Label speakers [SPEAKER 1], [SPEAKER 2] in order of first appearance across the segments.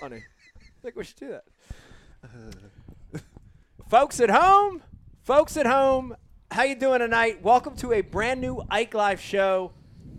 [SPEAKER 1] Funny. I think we should do that. folks at home, folks at home, how you doing tonight? Welcome to a brand new Ike Live show.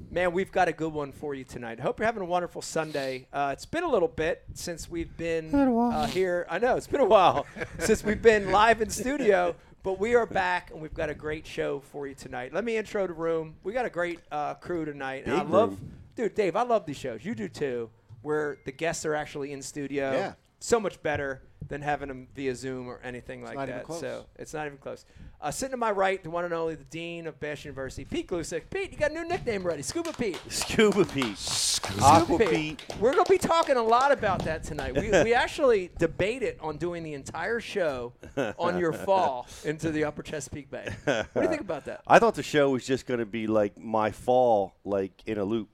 [SPEAKER 1] Man, we've got a good one for you tonight. Hope you're having a wonderful Sunday. Uh, it's been a little bit since we've been, Uh, here. I know it's been a while since we've been live in studio, but we are back and we've got a great show for you tonight. Let me intro the room. We got a great uh, crew tonight, and I love, dude, Dave. I love these shows. You do too, where the guests are actually in studio.
[SPEAKER 2] Yeah.
[SPEAKER 1] So much better than having them via Zoom or anything like
[SPEAKER 2] not
[SPEAKER 1] that.
[SPEAKER 2] even close.
[SPEAKER 1] So it's not even close. Uh, sitting to my right, the one and only, the dean of Bash University, Pete Glusick. Pete, you got a new nickname ready, Scuba Pete.
[SPEAKER 3] Scuba Pete.
[SPEAKER 1] Scoop it. We're going to be talking a lot about that tonight. We, we actually debated on doing the entire show on your fall into the upper Chesapeake Bay. What do you think about that?
[SPEAKER 3] I thought the show was just going to be like my fall, like in a loop.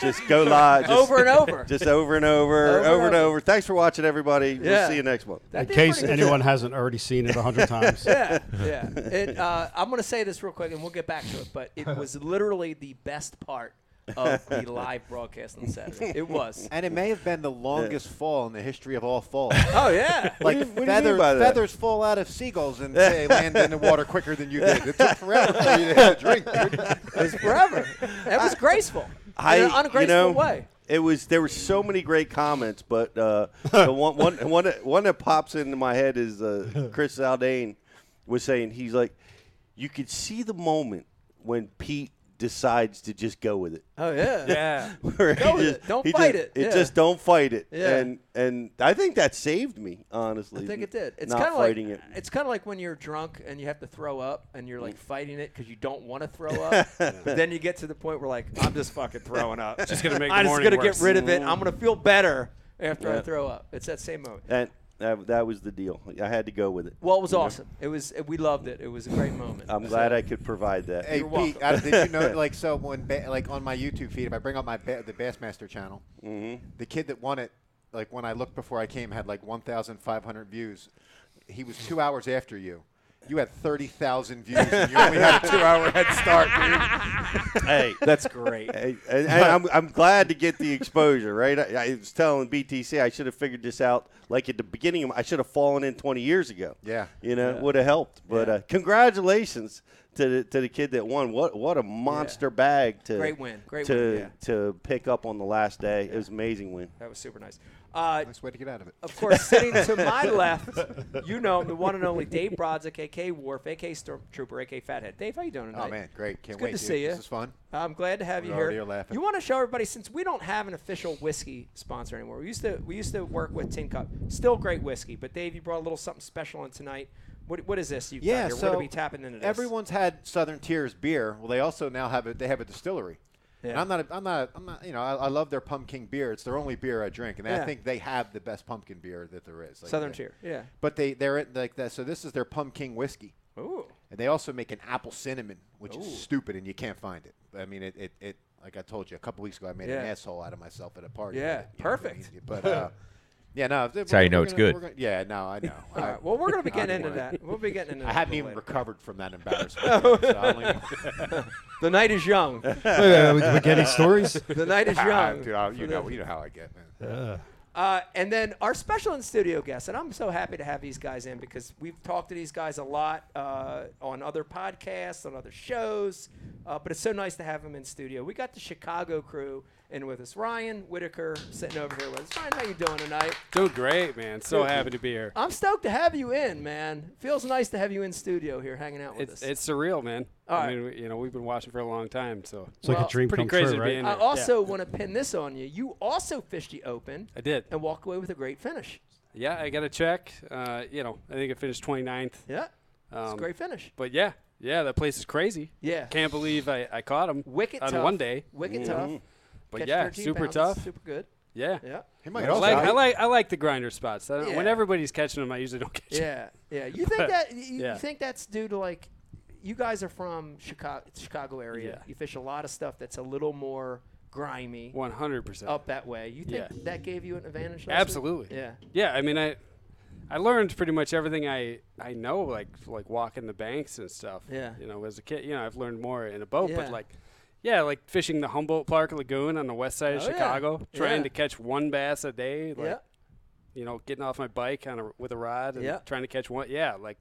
[SPEAKER 3] just go live. Just,
[SPEAKER 1] Over and over.
[SPEAKER 3] Just over and over, over, and over. Thanks for watching, everybody.
[SPEAKER 1] Yeah.
[SPEAKER 3] We'll see you next month.
[SPEAKER 1] That
[SPEAKER 4] In
[SPEAKER 1] did
[SPEAKER 4] case
[SPEAKER 1] pretty good.
[SPEAKER 4] anyone hasn't already seen it a hundred times.
[SPEAKER 1] Yeah, yeah. It, uh, I'm going to say this real quick and we'll get back to it, but it was literally the best part of the live broadcast on Saturday. It was.
[SPEAKER 2] And it may have been the longest fall in the history of all falls.
[SPEAKER 1] Oh, yeah.
[SPEAKER 2] Like
[SPEAKER 3] do you- what do you mean
[SPEAKER 2] feathers,
[SPEAKER 3] by that?
[SPEAKER 2] feathers fall out of seagulls and they land in the water quicker than you did. It took forever for you to have a drink. Dude.
[SPEAKER 1] It was forever. It was graceful.
[SPEAKER 3] I,
[SPEAKER 1] in an ungraceful
[SPEAKER 3] you know,
[SPEAKER 1] way.
[SPEAKER 3] It was there were so many great comments, but uh, the one one one that, one that pops into my head is uh, Chris Aldane was saying he's like, you could see the moment when Pete decides to just go with it.
[SPEAKER 1] Oh, yeah.
[SPEAKER 5] Yeah.
[SPEAKER 3] Where he
[SPEAKER 1] Go with it. Don't
[SPEAKER 3] he
[SPEAKER 1] fight
[SPEAKER 3] just-
[SPEAKER 1] it. Yeah.
[SPEAKER 3] just don't fight it.
[SPEAKER 1] Yeah.
[SPEAKER 3] And and I think that saved me, honestly.
[SPEAKER 1] I think it did. It's
[SPEAKER 3] not
[SPEAKER 1] kind of like
[SPEAKER 3] fighting it.
[SPEAKER 1] it's kind of like when you're drunk and you have to throw up and you're like fighting it because you don't want to throw up, but then you get to the point where like I'm just fucking throwing up.
[SPEAKER 5] Just gonna make the
[SPEAKER 1] I'm just
[SPEAKER 5] morning
[SPEAKER 1] gonna
[SPEAKER 5] worse.
[SPEAKER 1] get rid of it. I'm gonna feel better after I
[SPEAKER 3] Yeah.
[SPEAKER 1] throw up. It's that same moment.
[SPEAKER 3] And that, that was the deal. I had to go with it.
[SPEAKER 1] Well, it was awesome. It was we loved it. It was a great moment.
[SPEAKER 3] I'm glad I could provide that.
[SPEAKER 2] Hey,
[SPEAKER 1] You're
[SPEAKER 2] Pete,
[SPEAKER 1] welcome.
[SPEAKER 2] I, did you know, like, so when, ba- like, on my YouTube feed, if I bring up my ba- the Bassmaster channel,
[SPEAKER 3] Mm-hmm.
[SPEAKER 2] the kid that won it, like, when I looked before I came, had like 1,500 views. He was two hours after you. You had 30,000 views, and you only had a two hour head start, dude.
[SPEAKER 3] Hey.
[SPEAKER 1] That's great.
[SPEAKER 3] Hey, and, and I'm, I'm glad to get the exposure, right? I, I was telling BTC I should have figured this out like at the beginning. Of, I should have fallen in 20 years ago.
[SPEAKER 2] Yeah.
[SPEAKER 3] you know, would have helped. But uh, congratulations to the, to the kid that won. What what a monster bag to
[SPEAKER 1] Great win. Great
[SPEAKER 3] to
[SPEAKER 1] win, yeah.
[SPEAKER 3] to pick up on the last day. It was an amazing win.
[SPEAKER 1] That was super nice. Uh,
[SPEAKER 2] Nice way to get out of it.
[SPEAKER 1] of course, sitting to my left, you know him, the one and only Dave Brodzik, aka Wharf, aka Stormtrooper, aka Fathead. Dave, how you doing tonight?
[SPEAKER 2] Oh, man, great. Can't
[SPEAKER 1] it's good
[SPEAKER 2] wait.
[SPEAKER 1] to
[SPEAKER 2] dude.
[SPEAKER 1] see you.
[SPEAKER 2] This is fun.
[SPEAKER 1] I'm glad to have you
[SPEAKER 2] We're
[SPEAKER 1] here.
[SPEAKER 2] already here laughing.
[SPEAKER 1] You want to show everybody since we don't have an official whiskey sponsor anymore. We used to we used to work with Tin Cup, still great whiskey. But Dave, you brought a little something special in tonight. What, what is this? You
[SPEAKER 2] Yeah,
[SPEAKER 1] got here?
[SPEAKER 2] so
[SPEAKER 1] we're gonna be tapping into this.
[SPEAKER 2] everyone's had Southern Tiers beer. Well, they also now have a, they have a distillery. And
[SPEAKER 1] Yeah.
[SPEAKER 2] I'm not, a, I'm not, I'm not, you know, I, I love their pumpkin beer. It's their only beer I drink, and
[SPEAKER 1] Yeah.
[SPEAKER 2] I think they have the best pumpkin beer that there is. Like,
[SPEAKER 1] Southern
[SPEAKER 2] they-
[SPEAKER 1] Tier, yeah.
[SPEAKER 2] But they, they're at, like that. So this is their pumpkin whiskey,
[SPEAKER 1] Ooh,
[SPEAKER 2] and they also make an apple cinnamon, which is stupid, and you can't find it. I mean, it, it, it like I told you a couple weeks ago, I made an
[SPEAKER 1] Yeah.
[SPEAKER 2] asshole out of myself at a party.
[SPEAKER 1] Yeah,
[SPEAKER 2] with it, you know what I
[SPEAKER 1] perfect.
[SPEAKER 2] mean? But uh, yeah, no, that's
[SPEAKER 5] how you know it's good.
[SPEAKER 2] yeah, no, I know.
[SPEAKER 1] all right. Well, we're gonna be
[SPEAKER 2] I'll
[SPEAKER 1] getting into
[SPEAKER 2] do it.
[SPEAKER 1] that. We'll be getting into.
[SPEAKER 2] I
[SPEAKER 1] that
[SPEAKER 2] haven't
[SPEAKER 1] a
[SPEAKER 2] even
[SPEAKER 1] little later.
[SPEAKER 2] recovered from that embarrassment. yet, so I only-
[SPEAKER 1] The night is young.
[SPEAKER 4] Uh, we- we get any stories?
[SPEAKER 1] The night is
[SPEAKER 2] Ah,
[SPEAKER 1] young.
[SPEAKER 2] dude, I- you know, you know how I get, man.
[SPEAKER 1] Uh, and then our special in studio guests, and I'm so happy to have these guys in because we've talked to these guys a lot uh, on other podcasts, on other shows. Uh, but it's so nice to have him in studio. We got the Chicago crew in with us. Ryan Whitaker sitting over here with us. Ryan, how you doing tonight?
[SPEAKER 6] Doing great, man. So happy to be here.
[SPEAKER 1] I'm stoked to have you in, man. Feels nice to have you in studio here, hanging out with
[SPEAKER 6] It's,
[SPEAKER 1] us.
[SPEAKER 6] it's surreal, man.
[SPEAKER 1] All
[SPEAKER 6] I mean, we- you know, we've been watching for a long time, so
[SPEAKER 4] It's like
[SPEAKER 1] Well,
[SPEAKER 4] a dream
[SPEAKER 6] pretty
[SPEAKER 4] come
[SPEAKER 6] crazy to
[SPEAKER 4] true,
[SPEAKER 6] be
[SPEAKER 4] right?
[SPEAKER 6] in
[SPEAKER 1] I
[SPEAKER 6] there.
[SPEAKER 1] also want to pin this on you. You also fished the Open
[SPEAKER 6] I did.
[SPEAKER 1] and walked away with a great finish.
[SPEAKER 6] Yeah, I got a check. Uh, you know, I think I finished 29th.
[SPEAKER 1] Yeah, it's a
[SPEAKER 6] Um,
[SPEAKER 1] great finish.
[SPEAKER 6] But yeah, yeah, that place is crazy.
[SPEAKER 1] Yeah.
[SPEAKER 6] Can't believe I, I caught him.
[SPEAKER 1] Wicked
[SPEAKER 6] on
[SPEAKER 1] tough.
[SPEAKER 6] one day.
[SPEAKER 1] Wicked
[SPEAKER 6] Mm-hmm.
[SPEAKER 1] tough.
[SPEAKER 6] But
[SPEAKER 1] Catch
[SPEAKER 6] yeah,
[SPEAKER 1] 13
[SPEAKER 6] super
[SPEAKER 1] pounds,
[SPEAKER 6] tough.
[SPEAKER 1] Super good.
[SPEAKER 6] Yeah.
[SPEAKER 1] Yeah.
[SPEAKER 2] He might
[SPEAKER 6] I
[SPEAKER 2] also.
[SPEAKER 6] like, I like I like the grinder spots. I don't, When
[SPEAKER 1] Yeah.
[SPEAKER 6] everybody's catching them, I usually don't catch 'em.
[SPEAKER 1] Yeah, yeah. You think that you, you
[SPEAKER 6] yeah.
[SPEAKER 1] think that's due to like you guys are from Chicago, Chicago area.
[SPEAKER 6] Yeah.
[SPEAKER 1] You fish a lot of stuff that's a little more grimy
[SPEAKER 6] 100%.
[SPEAKER 1] up that way. You think
[SPEAKER 6] Yeah.
[SPEAKER 1] that gave you an advantage? last week?
[SPEAKER 6] Absolutely.
[SPEAKER 1] Yeah.
[SPEAKER 6] Yeah. I mean, I I learned pretty much everything I I know, like like walking the banks and stuff.
[SPEAKER 1] Yeah.
[SPEAKER 6] You know, as a kid, you know, I've learned more in a boat,
[SPEAKER 1] Yeah.
[SPEAKER 6] but like. Yeah, like fishing the Humboldt Park Lagoon on the west side of
[SPEAKER 1] Oh, yeah.
[SPEAKER 6] Chicago, trying
[SPEAKER 1] Yeah.
[SPEAKER 6] to catch one bass a day. Like,
[SPEAKER 1] yeah.
[SPEAKER 6] you know, getting off my bike on a, with a rod and
[SPEAKER 1] Yeah.
[SPEAKER 6] trying to catch one. Yeah, like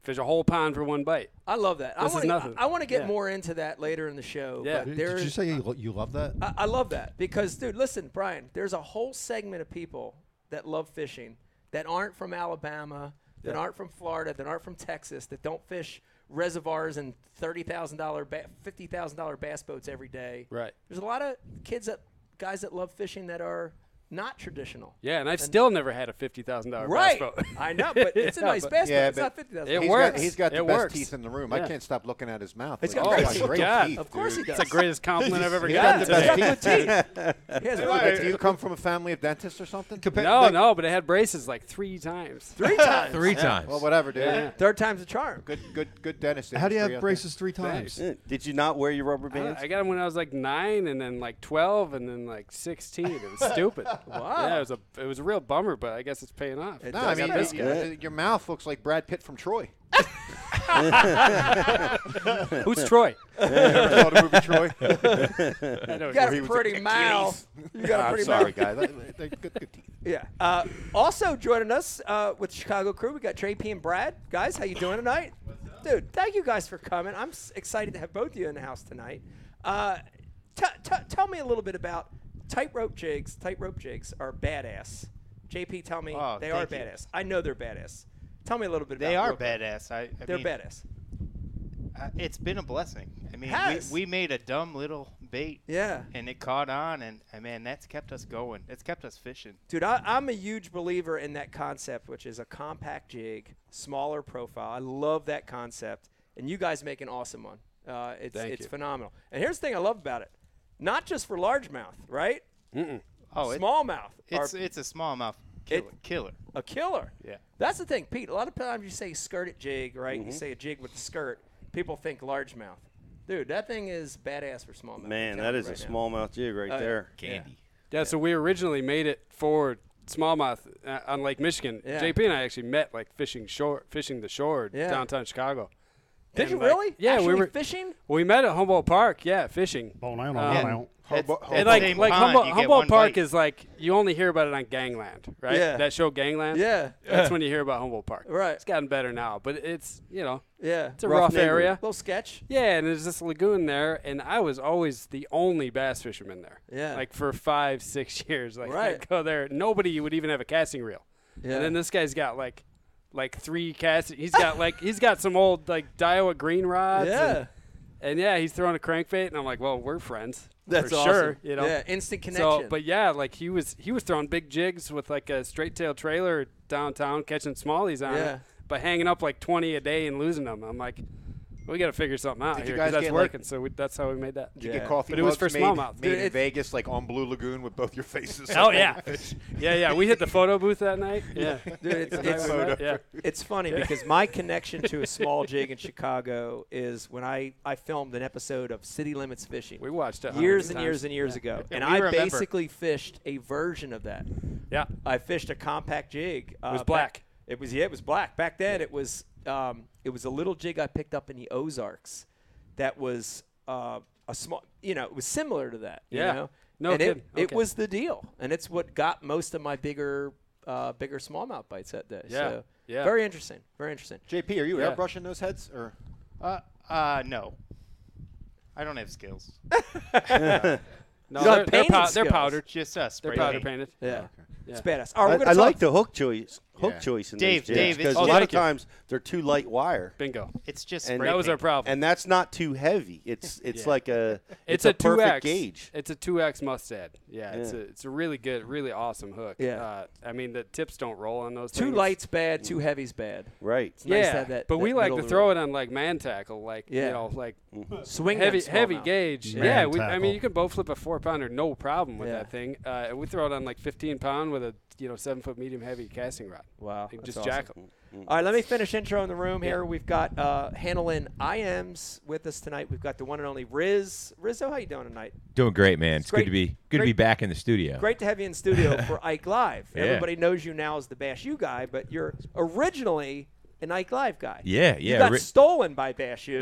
[SPEAKER 6] fish a whole pond for one bite.
[SPEAKER 1] I love that.
[SPEAKER 6] This is
[SPEAKER 1] I wanna,
[SPEAKER 6] nothing.
[SPEAKER 1] I, want to get
[SPEAKER 6] Yeah.
[SPEAKER 1] more into that later in the show.
[SPEAKER 6] Yeah.
[SPEAKER 1] But
[SPEAKER 6] Did-
[SPEAKER 1] there
[SPEAKER 4] Did you
[SPEAKER 1] is-
[SPEAKER 4] say you, lo- you love that?
[SPEAKER 2] Uh,
[SPEAKER 1] I, I love that because, dude, listen, Brian, there's a whole segment of people that love fishing that aren't from Alabama, that aren't from Florida, that aren't from Texas, that don't fish reservoirs and $30,000, ba- $50,000 bass boats every day.
[SPEAKER 6] Right.
[SPEAKER 1] There's a lot of kids that, guys that love fishing that are not traditional.
[SPEAKER 6] Yeah, and I've still never had a fifty thousand dollar
[SPEAKER 1] Right.
[SPEAKER 6] bass boat.
[SPEAKER 1] I know, but it's a
[SPEAKER 6] Yeah,
[SPEAKER 1] nice
[SPEAKER 6] but-
[SPEAKER 1] bass
[SPEAKER 2] Yeah,
[SPEAKER 1] boat. It's
[SPEAKER 2] but
[SPEAKER 1] not 50000
[SPEAKER 6] It
[SPEAKER 2] He's
[SPEAKER 6] works.
[SPEAKER 2] Got, he's got the
[SPEAKER 6] It
[SPEAKER 2] best
[SPEAKER 6] works.
[SPEAKER 2] teeth in the room. I
[SPEAKER 6] Yeah.
[SPEAKER 2] can't stop looking at his mouth.
[SPEAKER 1] It's
[SPEAKER 2] Like,
[SPEAKER 1] got
[SPEAKER 2] oh,
[SPEAKER 1] great
[SPEAKER 2] my
[SPEAKER 1] teeth.
[SPEAKER 2] great
[SPEAKER 6] God.
[SPEAKER 2] teeth,
[SPEAKER 1] Of course
[SPEAKER 2] dude.
[SPEAKER 1] he does.
[SPEAKER 6] It's the greatest compliment I've ever
[SPEAKER 1] He does.
[SPEAKER 6] gotten.
[SPEAKER 2] the best
[SPEAKER 6] today.
[SPEAKER 1] He's got good teeth. He has really
[SPEAKER 2] Like,
[SPEAKER 1] good
[SPEAKER 2] do you come from a family of dentists or something?
[SPEAKER 6] No, no, but I had braces like three times.
[SPEAKER 1] Three times.
[SPEAKER 5] Three times.
[SPEAKER 2] Well, whatever, dude.
[SPEAKER 1] Third time's a charm.
[SPEAKER 2] Good, good, good dentist.
[SPEAKER 4] How do you
[SPEAKER 2] industry
[SPEAKER 4] have
[SPEAKER 2] out there.
[SPEAKER 4] braces three times?
[SPEAKER 3] Yeah, Did you not wear your rubber
[SPEAKER 6] I
[SPEAKER 3] bands?
[SPEAKER 6] I got them when I was like nine, and then like twelve, and then like sixteen. It was stupid. wow. Yeah, it was a it was a real bummer, but I guess it's paying off.
[SPEAKER 1] It
[SPEAKER 2] No,
[SPEAKER 1] does.
[SPEAKER 2] I mean,
[SPEAKER 1] Got this
[SPEAKER 2] y- y- your mouth looks like Brad Pitt from Troy.
[SPEAKER 6] Who's Troy?
[SPEAKER 2] Ever saw the movie Troy?
[SPEAKER 6] I don't
[SPEAKER 1] You got
[SPEAKER 6] know.
[SPEAKER 1] a pretty mouth. You got a
[SPEAKER 2] I'm
[SPEAKER 1] pretty
[SPEAKER 2] sorry,
[SPEAKER 1] mouth.
[SPEAKER 2] guys. I- I- I- Good, good teeth.
[SPEAKER 1] Yeah. Uh, also joining us uh, with Chicago crew, we got Trey P and Brad. Guys, how you doing tonight? Dude, thank you guys for coming. I'm s- excited to have both of you in the house tonight. Uh, t- t- tell me a little bit about tightrope jigs. Tightrope jigs are badass. JP, tell me
[SPEAKER 7] Oh,
[SPEAKER 1] they are
[SPEAKER 7] thank you.
[SPEAKER 1] badass. I know they're badass. Tell me a little bit
[SPEAKER 7] They are
[SPEAKER 1] about real quick.
[SPEAKER 7] badass. I, I
[SPEAKER 1] They're
[SPEAKER 7] mean,
[SPEAKER 1] badass.
[SPEAKER 7] uh, it's been a blessing. I mean,
[SPEAKER 1] has.
[SPEAKER 7] we, we made a dumb little bait,
[SPEAKER 1] Yeah.
[SPEAKER 7] and it caught on, and uh, man, that's kept us going. It's kept us fishing.
[SPEAKER 1] Dude, I, I'm a huge believer in that concept, which is a compact jig, smaller profile. I love that concept, and you guys make an awesome one. Uh, it's
[SPEAKER 6] Thank
[SPEAKER 1] it's
[SPEAKER 6] you.
[SPEAKER 1] phenomenal. And here's the thing I love about it: not just for largemouth, right?
[SPEAKER 7] Oh, it,
[SPEAKER 1] Smallmouth
[SPEAKER 7] it's
[SPEAKER 1] are
[SPEAKER 7] it's a smallmouth killer. killer.
[SPEAKER 1] a killer.
[SPEAKER 7] Yeah.
[SPEAKER 1] that's the thing, Pete. A lot of times you say skirted jig, right?
[SPEAKER 6] Mm-hmm.
[SPEAKER 1] You say a jig with a skirt. People think largemouth. Dude, that thing is badass for smallmouth. I'm
[SPEAKER 3] Man,
[SPEAKER 1] telling
[SPEAKER 3] that
[SPEAKER 1] you
[SPEAKER 3] is
[SPEAKER 1] right
[SPEAKER 3] a
[SPEAKER 1] now.
[SPEAKER 3] smallmouth jig right
[SPEAKER 1] Oh, yeah.
[SPEAKER 3] there.
[SPEAKER 7] Candy.
[SPEAKER 6] Yeah, so we originally made it for smallmouth uh, on Lake Michigan.
[SPEAKER 1] Yeah.
[SPEAKER 6] JP and I actually met like fishing shore, fishing the shore
[SPEAKER 1] Yeah.
[SPEAKER 6] downtown Chicago.
[SPEAKER 1] Did
[SPEAKER 6] And,
[SPEAKER 1] you
[SPEAKER 6] like,
[SPEAKER 1] really?
[SPEAKER 6] Yeah,
[SPEAKER 1] Actually
[SPEAKER 6] we were
[SPEAKER 1] fishing.
[SPEAKER 6] We met at Humboldt Park. Yeah, fishing.
[SPEAKER 4] Bone island,
[SPEAKER 6] Um,
[SPEAKER 4] bone island.
[SPEAKER 7] Hobo-
[SPEAKER 6] And
[SPEAKER 7] Hobo-
[SPEAKER 6] like
[SPEAKER 7] Same
[SPEAKER 6] like
[SPEAKER 7] pond,
[SPEAKER 6] Humboldt,
[SPEAKER 7] you get
[SPEAKER 6] Humboldt
[SPEAKER 7] one
[SPEAKER 6] Park
[SPEAKER 7] bite.
[SPEAKER 6] is like you only hear about it on Gangland, right?
[SPEAKER 1] Yeah.
[SPEAKER 6] That show Gangland.
[SPEAKER 1] Yeah.
[SPEAKER 6] That's when you hear about Humboldt Park.
[SPEAKER 1] Right.
[SPEAKER 6] It's gotten better now, but it's you know
[SPEAKER 1] Yeah,
[SPEAKER 6] it's a rough,
[SPEAKER 3] neighborhood.
[SPEAKER 6] area.
[SPEAKER 1] little sketch.
[SPEAKER 6] Yeah, and there's this lagoon there, and I was always the only bass fisherman there.
[SPEAKER 1] Yeah.
[SPEAKER 6] Like for five, six years. Like
[SPEAKER 1] Right.
[SPEAKER 6] I'd go there. Nobody would even have a casting reel.
[SPEAKER 1] Yeah.
[SPEAKER 6] And then this guy's got like like three casts. He's got like he's got some old like Daiwa green rods.
[SPEAKER 1] Yeah.
[SPEAKER 6] And, and yeah, he's throwing a crankbait, and I'm like, well, we're friends.
[SPEAKER 1] That's
[SPEAKER 6] for
[SPEAKER 1] awesome.
[SPEAKER 6] sure. You know.
[SPEAKER 1] Yeah, instant connection.
[SPEAKER 6] So, but yeah, like he was he was throwing big jigs with like a straight tail trailer downtown, catching smallies on
[SPEAKER 1] Yeah.
[SPEAKER 6] it, but hanging up like twenty a day and losing them. I'm like, we got to figure something out
[SPEAKER 2] Did you
[SPEAKER 6] here
[SPEAKER 2] guys
[SPEAKER 6] because that's
[SPEAKER 2] get, like-
[SPEAKER 6] working. so we, that's how we made that.
[SPEAKER 2] Did you
[SPEAKER 1] Yeah.
[SPEAKER 2] get coffee
[SPEAKER 6] But it was
[SPEAKER 2] mugs
[SPEAKER 6] for
[SPEAKER 2] made,
[SPEAKER 6] smallmouth.
[SPEAKER 2] Made
[SPEAKER 1] Dude,
[SPEAKER 2] in
[SPEAKER 1] it's-
[SPEAKER 2] Vegas, like on Blue Lagoon, with both your faces.
[SPEAKER 6] Oh yeah, yeah, yeah. We hit the photo booth that night. Yeah,
[SPEAKER 1] Dude, it's,
[SPEAKER 6] That's
[SPEAKER 1] it's,
[SPEAKER 6] how we met, yeah.
[SPEAKER 1] it's funny because my connection to a small jig in Chicago is when I, I filmed an episode of City Limits Fishing.
[SPEAKER 6] We watched it
[SPEAKER 1] years
[SPEAKER 6] hundreds of
[SPEAKER 1] and years
[SPEAKER 6] times.
[SPEAKER 1] and years ago,
[SPEAKER 7] Yeah,
[SPEAKER 1] and
[SPEAKER 7] we
[SPEAKER 1] I
[SPEAKER 7] remember.
[SPEAKER 1] basically fished a version of that.
[SPEAKER 6] yeah.
[SPEAKER 1] I fished a compact jig. Uh,
[SPEAKER 6] was
[SPEAKER 1] back-
[SPEAKER 6] black.
[SPEAKER 1] it was yeah, it was black. Back then, it was um, it was a little jig I picked up in the Ozarks, that was uh, a small. You know, it was similar to that. you
[SPEAKER 6] Yeah.
[SPEAKER 1] know?
[SPEAKER 6] No
[SPEAKER 1] and it,
[SPEAKER 6] kidding.
[SPEAKER 1] it
[SPEAKER 6] Okay.
[SPEAKER 1] was the deal, and it's what got most of my bigger uh, bigger smallmouth bites that day.
[SPEAKER 6] Yeah.
[SPEAKER 1] So
[SPEAKER 6] Yeah.
[SPEAKER 1] Very interesting. Very interesting.
[SPEAKER 2] JP, are you
[SPEAKER 6] Yeah.
[SPEAKER 4] Uh,
[SPEAKER 2] airbrushing those heads or?
[SPEAKER 7] Uh, uh, no. I don't have skills.
[SPEAKER 6] No,
[SPEAKER 1] Got
[SPEAKER 6] they're, they're,
[SPEAKER 1] painting
[SPEAKER 6] pow- they're
[SPEAKER 1] skills.
[SPEAKER 6] powdered.
[SPEAKER 7] Just us.
[SPEAKER 6] They're
[SPEAKER 7] spray
[SPEAKER 6] powder
[SPEAKER 7] paint.
[SPEAKER 6] painted.
[SPEAKER 1] Yeah.
[SPEAKER 6] Yeah.
[SPEAKER 1] It's badass. All right, we're
[SPEAKER 3] I,
[SPEAKER 1] gonna
[SPEAKER 3] I
[SPEAKER 1] talk-
[SPEAKER 3] like the hook choice. Hook
[SPEAKER 2] Yeah.
[SPEAKER 3] choice in
[SPEAKER 7] Dave,
[SPEAKER 3] these
[SPEAKER 7] Dave,
[SPEAKER 3] because
[SPEAKER 7] it's
[SPEAKER 3] a
[SPEAKER 6] just-
[SPEAKER 3] lot
[SPEAKER 6] Like
[SPEAKER 3] of
[SPEAKER 6] it.
[SPEAKER 3] times they're too light wire,
[SPEAKER 6] Bingo.
[SPEAKER 7] It's just
[SPEAKER 3] And-
[SPEAKER 7] spray
[SPEAKER 6] That was our
[SPEAKER 7] paint.
[SPEAKER 6] problem.
[SPEAKER 3] and that's not too heavy. It's it's
[SPEAKER 6] Yeah.
[SPEAKER 3] like a
[SPEAKER 6] it's,
[SPEAKER 3] a,
[SPEAKER 6] a two
[SPEAKER 3] perfect
[SPEAKER 6] X
[SPEAKER 3] gauge.
[SPEAKER 6] It's a two X Mustad. Yeah, it's a
[SPEAKER 3] Yeah.
[SPEAKER 6] it's a really good, really awesome hook.
[SPEAKER 1] Yeah.
[SPEAKER 6] uh, I mean the tips don't roll on those.
[SPEAKER 1] Too
[SPEAKER 6] things.
[SPEAKER 1] light's bad. Too heavy's bad.
[SPEAKER 3] Mm. Right.
[SPEAKER 6] Yeah,
[SPEAKER 1] nice to have that-
[SPEAKER 6] but
[SPEAKER 1] that
[SPEAKER 6] we like
[SPEAKER 1] middle
[SPEAKER 6] to
[SPEAKER 1] of the
[SPEAKER 6] throw
[SPEAKER 1] road.
[SPEAKER 6] it on like man tackle, like
[SPEAKER 1] Yeah.
[SPEAKER 6] you know, like
[SPEAKER 3] Mm-hmm.
[SPEAKER 1] Swing
[SPEAKER 6] heavy
[SPEAKER 1] that
[SPEAKER 6] heavy
[SPEAKER 1] smallmouth.
[SPEAKER 6] gauge.
[SPEAKER 4] Man
[SPEAKER 6] yeah, we, I
[SPEAKER 4] tackle.
[SPEAKER 6] mean you can bow flip a four pounder no problem with
[SPEAKER 1] Yeah.
[SPEAKER 6] that thing. Uh, we throw it on like fifteen pound with a you know seven foot medium heavy casting rod.
[SPEAKER 1] Wow,
[SPEAKER 6] You can
[SPEAKER 1] that's
[SPEAKER 6] just
[SPEAKER 1] awesome.
[SPEAKER 6] jack 'em. Mm-hmm.
[SPEAKER 3] Mm-hmm.
[SPEAKER 1] All right, let me finish intro in the room here. We've got uh, Hanlon IMs with us tonight. We've got the one and only Riz. Rizzo, how you doing tonight?
[SPEAKER 5] Doing great, man. It's,
[SPEAKER 1] great-
[SPEAKER 5] good to be good to be
[SPEAKER 1] great-
[SPEAKER 5] back in the studio.
[SPEAKER 1] Great to have you in studio for Ike Live.
[SPEAKER 5] Yeah.
[SPEAKER 1] Everybody knows you now as the Bash U guy, but you're originally an Ike Live guy.
[SPEAKER 5] Yeah,
[SPEAKER 1] You
[SPEAKER 5] yeah,
[SPEAKER 1] got
[SPEAKER 5] ri-
[SPEAKER 1] stolen by Bash U.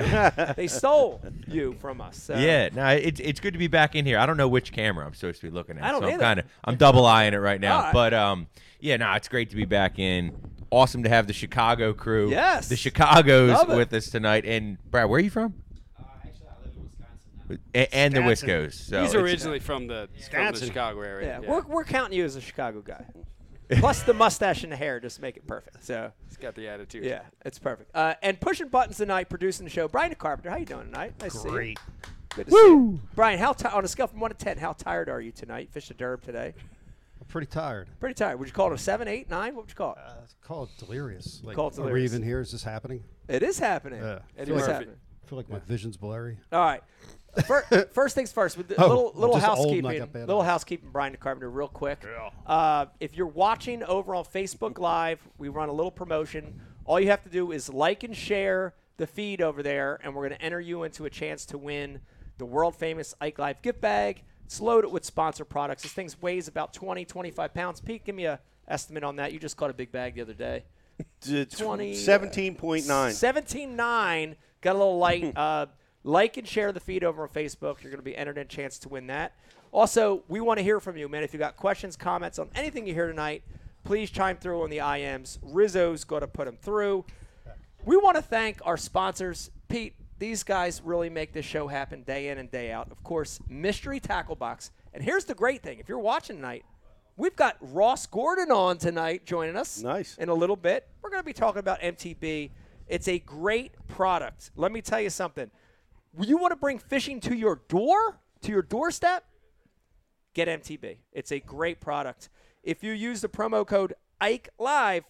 [SPEAKER 1] they stole you from us. So.
[SPEAKER 5] Yeah, no, it's it's good to be back in here. I don't know which camera I'm supposed to be looking at.
[SPEAKER 1] I don't
[SPEAKER 5] so I'm
[SPEAKER 1] either.
[SPEAKER 5] kind of I'm double eyeing it right now.
[SPEAKER 1] All right.
[SPEAKER 5] But um, yeah, no, it's great to be back in. Awesome to have the Chicago crew.
[SPEAKER 1] Yes.
[SPEAKER 5] the Chicago's
[SPEAKER 1] Love it.
[SPEAKER 5] with us tonight. And Brad, where are you from? Uh, actually, I live in Wisconsin now. And, the Wiscos. So
[SPEAKER 6] He's
[SPEAKER 5] it's-
[SPEAKER 6] originally from the from the
[SPEAKER 7] Wisconsin.
[SPEAKER 6] Chicago area.
[SPEAKER 1] Yeah, We're, we're counting you as a Chicago guy. Plus the mustache and the hair just make it perfect. So
[SPEAKER 6] He's got the attitude.
[SPEAKER 1] yeah, it's perfect. Uh, and pushing buttons tonight, producing the show. Brian Carpenter, how you doing tonight? Nice to see you.
[SPEAKER 7] Great.
[SPEAKER 1] Good to Woo! Brian, how ti on a scale from one to ten, how tired are you tonight? Fish a derb today.
[SPEAKER 4] I'm pretty tired.
[SPEAKER 1] Pretty tired. Would you call it a seven, eight, nine? What would you call it?
[SPEAKER 4] Uh, it's called delirious. Like, Uh,
[SPEAKER 1] Call it
[SPEAKER 4] Are we
[SPEAKER 1] delirious.
[SPEAKER 4] even here? Is this happening?
[SPEAKER 1] it is happening.
[SPEAKER 4] Yeah.
[SPEAKER 1] It
[SPEAKER 4] Eddie
[SPEAKER 1] is
[SPEAKER 4] Murphy.
[SPEAKER 1] happening.
[SPEAKER 4] I feel like my vision's blurry.
[SPEAKER 1] All right. Fir- first things first. With the
[SPEAKER 4] Oh,
[SPEAKER 1] little
[SPEAKER 4] I'm
[SPEAKER 1] little
[SPEAKER 4] just old and I
[SPEAKER 1] housekeeping,
[SPEAKER 4] got bad
[SPEAKER 1] little
[SPEAKER 4] eyes.
[SPEAKER 1] housekeeping. Brian Carpenter, real quick. Uh, if you're watching over on Facebook Live, we run a little promotion. All you have to do is like and share the feed over there, and we're going to enter you into a chance to win the world famous Ike Live gift bag. It's loaded with sponsor products. This thing weighs about 20, 25 pounds. Pete, give me a estimate on that. You just caught a big bag the other day.
[SPEAKER 3] T- t-
[SPEAKER 1] 20, uh,
[SPEAKER 3] 17.9.
[SPEAKER 1] 17.9. Got a little light. uh, like and share the feed over on Facebook. You're going to be entered in a chance to win that. Also, we want to hear from you, man. If you got questions, comments on anything you hear tonight, please chime through on the IMs. Rizzo's going to put them through. We want to thank our sponsors, Pete. These guys really make this show happen day in and day out. Of course, Mystery Tackle Box. And here's the great thing: if you're watching tonight, we've got Ross Gordon on tonight joining us.
[SPEAKER 3] Nice.
[SPEAKER 1] In a little bit, we're going to be talking about MTB. It's a great product. Let me tell you something. You want to bring fishing to your door, to your doorstep? Get MTB. It's a great product. If you use the promo code Ike Live,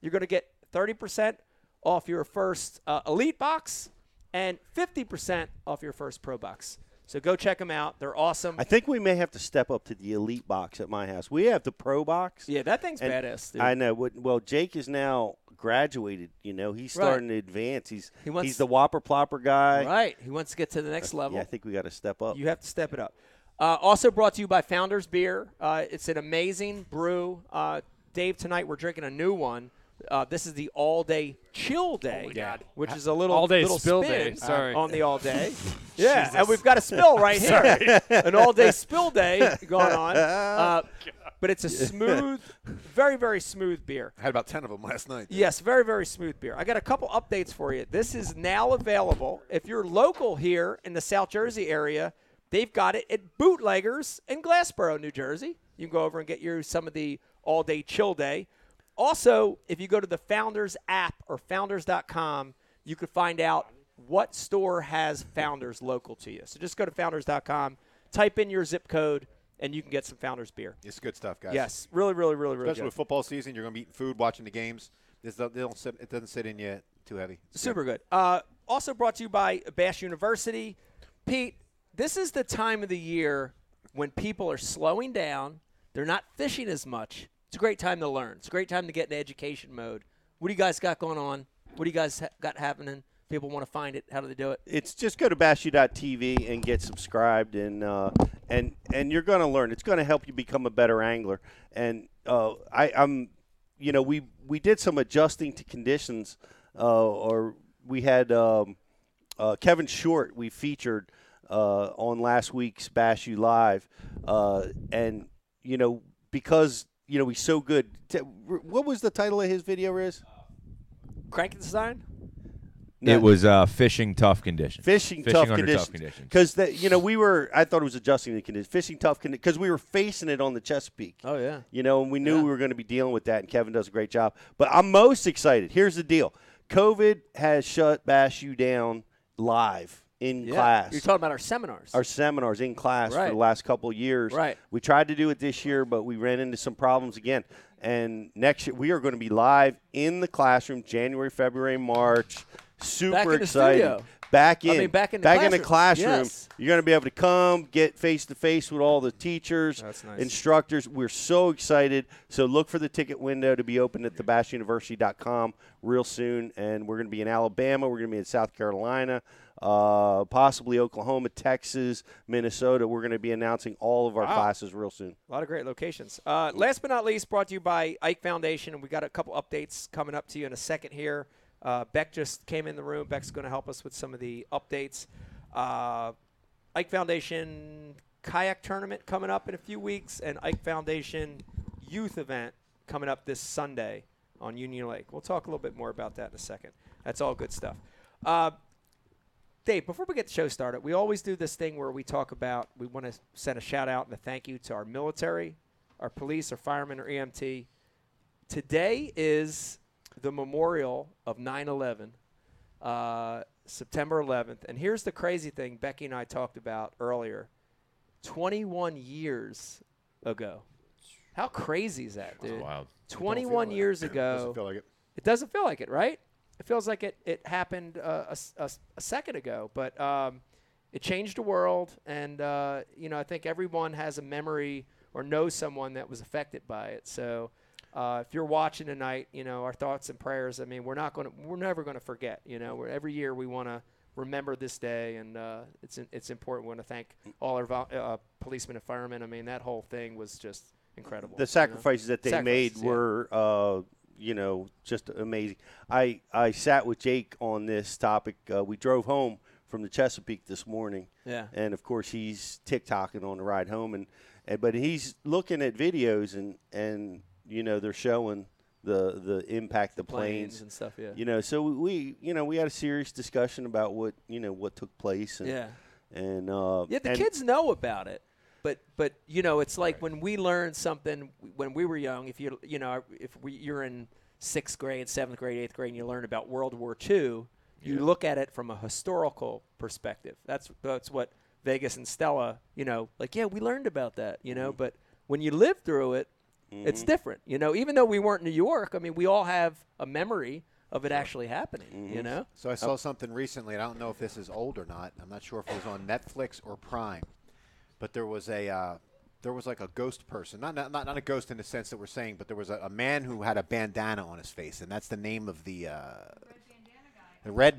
[SPEAKER 1] you're going to get 30% off your first uh, Elite box and 50% off your first Pro box. So go check them out. They're awesome.
[SPEAKER 3] I think we may have to step up to the elite box at my house. We have the pro box.
[SPEAKER 1] yeah, that thing's
[SPEAKER 3] And
[SPEAKER 1] badass. Dude.
[SPEAKER 3] I know. What- Well, Jake is now graduated. You know, he's
[SPEAKER 1] Right.
[SPEAKER 3] starting to advance. He's
[SPEAKER 1] He wants-
[SPEAKER 3] he's the whopper plopper guy.
[SPEAKER 1] right. He wants to get to the next level.
[SPEAKER 3] Yeah, I think we got to step up.
[SPEAKER 1] You have to step it up. Uh, also brought to you by Founders Beer. Uh, it's an amazing brew. Uh, Dave, tonight we're drinking a new one. Uh, this is the all day chill day, which is a little
[SPEAKER 6] All day
[SPEAKER 1] little
[SPEAKER 6] spill
[SPEAKER 1] spin
[SPEAKER 6] day, sorry.
[SPEAKER 1] on the all day. yeah, and we've got a spill right here, an all day spill day going on. Uh, but it's a smooth, very very smooth beer.
[SPEAKER 2] I had about ten of them last night.
[SPEAKER 1] Yes, very, very smooth beer. I got a couple updates for you. This is now available. If you're local here in the South Jersey area, they've got it at Bootleggers in Glassboro, New Jersey. You can go over and get your some of the all day chill day. Also, if you go to the Founders app or founders.com, you can find out what store has Founders local to you. So just go to founders.com, type in your zip code, and you can get some Founders beer.
[SPEAKER 2] It's good stuff, guys.
[SPEAKER 1] Yes, really, really, really, really
[SPEAKER 2] Especially
[SPEAKER 1] good.
[SPEAKER 2] with football season, you're going to be eating food, watching the games. This don't, they don't sit, it doesn't sit in you too heavy. It's
[SPEAKER 1] Super good. Uh, also brought to you by Bash University. Pete, this is the time of the year when people are slowing down. They're not fishing as much. It's a great time to learn. It's a great time to get in education mode. What do you guys got going on? What do you guys ha- got happening? People want to find it. How do they do it?
[SPEAKER 3] it's just go to bashu.tv and get subscribed and uh, and and you're going to learn it's going to help you become a better angler and uh, I, i'm you know we we did some adjusting to conditions uh, or we had um, uh, kevin short we featured uh, on last week's bashu live uh, and you know because you know he's so good T- what was the title of his video is
[SPEAKER 1] Krankenstein?
[SPEAKER 3] No.
[SPEAKER 5] It was uh, fishing tough conditions.
[SPEAKER 3] Fishing,
[SPEAKER 5] fishing
[SPEAKER 3] tough
[SPEAKER 5] under
[SPEAKER 3] conditions.
[SPEAKER 5] tough conditions.
[SPEAKER 3] Because that you know we were, I thought it was adjusting the conditions. Fishing tough conditions because we were facing it on the Chesapeake.
[SPEAKER 1] Oh, yeah.
[SPEAKER 3] You know, and we knew we were going to be dealing with that, and Kevin does a great job. But I'm most excited. Here's the deal: COVID has shut Bash U down live in class.
[SPEAKER 1] You're talking about our seminars.
[SPEAKER 3] our seminars in class for
[SPEAKER 1] Right.
[SPEAKER 3] the last couple of years.
[SPEAKER 1] Right.
[SPEAKER 3] We tried to do it this year, but we ran into some problems again. And next year we are going to be live in the classroom January, February, March. Super
[SPEAKER 1] Back in the
[SPEAKER 3] excited.
[SPEAKER 1] studio.
[SPEAKER 3] Back in.
[SPEAKER 1] I mean, back in the
[SPEAKER 3] classroom.
[SPEAKER 1] classroom. Yes.
[SPEAKER 3] You're going to be able to come, get face to face with all the teachers,
[SPEAKER 1] That's nice.
[SPEAKER 3] instructors. We're so excited. So look for the ticket window to be open at thebashuniversity.com real soon. And we're going to be in Alabama. We're going to be in South Carolina, uh, possibly Oklahoma, Texas, Minnesota. We're going to be announcing all of our classes real soon.
[SPEAKER 1] A lot of great locations. Uh, last but not least, brought to you by Ike Foundation. We got a couple updates coming up to you in a second here. Uh, Beck just came in the room. Beck's going to help us with some of the updates. Uh, Ike Foundation kayak tournament coming up in a few weeks, and Ike Foundation youth event coming up this Sunday on Union Lake. We'll talk a little bit more about that in a second. That's all good stuff. Uh, Dave, before we get the show started, we always do this thing where we talk about we want to send a shout out and a thank you to our military, our police, our firemen, our EMT. Today is the memorial of 9 11, uh, September 11th. And here's the crazy thing Becky and I talked about earlier 21 years ago. How crazy is that, dude?
[SPEAKER 5] wild.
[SPEAKER 1] 21 years ago.
[SPEAKER 2] Doesn't feel like it.
[SPEAKER 1] It doesn't feel like it, right? It feels like it, it happened uh, a, s- a s- a second ago, but um, it changed the world. And, uh, you know, I think everyone has a memory or knows someone that was affected by it. So uh, if you're watching tonight, you know, our thoughts and prayers, I mean, we're not going to, we're never going to forget, you know, we're, every year we want to remember this day. And uh, it's, in- it's important. We want to thank all our vol- uh, policemen and firemen. I mean, that whole thing was just incredible. you know?
[SPEAKER 3] The sacrifices that they made
[SPEAKER 1] Sacrifices, yeah.
[SPEAKER 3] were, uh, you know, just amazing. I I sat with Jake on this topic. Uh, we drove home from the Chesapeake this morning.
[SPEAKER 1] Yeah.
[SPEAKER 3] And of course, he's TikToking on the ride home, and, and but he's looking at videos, and and you know they're showing the the impact the, planes,
[SPEAKER 1] planes and stuff, yeah.
[SPEAKER 3] You know, so we you know we had a serious discussion about what you know what took place. And,
[SPEAKER 1] Yeah.
[SPEAKER 3] And uh,
[SPEAKER 1] Yeah, the
[SPEAKER 3] and-
[SPEAKER 1] kids know about it, but but you know, it's like when we learn something when we were young. If you you know, if we, you're in sixth grade, seventh grade, eighth grade, and you learn about World War II, you look at it from a historical perspective. That's that's what Vegas and Stella, you know, like yeah, we learned about that, you know, but when you live through it, it's different, you know. Even though we weren't in New York, I mean, we all have a memory of it actually happening,
[SPEAKER 2] Mm-hmm.
[SPEAKER 1] you know. Oh.
[SPEAKER 2] So I saw something recently, and I don't know if this is old or not. I'm not sure if it was on Netflix or Prime, but there was a uh, there was like a ghost person, not, not not not a ghost in the sense that we're saying, but there was a, a man who had a bandana on his face, and that's the name of the uh, the red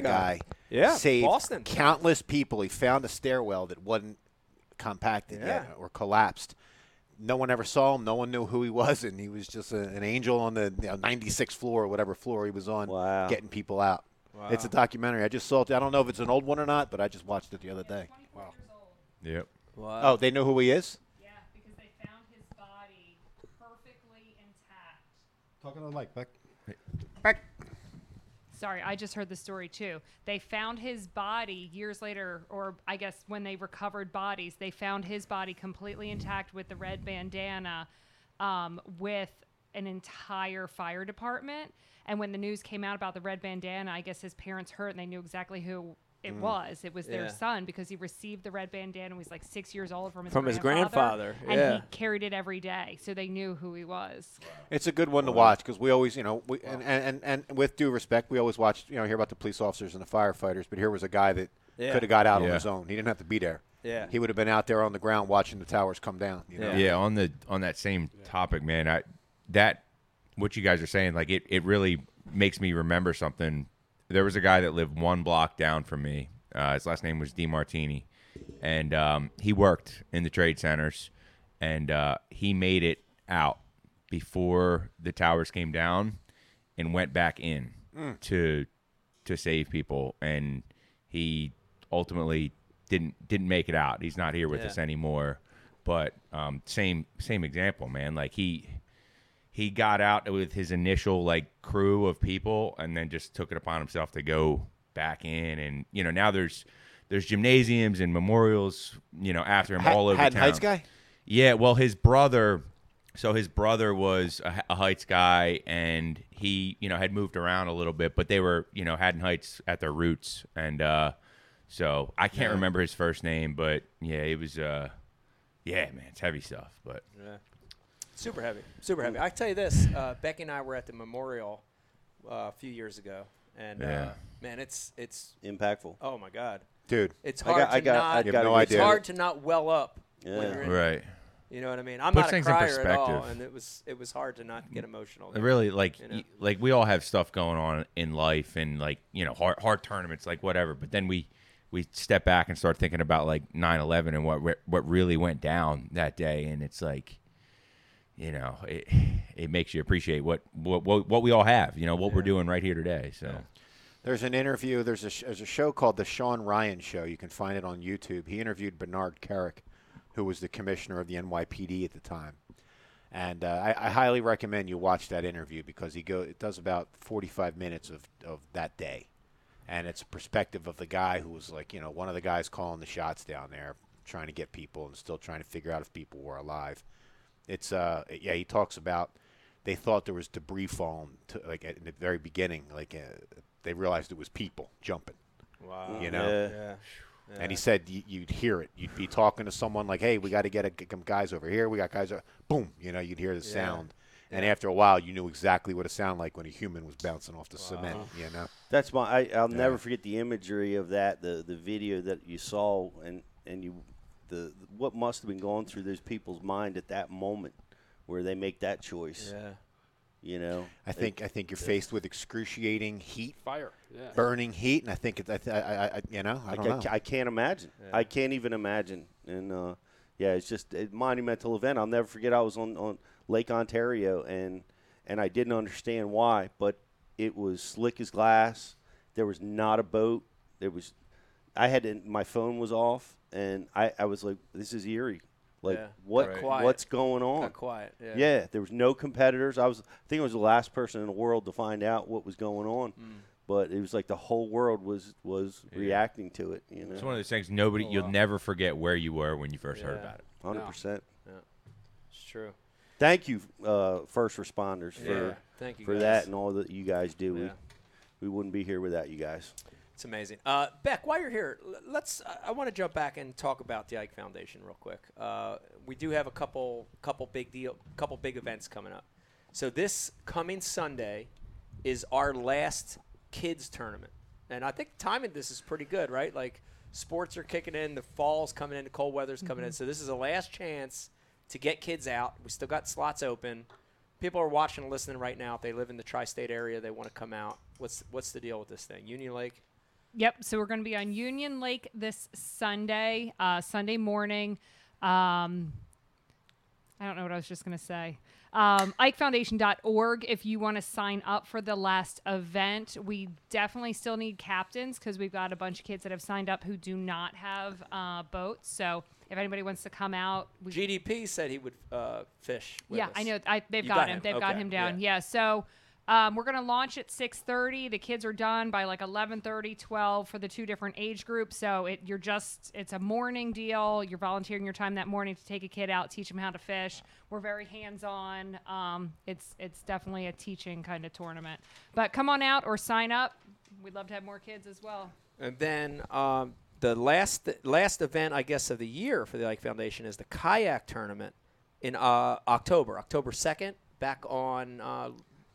[SPEAKER 1] bandana
[SPEAKER 2] guy.
[SPEAKER 1] guy. Yeah,
[SPEAKER 2] saved
[SPEAKER 1] Boston.
[SPEAKER 2] countless people. He found a stairwell that wasn't compacted
[SPEAKER 1] Yeah.
[SPEAKER 2] yet or collapsed. No one ever saw him. No one knew who he was, and he was just a, an angel on the you know, 96th floor or whatever floor he was on,
[SPEAKER 3] Wow.
[SPEAKER 2] getting people out. It's a documentary. I just saw it. I don't know if it's an old one or not, but I just watched it the other day.
[SPEAKER 5] Yep.
[SPEAKER 2] Oh, they know who he is.
[SPEAKER 8] Yeah, because they found his body perfectly intact.
[SPEAKER 4] Talking to the mic, Beck.
[SPEAKER 8] Sorry, I just heard the story too. They found his body years later, or I guess when they recovered bodies, they found his body completely intact with the red bandana, um, with an entire fire department. And when the news came out about the red bandana, I guess his parents heard and they knew exactly who it was. It was their
[SPEAKER 1] Mm. Yeah.
[SPEAKER 8] son because he received the red bandana when he was like six years old from his
[SPEAKER 1] From his
[SPEAKER 8] grandfather,
[SPEAKER 1] grandfather,
[SPEAKER 8] and
[SPEAKER 1] yeah.
[SPEAKER 8] he carried it every day, so they knew who he was.
[SPEAKER 2] It's a good one to watch because we always, you know, we, and, and, and, and with due respect, we always watch, you know, hear about the police officers and the firefighters, but here was a guy that
[SPEAKER 1] Yeah.
[SPEAKER 2] could have got out on
[SPEAKER 5] Yeah.
[SPEAKER 2] his own. He didn't have to be there.
[SPEAKER 1] Yeah.
[SPEAKER 2] He would have been out there on the ground watching the towers come down. You know?
[SPEAKER 5] Yeah. on the on that same topic, man. I that what you guys are saying, like it, it really makes me remember something. There was a guy that lived one block down from me. Uh, his last name was DeMartini, and um, he worked in the trade centers, and uh, he made it out before the towers came down, and went back in
[SPEAKER 2] Mm.
[SPEAKER 5] to to save people, and he ultimately didn't didn't make it out. He's not here with us anymore. But um, same same example, man. Like he he got out with his initial like crew of people and then just took it upon himself to go back in and you know now there's there's gymnasiums and memorials you know after him
[SPEAKER 9] Ha-
[SPEAKER 5] all over
[SPEAKER 9] Haddon
[SPEAKER 5] town.
[SPEAKER 9] Heights guy?
[SPEAKER 5] Yeah, well, his brother. So his brother was a, a Heights guy, and he, you know, had moved around a little bit, but they were, you know, Haddon Heights at their roots, and uh, so I can't
[SPEAKER 3] Yeah.
[SPEAKER 5] remember his first name, but yeah, it was, uh, yeah, man, it's heavy stuff, but
[SPEAKER 1] Yeah. Super heavy. Super heavy. I tell you this, uh, Becky and I were at the memorial uh, a few years ago, and uh,
[SPEAKER 3] Yeah.
[SPEAKER 1] man, it's it's
[SPEAKER 3] Impactful.
[SPEAKER 1] Oh my God,
[SPEAKER 2] Dude.
[SPEAKER 1] it's
[SPEAKER 3] I got-
[SPEAKER 1] hard
[SPEAKER 3] I
[SPEAKER 1] to
[SPEAKER 3] got- I
[SPEAKER 1] not.
[SPEAKER 3] You have got no it.
[SPEAKER 1] it's
[SPEAKER 3] idea.
[SPEAKER 1] hard to not well up. When
[SPEAKER 3] Yeah.
[SPEAKER 1] you're in,
[SPEAKER 5] Right.
[SPEAKER 1] You know what I mean? I'm
[SPEAKER 5] Puts
[SPEAKER 1] not a
[SPEAKER 5] things in
[SPEAKER 1] crier at all,
[SPEAKER 5] perspective.
[SPEAKER 1] and it was it was hard to not get emotional. there,
[SPEAKER 5] really like
[SPEAKER 1] you know?
[SPEAKER 5] y- like we all have stuff going on in life and like you know hard hard tournaments like whatever but then we we step back and start thinking about like 9-11 and what re- what really went down that day and it's like you know it it makes you appreciate what what what, what we all have you know what we're doing right here today so
[SPEAKER 2] There's an interview. There's a sh- there's a show called the Sean Ryan Show. You can find it on YouTube. He interviewed Bernard Carrick, who was the commissioner of the NYPD at the time, and uh, I, I highly recommend you watch that interview because he go it does about 45 minutes of of that day, and it's a perspective of the guy who was like you know one of the guys calling the shots down there, trying to get people and still trying to figure out if people were alive. It's uh yeah he talks about they thought there was debris foam to, like at the very beginning like uh, they realized it was people jumping
[SPEAKER 1] Wow.
[SPEAKER 2] you know
[SPEAKER 1] Yeah. Yeah.
[SPEAKER 2] and he said y- you'd hear it you'd be talking to someone like hey we got to get a, g- some guys over here we got guys over. boom you know you'd hear the
[SPEAKER 3] Yeah.
[SPEAKER 2] sound and after a while you knew exactly what it sounded like when a human was bouncing off the cement you
[SPEAKER 3] Uh-huh.
[SPEAKER 2] know
[SPEAKER 3] That's my. I, I'll
[SPEAKER 2] Yeah.
[SPEAKER 3] never forget the imagery of that. The the video that you saw and and you the what must have been going through those people's mind at that moment where they make that choice.
[SPEAKER 1] Yeah.
[SPEAKER 3] You know.
[SPEAKER 2] I think I think you're faced with excruciating heat,
[SPEAKER 6] fire, yeah.
[SPEAKER 2] burning heat, and I think it's I, th- I, I, I you know I
[SPEAKER 3] I,
[SPEAKER 2] don't
[SPEAKER 3] ca-
[SPEAKER 2] know.
[SPEAKER 3] I can't imagine. I can't even imagine. And uh, yeah, it's just a monumental event. I'll never forget. I was on, on Lake Ontario, and and I didn't understand why, but it was slick as glass. There was not a boat. There was, I had to, my phone was off, and I, I was like, this is eerie. Like
[SPEAKER 1] Yeah.
[SPEAKER 3] what
[SPEAKER 1] Got quiet.
[SPEAKER 3] what's going on?
[SPEAKER 1] Got quiet, yeah.
[SPEAKER 3] there was no competitors. I was I think I was the last person in the world to find out what was going on.
[SPEAKER 5] Hmm.
[SPEAKER 3] But it was like the whole world was was reacting to it, you know.
[SPEAKER 5] it's one of those things nobody you'll never forget where you were when you first heard
[SPEAKER 3] Yeah.
[SPEAKER 5] about it
[SPEAKER 3] 100%.
[SPEAKER 1] Yeah. It's true.
[SPEAKER 3] Thank you, uh, first responders, for
[SPEAKER 1] Yeah. Thank you
[SPEAKER 3] for
[SPEAKER 1] guys.
[SPEAKER 3] that and all that you guys do.
[SPEAKER 1] Yeah.
[SPEAKER 3] We, we wouldn't be here without you guys.
[SPEAKER 1] It's amazing. Uh, Beck, while you're here, l- let's. I- I want to jump back and talk about the Ike Foundation real quick. Uh, we do have a couple, couple big deal, couple big events coming up. So this coming Sunday is our last kids tournament, and I think timing this is pretty good, right? Like sports are kicking in, the fall's coming in, the cold weather's coming in.
[SPEAKER 10] Mhm.
[SPEAKER 1] So this is the last chance to get kids out. We still got slots open. People are watching and listening right now. If they live in the tri-state area, they want to come out. What's what's the deal with this thing? Union Lake.
[SPEAKER 8] Yep. So we're going to be on Union Lake this Sunday, uh, Sunday morning. Um, I don't know what I was just going to say. Um, IkeFoundation.org if you want to sign up for the last event. We definitely still need captains because we've got a bunch of kids that have signed up who do not have uh, boats. So if anybody wants to come out, we
[SPEAKER 1] GDP said he would uh, fish. With
[SPEAKER 8] yeah,
[SPEAKER 1] us.
[SPEAKER 8] I know. I, they've
[SPEAKER 1] You
[SPEAKER 8] got, him. They've got
[SPEAKER 1] Okay,
[SPEAKER 8] him down. Yeah. so um, we're gonna launch at 6:30. The kids are done by like 11:30, 12 for the two different age groups. So it you're just it's a morning deal. You're volunteering your time that morning to take a kid out, teach them how to fish. We're very hands-on. Um, it's it's definitely a teaching kind of tournament. But come on out or sign up. We'd love to have more kids as well.
[SPEAKER 1] And then um, the last last event, I guess, of the year for the Ike Foundation is the kayak tournament in uh, October, October second, back on. Uh,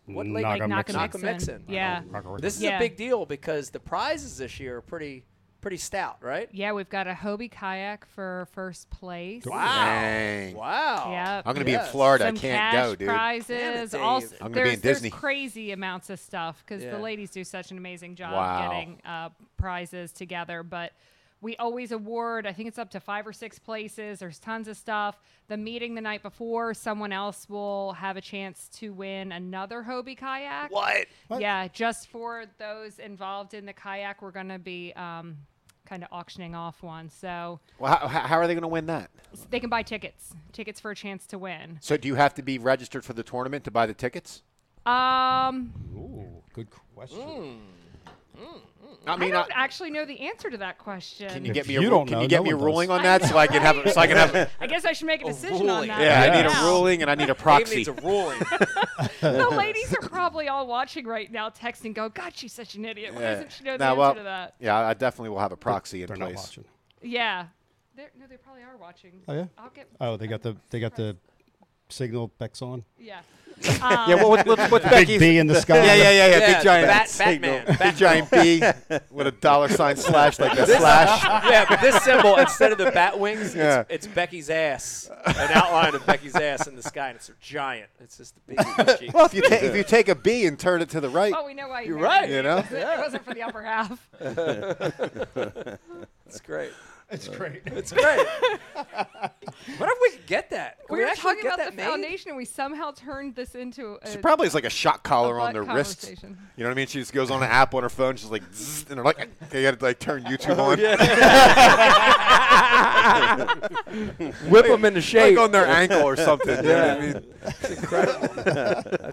[SPEAKER 1] what lake?
[SPEAKER 4] Naga Like Naga Mixon.
[SPEAKER 1] Nagamixon.
[SPEAKER 4] Mixon. Yeah. Naga River.
[SPEAKER 1] This is
[SPEAKER 8] Yeah.
[SPEAKER 1] a big deal because the prizes this year are pretty pretty stout, right?
[SPEAKER 8] Yeah, we've got a Hobie kayak for first place.
[SPEAKER 1] Wow.
[SPEAKER 2] Dang.
[SPEAKER 1] Wow.
[SPEAKER 8] Yep.
[SPEAKER 2] I'm gonna be in Florida. I
[SPEAKER 8] Some
[SPEAKER 2] can't
[SPEAKER 8] cash
[SPEAKER 2] go, dude.
[SPEAKER 8] Prizes.
[SPEAKER 2] Damn it,
[SPEAKER 8] all
[SPEAKER 2] Dave.
[SPEAKER 8] s-
[SPEAKER 2] I'm gonna be
[SPEAKER 8] there's,
[SPEAKER 2] in
[SPEAKER 8] there's
[SPEAKER 2] Disney.
[SPEAKER 8] crazy amounts of stuff because
[SPEAKER 2] Yeah.
[SPEAKER 8] the ladies do such an amazing job
[SPEAKER 2] Wow.
[SPEAKER 8] getting uh, prizes together. But we always award. I think it's up to five or six places. There's tons of stuff. The meeting the night before, someone else will have a chance to win another Hobie kayak.
[SPEAKER 1] What?
[SPEAKER 8] Yeah, just for those involved in the kayak, we're gonna be. Um, kind of auctioning off one. So
[SPEAKER 2] Well, how, how how are they going to win that?
[SPEAKER 8] s- they can buy tickets, tickets for a chance to win.
[SPEAKER 2] So do you have to be registered for the tournament to buy the tickets?
[SPEAKER 8] Um,
[SPEAKER 4] Ooh, good question.
[SPEAKER 1] Hmm.
[SPEAKER 2] I mean,
[SPEAKER 8] don't
[SPEAKER 2] I-
[SPEAKER 8] actually know the answer to that question.
[SPEAKER 2] can you get
[SPEAKER 4] If
[SPEAKER 2] me a
[SPEAKER 4] you
[SPEAKER 2] ru-
[SPEAKER 4] don't
[SPEAKER 2] can
[SPEAKER 4] know,
[SPEAKER 2] you get
[SPEAKER 4] no
[SPEAKER 2] me a
[SPEAKER 4] one
[SPEAKER 2] ruling
[SPEAKER 4] does.
[SPEAKER 2] on that so I can have a- so I can have a,
[SPEAKER 8] I guess I should make a decision on
[SPEAKER 1] ruling.
[SPEAKER 8] that.
[SPEAKER 2] yeah, I need
[SPEAKER 8] now.
[SPEAKER 2] a ruling and I need a
[SPEAKER 1] Dave
[SPEAKER 2] proxy.
[SPEAKER 1] needs a ruling.
[SPEAKER 8] the ladies are probably all watching right now, texting, "Go, God, she's such an idiot. Why
[SPEAKER 2] Yeah.
[SPEAKER 8] doesn't she know the
[SPEAKER 2] Now,
[SPEAKER 8] answer
[SPEAKER 2] well,
[SPEAKER 8] to that?"
[SPEAKER 2] Yeah, I definitely will have a proxy in
[SPEAKER 4] They're not
[SPEAKER 2] place.
[SPEAKER 4] watching.
[SPEAKER 8] Yeah, They're, no, they probably are watching.
[SPEAKER 4] Oh, yeah?
[SPEAKER 8] I'll get.
[SPEAKER 4] Oh, they got the they got the signal Beck's on.
[SPEAKER 8] Yeah.
[SPEAKER 2] Yeah, what, what, what's
[SPEAKER 4] Big
[SPEAKER 2] Becky's?
[SPEAKER 4] B in the sky.
[SPEAKER 2] yeah, yeah, yeah, yeah,
[SPEAKER 1] Uh, Yeah,
[SPEAKER 2] Big giant,
[SPEAKER 1] Bat-
[SPEAKER 2] signal.
[SPEAKER 1] Batman.
[SPEAKER 2] big giant B with a dollar sign slash like that slash.
[SPEAKER 1] yeah, but this symbol instead of the bat wings,
[SPEAKER 2] Yeah.
[SPEAKER 1] it's, it's Becky's ass, an outline of Becky's ass in the sky, and it's a giant. It's just the big cheek.
[SPEAKER 2] Well, if you ta- if you take a B and turn it to the right,
[SPEAKER 8] Oh, we know why. you
[SPEAKER 1] You're
[SPEAKER 8] made
[SPEAKER 1] right.
[SPEAKER 8] it.
[SPEAKER 2] You know?
[SPEAKER 8] It wasn't- it wasn't for the upper half.
[SPEAKER 1] It's great.
[SPEAKER 4] It's great.
[SPEAKER 1] It's great. what if we could get that? Could
[SPEAKER 8] We were
[SPEAKER 1] actually
[SPEAKER 8] talking
[SPEAKER 1] get
[SPEAKER 8] about the
[SPEAKER 1] that made?
[SPEAKER 8] foundation, and we somehow turned this into a
[SPEAKER 2] she probably has like a shot collar
[SPEAKER 8] a
[SPEAKER 2] on their
[SPEAKER 8] butt
[SPEAKER 2] wrist. You
[SPEAKER 8] conversation.
[SPEAKER 2] know what I mean? She just goes on an app on her phone. She's like, zzz, and they're like, they got to like turn YouTube on.
[SPEAKER 1] Whip them into shape.
[SPEAKER 2] Like on their ankle or something. You know what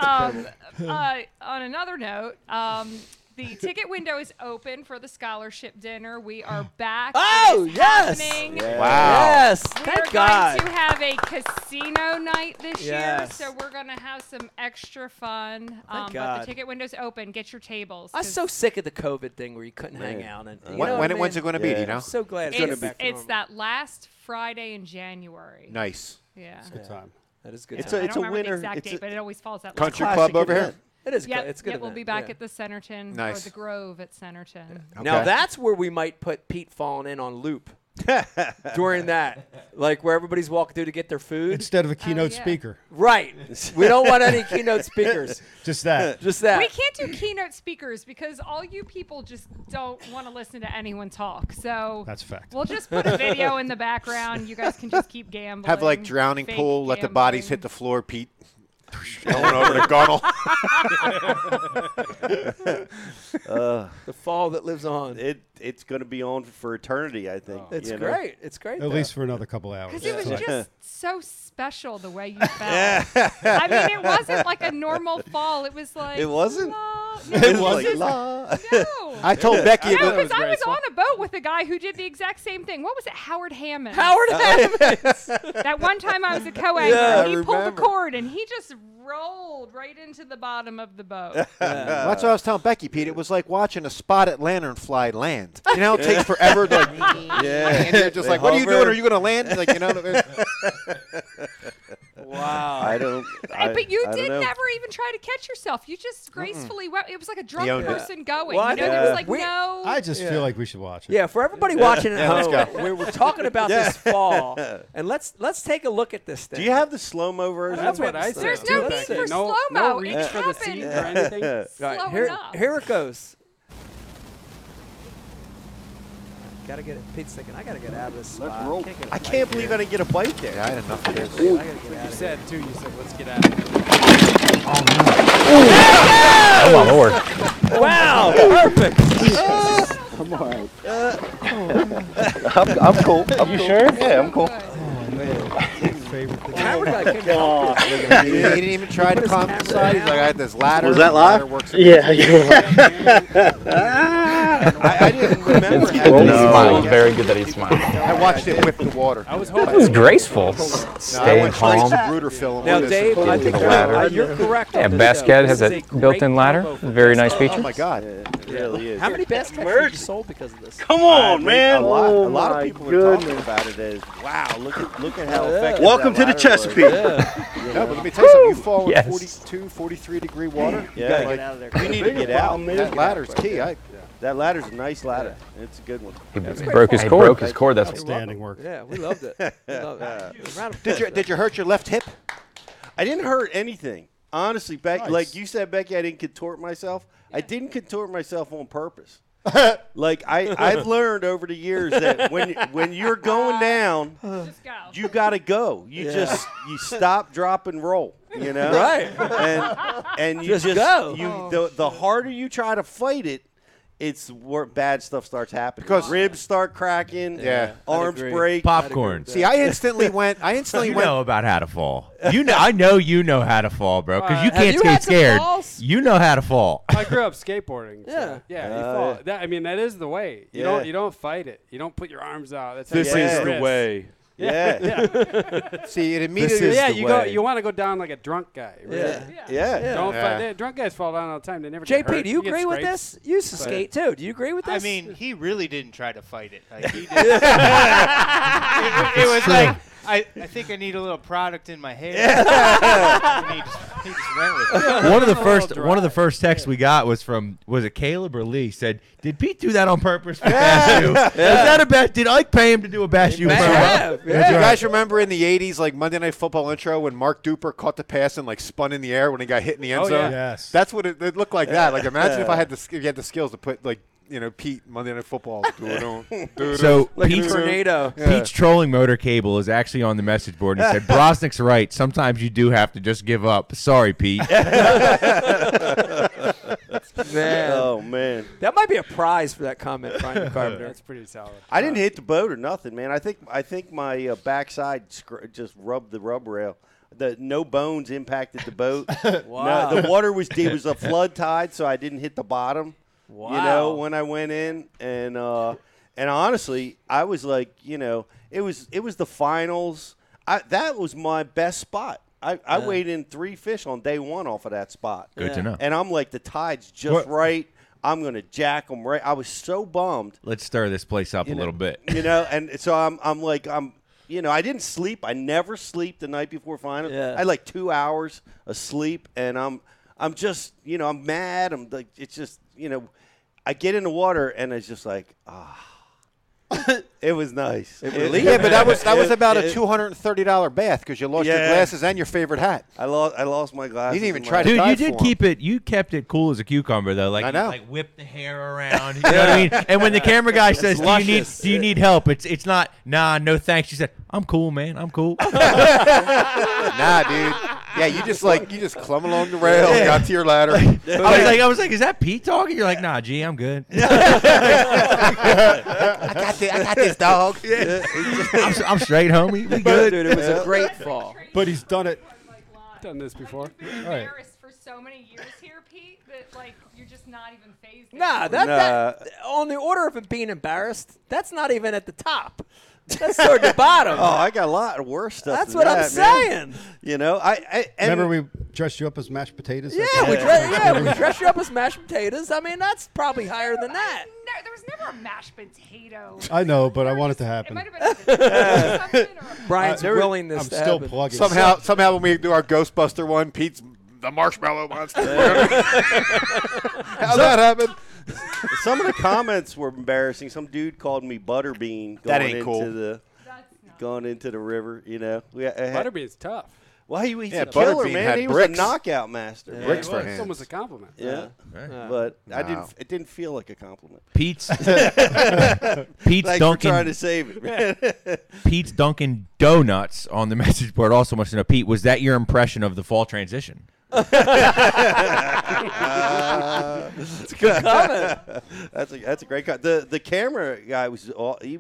[SPEAKER 2] I mean?
[SPEAKER 8] um, uh, on another note, um, the ticket window is open for the scholarship dinner. We are back. It
[SPEAKER 1] Oh,
[SPEAKER 8] is
[SPEAKER 1] yes.
[SPEAKER 8] happening.
[SPEAKER 1] Yes.
[SPEAKER 8] We
[SPEAKER 1] Thank
[SPEAKER 8] are
[SPEAKER 1] God.
[SPEAKER 8] going to have a casino night this
[SPEAKER 1] Yes.
[SPEAKER 8] year, so we're going to have some extra fun. um, But
[SPEAKER 1] God.
[SPEAKER 8] the ticket window's open. Get your tables.
[SPEAKER 1] I'm
[SPEAKER 8] 'cause
[SPEAKER 1] so sick of the COVID thing where you couldn't hang
[SPEAKER 3] Man.
[SPEAKER 1] out. And, you
[SPEAKER 2] Uh, When-
[SPEAKER 1] know
[SPEAKER 2] when-
[SPEAKER 1] what I
[SPEAKER 2] when's it
[SPEAKER 1] mean?
[SPEAKER 2] gonna be, do you know?
[SPEAKER 1] I'm so glad it's,
[SPEAKER 8] it's,
[SPEAKER 1] gonna be.
[SPEAKER 8] it's that last Friday in January.
[SPEAKER 2] Nice.
[SPEAKER 8] Yeah.
[SPEAKER 4] Good time.
[SPEAKER 1] That is good.
[SPEAKER 3] It's
[SPEAKER 1] time.
[SPEAKER 3] a-
[SPEAKER 8] I don't remember
[SPEAKER 3] winner.
[SPEAKER 8] the exact
[SPEAKER 3] It's
[SPEAKER 8] date,
[SPEAKER 3] a-
[SPEAKER 8] but it always falls that last
[SPEAKER 2] Country
[SPEAKER 8] Friday.
[SPEAKER 2] club
[SPEAKER 3] Classic
[SPEAKER 2] over here.
[SPEAKER 3] event.
[SPEAKER 1] it is.
[SPEAKER 8] Yep,
[SPEAKER 1] good. It's good.
[SPEAKER 8] yep, we'll
[SPEAKER 1] event,
[SPEAKER 8] be back
[SPEAKER 1] yeah.
[SPEAKER 8] at the Centerton
[SPEAKER 2] Nice.
[SPEAKER 8] or the Grove at Centerton.
[SPEAKER 1] Now
[SPEAKER 2] Okay.
[SPEAKER 1] that's where we might put Pete falling in on loop during that, like where everybody's walking through to get their food.
[SPEAKER 4] Instead of a keynote
[SPEAKER 8] Oh, yeah.
[SPEAKER 4] speaker,
[SPEAKER 1] right. We don't want any keynote speakers.
[SPEAKER 4] just that.
[SPEAKER 1] Just that.
[SPEAKER 8] We can't do keynote speakers because all you people just don't want to listen to anyone talk. So
[SPEAKER 4] That's a fact.
[SPEAKER 8] We'll just put a video in the background. You guys can just keep gambling.
[SPEAKER 2] Have like drowning
[SPEAKER 8] fake
[SPEAKER 2] pool. Let the bodies hit
[SPEAKER 8] gambling.
[SPEAKER 2] the floor, Pete. Going over the gunnel.
[SPEAKER 3] Uh, Uh,
[SPEAKER 1] the fall that lives on. Oh.
[SPEAKER 3] It it's going to be on for eternity. I think.
[SPEAKER 1] it's
[SPEAKER 3] you know?
[SPEAKER 1] great. It's great.
[SPEAKER 4] At
[SPEAKER 1] though.
[SPEAKER 4] least for another couple hours.
[SPEAKER 8] Because it was
[SPEAKER 4] It's like-
[SPEAKER 8] just so special the way you felt. I mean, it wasn't like a normal fall. It was like
[SPEAKER 3] It wasn't?
[SPEAKER 8] la-
[SPEAKER 3] It
[SPEAKER 8] No,
[SPEAKER 3] was
[SPEAKER 8] just-
[SPEAKER 3] la-
[SPEAKER 8] no.
[SPEAKER 2] I told Becky.
[SPEAKER 8] No,
[SPEAKER 2] about-
[SPEAKER 8] because I was on a boat with a guy who did the exact same thing. What was it, Howard Hammond? Uh,
[SPEAKER 1] Howard Hammond.
[SPEAKER 8] That one time I was a co-anchor,
[SPEAKER 1] Yeah,
[SPEAKER 8] and he
[SPEAKER 2] I
[SPEAKER 8] pulled the
[SPEAKER 2] remember.
[SPEAKER 8] cord, and he just rolled right into the bottom of the boat.
[SPEAKER 2] Well, that's what I was telling Becky, Pete. It was like watching a spotted lanternfly land. You know, it takes forever to like,
[SPEAKER 3] Yeah.
[SPEAKER 2] and you're just
[SPEAKER 3] They
[SPEAKER 2] like, what are you doing?
[SPEAKER 3] hover.
[SPEAKER 2] Are you going to land? Like, you know, what I mean?
[SPEAKER 1] wow.
[SPEAKER 3] I don't. I,
[SPEAKER 8] but you
[SPEAKER 3] I don't
[SPEAKER 8] did
[SPEAKER 3] know.
[SPEAKER 8] never even try to catch yourself. You just gracefully went. It was like a drunk
[SPEAKER 2] Yeah.
[SPEAKER 8] person going.
[SPEAKER 1] Well, I
[SPEAKER 8] you know,
[SPEAKER 1] think
[SPEAKER 8] there was
[SPEAKER 1] we-
[SPEAKER 8] like
[SPEAKER 1] we-
[SPEAKER 8] no.
[SPEAKER 4] I just feel like we should watch it.
[SPEAKER 1] Yeah, for everybody watching at
[SPEAKER 2] let's
[SPEAKER 1] home,
[SPEAKER 2] go.
[SPEAKER 1] we were talking about this fall, and let's let's take a look at this thing.
[SPEAKER 3] Do you have the slow mo version?
[SPEAKER 6] That's what I said.
[SPEAKER 8] There's
[SPEAKER 6] too,
[SPEAKER 8] no
[SPEAKER 6] back
[SPEAKER 8] need for
[SPEAKER 6] then. no,
[SPEAKER 8] slow
[SPEAKER 6] No
[SPEAKER 8] mo.
[SPEAKER 6] reach
[SPEAKER 8] it
[SPEAKER 6] for the
[SPEAKER 8] happened.
[SPEAKER 6] seeds or anything.
[SPEAKER 8] Slow
[SPEAKER 1] All right, here,
[SPEAKER 8] enough.
[SPEAKER 1] here it goes. Gotta get it. Pete's thinking, I gotta get out of this spot.
[SPEAKER 3] roll.
[SPEAKER 1] Can't get a
[SPEAKER 3] I
[SPEAKER 1] bite
[SPEAKER 3] can't believe I didn't get a bite there.
[SPEAKER 2] Yeah, I had enough of this.
[SPEAKER 1] here. I gotta get out
[SPEAKER 6] You
[SPEAKER 1] of
[SPEAKER 6] said too. You said let's get out. of here."
[SPEAKER 1] Oh, here. Wow, perfect.
[SPEAKER 3] I'm, I'm cool. I'm you cool. sure? Yeah, I'm cool.
[SPEAKER 4] Favorite thing.
[SPEAKER 1] Howard guy came out.
[SPEAKER 2] He didn't even try to come inside. He's like, I had this ladder.
[SPEAKER 3] Was that
[SPEAKER 2] The ladder
[SPEAKER 3] live?
[SPEAKER 2] works
[SPEAKER 9] Yeah, you were like,
[SPEAKER 3] I, I didn't remember.
[SPEAKER 9] no.
[SPEAKER 3] having
[SPEAKER 9] It
[SPEAKER 3] that.
[SPEAKER 9] was very good that he smiled.
[SPEAKER 2] I watched it whip the water.
[SPEAKER 6] I was
[SPEAKER 9] That
[SPEAKER 6] hoping.
[SPEAKER 9] was graceful.
[SPEAKER 2] No, I
[SPEAKER 9] Staying
[SPEAKER 2] went straight
[SPEAKER 9] calm.
[SPEAKER 2] to Bruder film.
[SPEAKER 1] Now, Dave, I think you're,
[SPEAKER 9] ladder.
[SPEAKER 1] uh, you're correct. on
[SPEAKER 9] Yeah,
[SPEAKER 1] this,
[SPEAKER 9] Basquiat
[SPEAKER 1] though.
[SPEAKER 9] has
[SPEAKER 1] This
[SPEAKER 9] a
[SPEAKER 1] is great
[SPEAKER 9] built-in ladder.
[SPEAKER 1] combo for
[SPEAKER 9] Very
[SPEAKER 1] Basquiat.
[SPEAKER 9] nice feature.
[SPEAKER 2] Oh my God!
[SPEAKER 3] It really is.
[SPEAKER 1] How many Basquiat you sold because of this?
[SPEAKER 3] Come on, man! A lot,
[SPEAKER 9] Oh
[SPEAKER 3] a lot of
[SPEAKER 9] my
[SPEAKER 3] people are talking
[SPEAKER 9] goodness.
[SPEAKER 3] about it as wow. Look at look at how
[SPEAKER 1] Yeah.
[SPEAKER 3] effective.
[SPEAKER 11] Welcome
[SPEAKER 3] that
[SPEAKER 11] to the
[SPEAKER 3] ladder was."
[SPEAKER 11] Chesapeake.
[SPEAKER 2] No, but let me tell you something. You fall in
[SPEAKER 9] Yes.
[SPEAKER 2] 42, 43 degree water.
[SPEAKER 3] Yeah.
[SPEAKER 2] like,
[SPEAKER 1] Get out of there.
[SPEAKER 3] You need to get out.
[SPEAKER 2] That ladder's key. I,
[SPEAKER 3] That ladder's a nice ladder. It's a good one.
[SPEAKER 9] He broke his cord. broke his cord. That's
[SPEAKER 4] Outstanding work.
[SPEAKER 1] Yeah, we loved it. We loved it. Round of
[SPEAKER 2] did you did you hurt your left hip?
[SPEAKER 3] I didn't hurt anything. Honestly, Becky,
[SPEAKER 4] Nice.
[SPEAKER 3] like you said, Becky, I didn't contort myself. I didn't contort myself on purpose. like I, I've learned over the years that when when you're going down,
[SPEAKER 8] Just go.
[SPEAKER 3] you gotta go. You just you stop, drop, and roll. You know,
[SPEAKER 1] Right.
[SPEAKER 3] And and you
[SPEAKER 1] Just
[SPEAKER 3] just,
[SPEAKER 1] go.
[SPEAKER 3] you the, the harder you try to fight it, it's where bad stuff starts happening. Because ribs start cracking,
[SPEAKER 2] Yeah.
[SPEAKER 3] arms
[SPEAKER 2] I'd agree.
[SPEAKER 3] break,
[SPEAKER 5] Popcorn.
[SPEAKER 2] See, I instantly went. I instantly
[SPEAKER 5] you
[SPEAKER 2] went.
[SPEAKER 5] know about how to fall. You know, I know you know how to fall, bro, because you
[SPEAKER 6] Have
[SPEAKER 5] can't
[SPEAKER 6] you
[SPEAKER 5] skate
[SPEAKER 6] had some
[SPEAKER 5] scared.
[SPEAKER 6] falls?
[SPEAKER 5] You know how to fall.
[SPEAKER 6] I grew up skateboarding. so,
[SPEAKER 1] Yeah.
[SPEAKER 6] yeah. You
[SPEAKER 5] Uh,
[SPEAKER 6] fall.
[SPEAKER 5] yeah.
[SPEAKER 6] That, I mean, that is the way. You
[SPEAKER 5] Yeah.
[SPEAKER 6] don't. You don't fight it. You don't put your arms out. That's how
[SPEAKER 3] This
[SPEAKER 6] you break
[SPEAKER 3] is
[SPEAKER 6] your
[SPEAKER 3] the
[SPEAKER 6] wrist.
[SPEAKER 3] way. Yeah.
[SPEAKER 2] See, it
[SPEAKER 6] This
[SPEAKER 2] immediately-
[SPEAKER 6] is Yeah,
[SPEAKER 2] the
[SPEAKER 6] you go.
[SPEAKER 2] way.
[SPEAKER 6] You want to go down like a drunk guy. Really.
[SPEAKER 1] Yeah.
[SPEAKER 3] Yeah. Yeah.
[SPEAKER 6] Don't
[SPEAKER 3] Yeah.
[SPEAKER 6] fight. They, drunk guys fall down all the time. They never. get
[SPEAKER 1] JP,
[SPEAKER 6] hurt.
[SPEAKER 1] do you
[SPEAKER 6] get
[SPEAKER 1] agree with
[SPEAKER 6] scrapes.
[SPEAKER 1] this? You used to
[SPEAKER 6] But-
[SPEAKER 1] skate too. Do you agree with
[SPEAKER 7] I
[SPEAKER 1] this?
[SPEAKER 7] mean, he really didn't try to fight it. Like, he just- it, wa- it was like, I, I think I need a little product in my hair. And he just- he just went with it.
[SPEAKER 5] one of the first one of the first texts we got was from was it Caleb or Lee said, Did Pete do that on purpose for Bash U? Is that a bash did Ike pay him to do a Bash U promo?
[SPEAKER 2] Do you guys remember in the '80s, like Monday Night Football intro, when Mark Duper caught the pass and like spun in the air when he got hit in the end
[SPEAKER 6] Oh,
[SPEAKER 2] zone?
[SPEAKER 6] yeah.
[SPEAKER 4] Yes.
[SPEAKER 2] That's what it, it looked like. That like imagine if I had the sk- if you had the skills to put like you know Pete Monday Night Football. Do-do,
[SPEAKER 5] So
[SPEAKER 2] like a
[SPEAKER 5] Pete's,
[SPEAKER 2] tornado.
[SPEAKER 5] Pete's trolling motor cable is actually on the message board and he said Brosnick's right. Sometimes you do have to just give up. Sorry, Pete.
[SPEAKER 1] Man.
[SPEAKER 3] Oh man.
[SPEAKER 1] that might be a prize for that comment, Brian Carpenter.
[SPEAKER 6] That's pretty solid.
[SPEAKER 3] I didn't hit the boat or nothing, man. I think I think my uh, backside scr- just rubbed the rub rail. The no bones impacted the boat.
[SPEAKER 1] Wow.
[SPEAKER 3] No, the water was it was a flood tide, so I didn't hit the bottom. You know
[SPEAKER 1] Wow.
[SPEAKER 3] when I went in, and uh, and honestly, I was like, you know, it was it was the finals. I that was my best spot. I, I
[SPEAKER 5] Yeah.
[SPEAKER 3] weighed in three fish on day one off of that spot.
[SPEAKER 5] Good to Yeah. know.
[SPEAKER 3] And I'm like, the tide's just
[SPEAKER 5] What-
[SPEAKER 3] right. I'm gonna jack them right. I was so bummed
[SPEAKER 5] Let's stir this place up a little bit.
[SPEAKER 3] you know and so i'm i'm like i'm you know i didn't sleep i never sleep the night before finals i had like two hours of sleep and i'm i'm just you know i'm mad i'm like it's just you know i get in the water and it's just like ah it was nice it
[SPEAKER 2] Lee, yeah, but that was that was
[SPEAKER 3] it-
[SPEAKER 2] about a
[SPEAKER 3] it-
[SPEAKER 2] two hundred and thirty dollar bath because you lost your
[SPEAKER 3] Yeah.
[SPEAKER 2] glasses and your favorite hat.
[SPEAKER 3] i lost i lost my glasses
[SPEAKER 2] even
[SPEAKER 3] and my-
[SPEAKER 2] try to
[SPEAKER 5] Dude, you
[SPEAKER 2] dive
[SPEAKER 5] did
[SPEAKER 2] for 'em.
[SPEAKER 5] keep it. You kept it cool as a cucumber, though. Like,
[SPEAKER 2] I
[SPEAKER 5] you,
[SPEAKER 2] know.
[SPEAKER 5] like whip the hair around. You know what I mean? And when the camera guy says, "Do you need?
[SPEAKER 3] luscious.
[SPEAKER 5] Do you need help?" It's it's not. Nah, no thanks. You said, "I'm cool, man. I'm cool."
[SPEAKER 2] nah, dude. Yeah, you just like you just clumb along the rail,
[SPEAKER 5] Yeah.
[SPEAKER 2] got to your ladder.
[SPEAKER 5] I was like, I was like, "Is that Pete talking?" You're like, "Nah, gee, I'm good."
[SPEAKER 2] I got this. I got this dog.
[SPEAKER 5] I'm, s- I'm straight, homie. We good,
[SPEAKER 1] dude. It was a great fall.
[SPEAKER 4] But he's done it.
[SPEAKER 6] Done this before.
[SPEAKER 8] Embarrassed for so many years here, Pete, that like you're just not even phased.
[SPEAKER 1] Nah, that, that on the order of it being embarrassed, that's not even at the top. That's toward the bottom.
[SPEAKER 3] oh i got a lot of worse stuff
[SPEAKER 1] That's
[SPEAKER 3] than
[SPEAKER 1] what I'm
[SPEAKER 3] that, man.
[SPEAKER 1] saying.
[SPEAKER 3] you know i, I and
[SPEAKER 4] Remember we dressed you up as mashed potatoes?
[SPEAKER 1] yeah, we dress, yeah, we dress you up as mashed potatoes. I mean, that's probably higher than that.
[SPEAKER 8] No, there was never a mashed potato.
[SPEAKER 4] I know, but I want it to
[SPEAKER 8] It
[SPEAKER 4] happen.
[SPEAKER 8] might have been. a-
[SPEAKER 2] Uh,
[SPEAKER 8] something or a-
[SPEAKER 1] Brian's
[SPEAKER 4] there-
[SPEAKER 1] willingness
[SPEAKER 4] I'm
[SPEAKER 1] to
[SPEAKER 4] still
[SPEAKER 1] happen.
[SPEAKER 4] plugging.
[SPEAKER 2] Somehow, somehow, when we do our Ghostbuster one, Pete's the marshmallow monster. How that happened?
[SPEAKER 3] some of the comments were embarrassing. Some dude called me Butterbean going
[SPEAKER 2] That ain't
[SPEAKER 3] into
[SPEAKER 2] cool.
[SPEAKER 3] the going into the river. You know, we, I had,
[SPEAKER 6] Butterbean's tough.
[SPEAKER 3] Why he was
[SPEAKER 2] Yeah,
[SPEAKER 3] a killer,
[SPEAKER 2] Butterbean
[SPEAKER 3] man.
[SPEAKER 2] had
[SPEAKER 3] He was
[SPEAKER 2] bricks.
[SPEAKER 3] a knockout master.
[SPEAKER 2] Yeah, Bricks
[SPEAKER 3] he
[SPEAKER 2] for
[SPEAKER 3] was.
[SPEAKER 6] It's
[SPEAKER 2] hands.
[SPEAKER 6] almost a compliment.
[SPEAKER 3] Yeah,
[SPEAKER 4] Yeah.
[SPEAKER 3] but I
[SPEAKER 2] Wow.
[SPEAKER 3] didn't. It didn't feel like a compliment.
[SPEAKER 5] Pete's
[SPEAKER 3] Pete's
[SPEAKER 5] Pete's
[SPEAKER 3] Thanks
[SPEAKER 5] Dunkin'
[SPEAKER 3] for trying to save it. Man.
[SPEAKER 5] Pete's Dunkin' Donuts on the message board also wants to know, Pete, was that your impression of the fall transition?
[SPEAKER 3] that's a good comment. that's a that's a great comment. The the camera guy was all he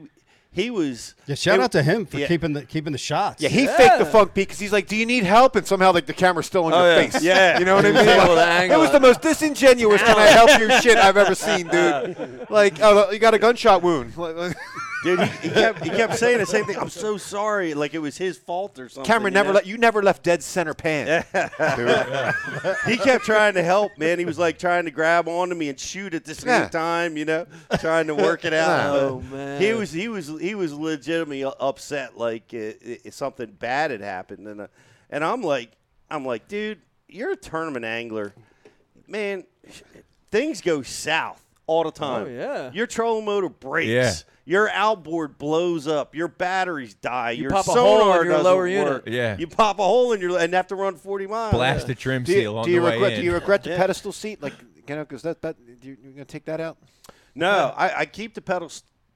[SPEAKER 3] he was.
[SPEAKER 4] Yeah, shout
[SPEAKER 3] it-
[SPEAKER 4] out to him for
[SPEAKER 3] yeah.
[SPEAKER 4] keeping the keeping the shots.
[SPEAKER 2] Yeah, he faked the funk beat because he's like, "Do you need help?" And somehow, like the camera's still on
[SPEAKER 3] Oh,
[SPEAKER 2] your
[SPEAKER 3] yeah.
[SPEAKER 2] face.
[SPEAKER 3] Yeah.
[SPEAKER 2] you know what I
[SPEAKER 3] He
[SPEAKER 2] mean.
[SPEAKER 3] was able to
[SPEAKER 2] Like,
[SPEAKER 3] angle
[SPEAKER 2] it was
[SPEAKER 3] it.
[SPEAKER 2] the most disingenuous "Can I help you?" shit I've ever seen, dude. Like, oh, you got a gunshot wound. Like, like-
[SPEAKER 3] Dude, he, he kept he kept saying the same thing. I'm so sorry. Like it was his fault or something.
[SPEAKER 2] Camera
[SPEAKER 3] you
[SPEAKER 2] never
[SPEAKER 3] know?
[SPEAKER 2] let you never left dead center pan.
[SPEAKER 3] he kept trying to help, man. He was like trying to grab onto me and shoot at the same
[SPEAKER 2] Yeah.
[SPEAKER 3] time, you know, trying to work it out.
[SPEAKER 1] Oh,
[SPEAKER 3] But
[SPEAKER 1] man.
[SPEAKER 3] he was he was he was legitimately u- upset, like uh, i- i- something bad had happened, and uh, and I'm like I'm like, dude, you're a tournament angler, man. Things go south all the time.
[SPEAKER 1] Oh, yeah.
[SPEAKER 3] your trolling motor breaks.
[SPEAKER 5] Yeah.
[SPEAKER 3] Your outboard blows up. Your batteries die. your
[SPEAKER 1] pop a
[SPEAKER 3] sonar
[SPEAKER 1] hole in your
[SPEAKER 3] doesn't
[SPEAKER 1] lower unit.
[SPEAKER 3] work.
[SPEAKER 5] Yeah.
[SPEAKER 3] you pop a hole in your and have to run 40 miles.
[SPEAKER 5] Blast a trim
[SPEAKER 2] Do
[SPEAKER 5] seal
[SPEAKER 2] you,
[SPEAKER 5] on
[SPEAKER 2] Oh, do you
[SPEAKER 5] the way
[SPEAKER 2] regret?
[SPEAKER 5] in.
[SPEAKER 2] Do you regret the
[SPEAKER 3] Yeah.
[SPEAKER 2] pedestal seat? Like, you know, because that that you, you're gonna take that out.
[SPEAKER 3] No, I, I keep the pedal,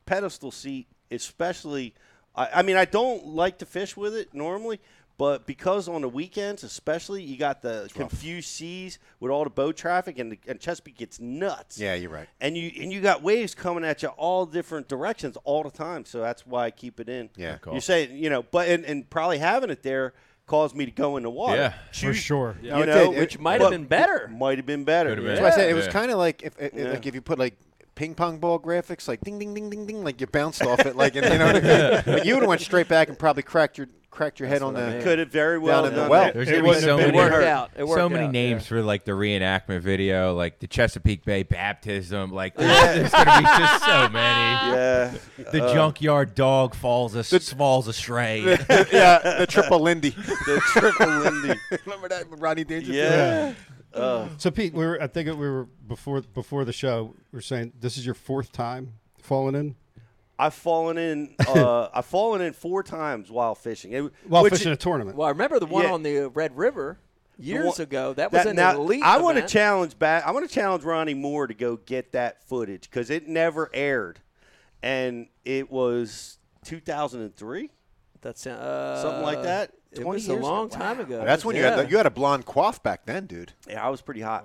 [SPEAKER 3] pedestal seat, especially. I, I mean, I don't like to fish with it normally, But because on the weekends, especially, you got the confused seas with all the boat traffic, and, the, and Chesapeake gets nuts.
[SPEAKER 2] Yeah, you're right.
[SPEAKER 3] And you and you got waves coming at you all different directions all the time. So that's why I keep it in.
[SPEAKER 2] Yeah. Good call.
[SPEAKER 3] you say you know, but and, and probably having it there caused me to go in the water.
[SPEAKER 4] Yeah, for sure.
[SPEAKER 3] you
[SPEAKER 4] Yeah. It
[SPEAKER 3] know,
[SPEAKER 4] did. Which might
[SPEAKER 3] but
[SPEAKER 4] have been better.
[SPEAKER 3] Might have been better.
[SPEAKER 4] Could have
[SPEAKER 2] That's
[SPEAKER 3] yeah.
[SPEAKER 2] why I said it was
[SPEAKER 3] Yeah.
[SPEAKER 2] kind of like if it, it-
[SPEAKER 3] Yeah.
[SPEAKER 2] like if you put like ping pong ball graphics, like ding ding ding ding ding, like you bounced off it, like and, you know, what I mean? Like, you would have went straight back and probably cracked your cracked your head on the
[SPEAKER 3] Could have very well
[SPEAKER 2] down in
[SPEAKER 3] done
[SPEAKER 2] the well.
[SPEAKER 3] that.
[SPEAKER 5] There's gonna be so many, so many
[SPEAKER 2] out,
[SPEAKER 5] names for like the reenactment video, like the Chesapeake Bay baptism. Like there's, there's gonna be just so many.
[SPEAKER 3] Yeah.
[SPEAKER 10] The
[SPEAKER 5] Uh,
[SPEAKER 10] junkyard dog falls as falls astray.
[SPEAKER 2] yeah, the triple Lindy.
[SPEAKER 3] the triple Lindy.
[SPEAKER 2] Remember that Ronnie Dangerfield?
[SPEAKER 1] Uh.
[SPEAKER 4] so Pete, we were. I think we were before before the show. We were saying this is your fourth time falling in.
[SPEAKER 3] I've fallen in. Uh, I've fallen in four times while fishing. It-
[SPEAKER 4] While
[SPEAKER 3] which-
[SPEAKER 4] fishing a tournament.
[SPEAKER 1] Well, I remember the one
[SPEAKER 3] Yeah.
[SPEAKER 1] on the Red River
[SPEAKER 3] The
[SPEAKER 1] years
[SPEAKER 3] one-
[SPEAKER 1] ago. That was an
[SPEAKER 3] now,
[SPEAKER 1] elite.
[SPEAKER 3] I want to
[SPEAKER 1] event.
[SPEAKER 3] challenge back. I want to challenge Ronnie Moore to go get that footage because it never aired, and it was 2003.
[SPEAKER 1] That's uh,
[SPEAKER 3] something like that.
[SPEAKER 1] it
[SPEAKER 3] 20
[SPEAKER 1] was a
[SPEAKER 3] years
[SPEAKER 1] long time ago.
[SPEAKER 2] That's when you had the, you had a blonde coif back then, dude.
[SPEAKER 3] Yeah, I was pretty hot.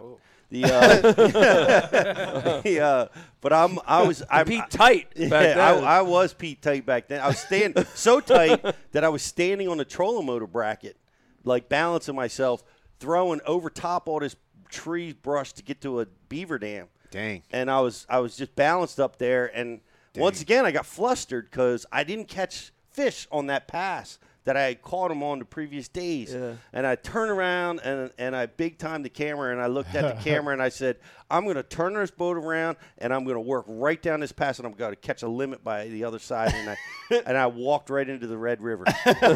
[SPEAKER 3] The, uh, the, uh, but I'm I was I'm
[SPEAKER 1] Pete tight
[SPEAKER 3] Yeah,
[SPEAKER 1] back then.
[SPEAKER 3] I, I was Pete tight back then. I was standing so tight that I was standing on the trolling motor bracket, like balancing myself, throwing over top all this tree brush to get to a beaver dam.
[SPEAKER 2] Dang.
[SPEAKER 3] And I was I was just balanced up there, and once again I got flustered because I didn't catch fish on that pass that I had caught them on the previous days.
[SPEAKER 1] Yeah.
[SPEAKER 3] And I turn around and and I big time the camera and I looked at the camera and I said, I'm gonna turn this boat around and I'm gonna work right down this pass and I'm gonna catch a limit by the other side and I and I walked right into the Red River.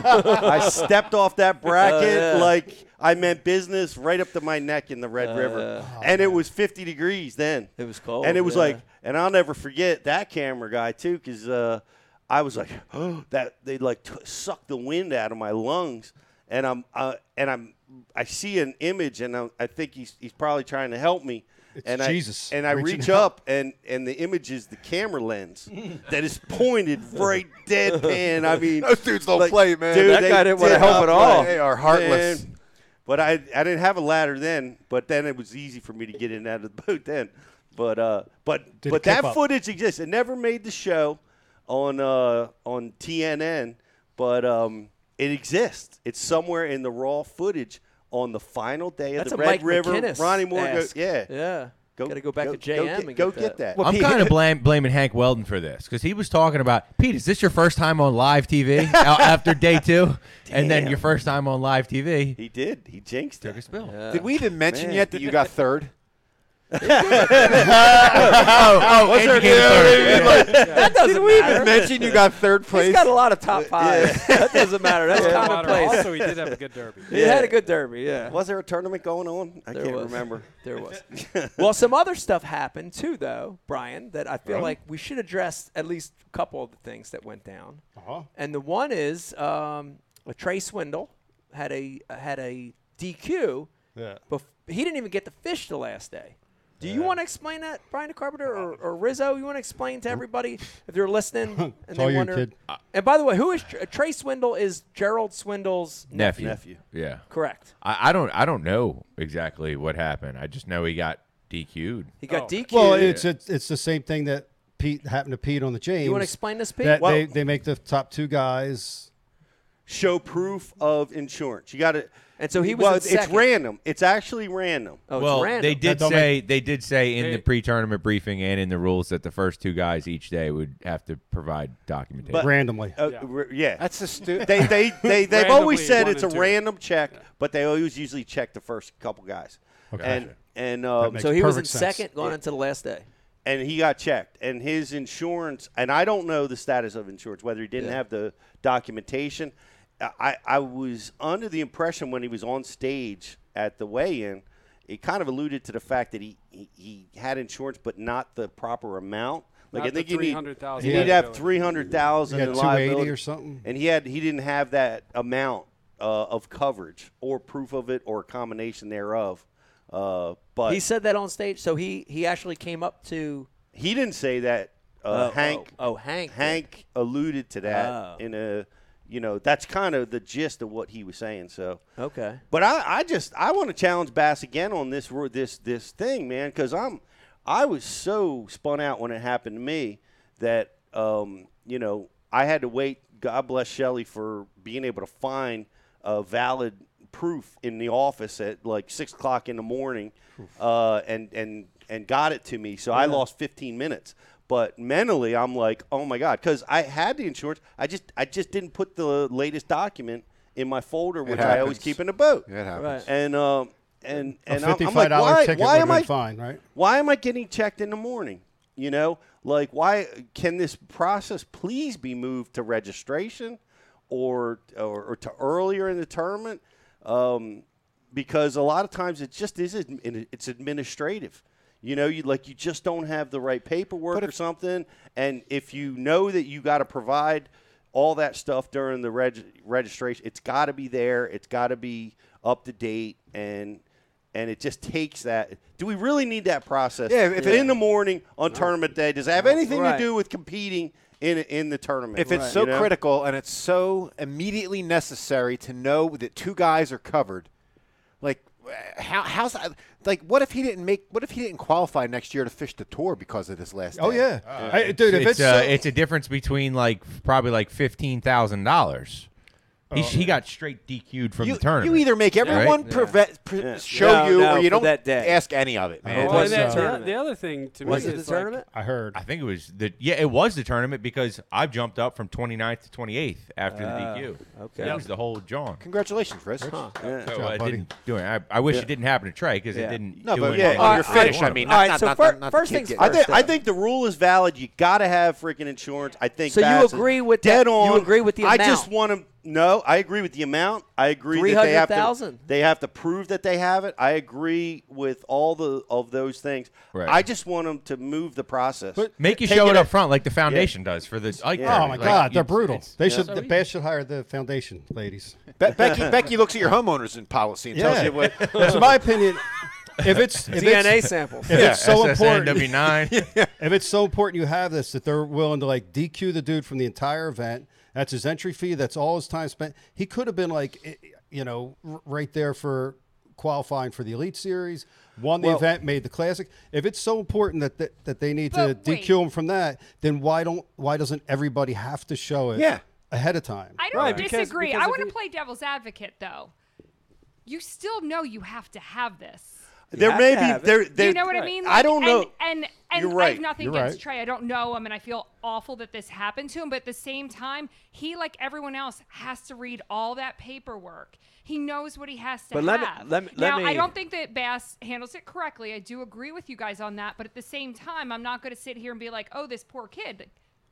[SPEAKER 3] I stepped off that bracket
[SPEAKER 1] Oh, yeah. Uh,
[SPEAKER 3] like I meant business right up to my neck in the Red River.
[SPEAKER 4] Oh,
[SPEAKER 3] And it was 50 degrees then. It
[SPEAKER 1] was cold.
[SPEAKER 3] And it was
[SPEAKER 1] yeah.
[SPEAKER 3] like and I'll never forget that camera guy too, because uh, I was like, oh, that they like t- sucked the wind out of my lungs, and I'm uh, and I'm I see an image, and i I think he's he's probably trying to help me.
[SPEAKER 4] It's
[SPEAKER 3] and
[SPEAKER 4] Jesus
[SPEAKER 3] I, and I
[SPEAKER 4] reaching
[SPEAKER 3] reach
[SPEAKER 4] out.
[SPEAKER 3] up, and and the image is the camera lens that is pointed right deadpan. I mean,
[SPEAKER 2] Those dudes don't play, man.
[SPEAKER 3] Dude,
[SPEAKER 2] That
[SPEAKER 3] they
[SPEAKER 2] guy didn't wanna
[SPEAKER 3] did
[SPEAKER 2] help
[SPEAKER 3] not
[SPEAKER 2] at all.
[SPEAKER 3] play.
[SPEAKER 2] They are heartless.
[SPEAKER 3] Man. But I, I didn't have a ladder then. But then it was easy for me to get in and out of the boat then. But uh, but
[SPEAKER 10] Did
[SPEAKER 3] but
[SPEAKER 10] it keep
[SPEAKER 3] that
[SPEAKER 10] up?
[SPEAKER 3] footage exists. It never made the show on uh on TNN, but um, it exists. It's somewhere in the raw footage on the final day
[SPEAKER 1] That's
[SPEAKER 3] of
[SPEAKER 1] a
[SPEAKER 3] the Red
[SPEAKER 1] Mike
[SPEAKER 3] River.
[SPEAKER 1] McInnes
[SPEAKER 3] Ronnie Moore, go-
[SPEAKER 1] ask.
[SPEAKER 3] yeah,
[SPEAKER 1] yeah. Gotta go back to JM
[SPEAKER 3] Go get,
[SPEAKER 1] and
[SPEAKER 3] go
[SPEAKER 1] get
[SPEAKER 3] get
[SPEAKER 1] that.
[SPEAKER 3] that.
[SPEAKER 5] I'm kind of blame, blaming Hank Weldon for this because he was talking about Pete. Is this your first time on live TV a- after day two, and then your first time on live TV?
[SPEAKER 3] He did. He jinxed Took
[SPEAKER 5] a spill.
[SPEAKER 2] Did we even mention yet that you got third?
[SPEAKER 5] oh, oh,
[SPEAKER 2] What's
[SPEAKER 5] and
[SPEAKER 2] her
[SPEAKER 5] you gave
[SPEAKER 2] name?
[SPEAKER 5] third.
[SPEAKER 2] Like,
[SPEAKER 1] That doesn't
[SPEAKER 2] Did we
[SPEAKER 1] matter.
[SPEAKER 2] even mention you got third place?
[SPEAKER 1] He's got a lot of top fives. that doesn't matter. That's
[SPEAKER 6] Yeah.
[SPEAKER 1] commonplace.
[SPEAKER 6] Also, he did have a good derby.
[SPEAKER 1] He had a good derby. Yeah.
[SPEAKER 3] Was there a tournament going on? I
[SPEAKER 1] There
[SPEAKER 3] can't
[SPEAKER 1] was.
[SPEAKER 3] remember.
[SPEAKER 1] There was. well, some other stuff happened too, though, Brian, that I feel
[SPEAKER 3] Right.
[SPEAKER 1] like we should address at least a couple of the things that went down.
[SPEAKER 4] Uh-huh.
[SPEAKER 1] And the one is um, Trey Swindle had a had a DQ.
[SPEAKER 4] Yeah.
[SPEAKER 1] Bef- he didn't even get to fish the last day. Do you want to explain that, Brian DeCarpenter or, or Rizzo? You want to explain to everybody if they're listening and
[SPEAKER 4] all
[SPEAKER 1] they
[SPEAKER 4] you,
[SPEAKER 1] wonder. Uh,
[SPEAKER 4] kid.
[SPEAKER 1] And by the way, who is Tr- Trey Swindle? Is Gerald Swindle's
[SPEAKER 5] nephew.
[SPEAKER 1] nephew?
[SPEAKER 5] Yeah.
[SPEAKER 1] Correct.
[SPEAKER 5] I, I don't I don't know exactly what happened. I just know he got DQ'd.
[SPEAKER 1] He
[SPEAKER 3] Oh.
[SPEAKER 1] got DQ'd.
[SPEAKER 4] Well, it's it's it's the same thing that Pete happened to Pete on the James.
[SPEAKER 1] wanna explain this, Pete?
[SPEAKER 4] That
[SPEAKER 1] Well-
[SPEAKER 4] they, they make the top two guys.
[SPEAKER 3] show proof of insurance. You got to.
[SPEAKER 1] And so he was
[SPEAKER 3] Well,
[SPEAKER 1] in
[SPEAKER 3] it's,
[SPEAKER 1] second. Oh,
[SPEAKER 3] random. It's actually random.
[SPEAKER 5] well, they did
[SPEAKER 3] That don't
[SPEAKER 5] say
[SPEAKER 3] make-
[SPEAKER 5] they did say in
[SPEAKER 3] Hey.
[SPEAKER 5] the pre-tournament briefing and in the rules that the first two guys each day would have to provide documentation
[SPEAKER 3] But- Uh,
[SPEAKER 5] yeah.
[SPEAKER 3] r- yeah.
[SPEAKER 2] That's the stu-
[SPEAKER 3] They they they they've
[SPEAKER 5] Randomly
[SPEAKER 3] always said
[SPEAKER 5] one
[SPEAKER 3] it's a
[SPEAKER 5] and two.
[SPEAKER 3] random check, but they always usually check the first couple guys.
[SPEAKER 1] Okay.
[SPEAKER 3] And and
[SPEAKER 1] That
[SPEAKER 3] um,
[SPEAKER 1] makes So he was in perfect sense. second going into the last day.
[SPEAKER 3] And he got checked, and his insurance. And I don't know the status of insurance, whether he didn't
[SPEAKER 1] Yeah.
[SPEAKER 3] have the documentation. I- I, I was under the impression when he was on stage at the weigh-in, it kind of alluded to the fact that he, he, he had insurance, but not the proper amount. Like
[SPEAKER 6] Not
[SPEAKER 3] I think
[SPEAKER 6] the
[SPEAKER 3] you need
[SPEAKER 6] $300,000
[SPEAKER 3] you need to have
[SPEAKER 6] liability.
[SPEAKER 3] three hundred thousand
[SPEAKER 4] He
[SPEAKER 3] in
[SPEAKER 4] had 280
[SPEAKER 3] liability
[SPEAKER 4] or something.
[SPEAKER 3] and he had he didn't have that amount uh, of coverage or proof of it or a combination thereof. Uh, but
[SPEAKER 1] he said that on stage. So he he actually came up to.
[SPEAKER 3] he didn't say that. Uh,
[SPEAKER 1] Oh,
[SPEAKER 3] Hank.
[SPEAKER 1] oh, oh, Hank did.
[SPEAKER 3] Hank alluded to that
[SPEAKER 1] Oh.
[SPEAKER 3] in a You know, that's kind of the gist of what he was saying. So
[SPEAKER 1] Okay.
[SPEAKER 3] but I, I just I want to challenge Bass again on this ru- this this thing, man, because I'm I was so spun out when it happened to me that um, you know I had to wait. God bless Shelley for being able to find a valid proof in the office at like six o'clock in the morning, uh, and and and got it to me. So I
[SPEAKER 1] Yeah.
[SPEAKER 3] lost 15 minutes. But mentally, I'm like, oh my god, because I had the insurance. I just I just didn't put the latest document in my folder, which I always
[SPEAKER 2] happens.
[SPEAKER 3] keep in the boat.
[SPEAKER 2] It happens. Right.
[SPEAKER 3] And um, and
[SPEAKER 4] A
[SPEAKER 3] and I'm, I'm
[SPEAKER 4] fifty-five
[SPEAKER 3] like,
[SPEAKER 4] dollar
[SPEAKER 3] why,
[SPEAKER 4] ticket
[SPEAKER 3] why
[SPEAKER 4] would have
[SPEAKER 3] am I
[SPEAKER 4] been fine, right?
[SPEAKER 3] Why am I getting checked in the morning? You know, like why can this process please be moved to registration or or, or to earlier in the tournament? Um, because a lot of times it just is admi- it's administrative. You know, you like you just don't have the right paperwork or something, and if you know that you got to provide all that stuff during the reg- registration, it's got to be there. It's got to be up to date, and and it just takes that. Do we really need that process?
[SPEAKER 2] Yeah, if it-
[SPEAKER 3] in the morning on tournament day, does it have anything
[SPEAKER 2] Right.
[SPEAKER 3] to do with competing in in the tournament?
[SPEAKER 2] If it's
[SPEAKER 3] You
[SPEAKER 2] so
[SPEAKER 3] know?
[SPEAKER 2] critical and it's so immediately necessary to know that two guys are covered, like how how's that, like what if he didn't make what if he didn't qualify next year to fish the tour because of this last?
[SPEAKER 4] Oh,
[SPEAKER 2] day?
[SPEAKER 4] yeah. Hey, dude, if
[SPEAKER 5] it's
[SPEAKER 4] it's
[SPEAKER 5] uh,
[SPEAKER 4] so-
[SPEAKER 5] it's a difference between like f- probably like fifteen thousand dollars. He, sh- he
[SPEAKER 6] Oh.
[SPEAKER 5] got straight DQ'd from the tournament.
[SPEAKER 2] You either make everyone
[SPEAKER 5] Right?
[SPEAKER 2] preve- pre- show
[SPEAKER 5] No,
[SPEAKER 2] you,
[SPEAKER 5] no,
[SPEAKER 2] or
[SPEAKER 5] for
[SPEAKER 2] you don't
[SPEAKER 5] that day.
[SPEAKER 2] ask any of it, man.
[SPEAKER 5] Well,
[SPEAKER 6] and that- the, o- the other thing to
[SPEAKER 5] Was
[SPEAKER 6] me
[SPEAKER 5] it
[SPEAKER 6] is
[SPEAKER 5] the
[SPEAKER 6] like,
[SPEAKER 5] tournament?
[SPEAKER 4] I heard.
[SPEAKER 5] I think it was the yeah, it was the tournament because I jumped up from 29th to 28th after the
[SPEAKER 2] Ah,
[SPEAKER 5] DQ.
[SPEAKER 2] okay.
[SPEAKER 5] that was the whole John.
[SPEAKER 2] Congratulations, Rich.
[SPEAKER 5] Huh.
[SPEAKER 2] Yeah.
[SPEAKER 5] So
[SPEAKER 2] Good job,
[SPEAKER 5] I
[SPEAKER 2] buddy.
[SPEAKER 5] didn't do it. I, I wish
[SPEAKER 2] Yeah.
[SPEAKER 5] it didn't happen to Trey because
[SPEAKER 2] Yeah.
[SPEAKER 5] it didn't.
[SPEAKER 2] No,
[SPEAKER 5] do
[SPEAKER 2] but
[SPEAKER 5] anything
[SPEAKER 2] yeah, on
[SPEAKER 5] to
[SPEAKER 2] your
[SPEAKER 5] either
[SPEAKER 2] finish,
[SPEAKER 5] one
[SPEAKER 2] I
[SPEAKER 5] of
[SPEAKER 2] mean,
[SPEAKER 5] them.
[SPEAKER 2] not- All right, not- so not- fir- not the
[SPEAKER 1] first things
[SPEAKER 3] I think,
[SPEAKER 1] first,
[SPEAKER 3] I
[SPEAKER 1] though.
[SPEAKER 3] think the rule is valid. You got to have freaking insurance. I think
[SPEAKER 1] So you
[SPEAKER 3] Bass is
[SPEAKER 1] agree with
[SPEAKER 3] dead
[SPEAKER 1] that- you
[SPEAKER 3] on.
[SPEAKER 1] agree with the
[SPEAKER 3] I just
[SPEAKER 1] amount?
[SPEAKER 3] want to no. I agree with the amount. I agree that they have to
[SPEAKER 1] 300,000.
[SPEAKER 3] they have to prove that they have it. I agree with all the of those things.
[SPEAKER 5] Right.
[SPEAKER 3] I just want them to move the process.
[SPEAKER 5] Make you
[SPEAKER 3] Take
[SPEAKER 5] show it
[SPEAKER 3] at-
[SPEAKER 5] up front like the foundation does for the. Ike
[SPEAKER 3] Yeah.
[SPEAKER 5] Party.
[SPEAKER 4] Oh my
[SPEAKER 5] Like,
[SPEAKER 4] God,
[SPEAKER 5] you-
[SPEAKER 4] they're brutal.
[SPEAKER 5] it's-
[SPEAKER 4] They
[SPEAKER 5] yeah.
[SPEAKER 4] should. The Bass should hire the foundation ladies.
[SPEAKER 2] Be- Becky, Becky looks at your homeowners in policy and tells you what.
[SPEAKER 4] so my opinion, if it's if
[SPEAKER 1] DNA
[SPEAKER 4] it's,
[SPEAKER 1] samples.
[SPEAKER 4] if
[SPEAKER 1] Yeah,
[SPEAKER 4] it's so important,
[SPEAKER 5] SSNW9.
[SPEAKER 4] if it's so important, you have this that they're willing to like DQ the dude from the entire event. That's his entry fee. That's all his time spent. He could have been like, i- i- you know, r- right there for qualifying for the elite series, won the
[SPEAKER 12] Well-
[SPEAKER 4] event, made the classic. If it's so important that that, that they need to
[SPEAKER 8] But wait.
[SPEAKER 4] DQ him from that, then why don't why doesn't everybody have to show it?
[SPEAKER 2] Yeah.
[SPEAKER 4] ahead of time.
[SPEAKER 8] I don't
[SPEAKER 4] Right, because-
[SPEAKER 8] disagree.
[SPEAKER 4] because
[SPEAKER 8] I
[SPEAKER 4] if
[SPEAKER 8] want to
[SPEAKER 4] you-
[SPEAKER 8] play devil's advocate, though. You still know you have to have this.
[SPEAKER 3] There may be there. there-
[SPEAKER 8] you know what I mean?
[SPEAKER 3] I
[SPEAKER 8] Like,
[SPEAKER 3] don't know.
[SPEAKER 8] And and, and
[SPEAKER 3] You're
[SPEAKER 8] I
[SPEAKER 3] right.
[SPEAKER 8] have nothing
[SPEAKER 3] You're
[SPEAKER 8] against
[SPEAKER 3] right.
[SPEAKER 8] Trey. I don't know him, and I feel awful that this happened to him. But at the same time, he, like everyone else, has to read all that paperwork. He knows what he has to
[SPEAKER 1] But let me-
[SPEAKER 8] have.
[SPEAKER 1] let me- let
[SPEAKER 8] now, I
[SPEAKER 1] me-
[SPEAKER 8] don't think that Bass handles it correctly. I do agree with you guys on that. But at the same time, I'm not going to sit here and be like, "Oh, this poor kid."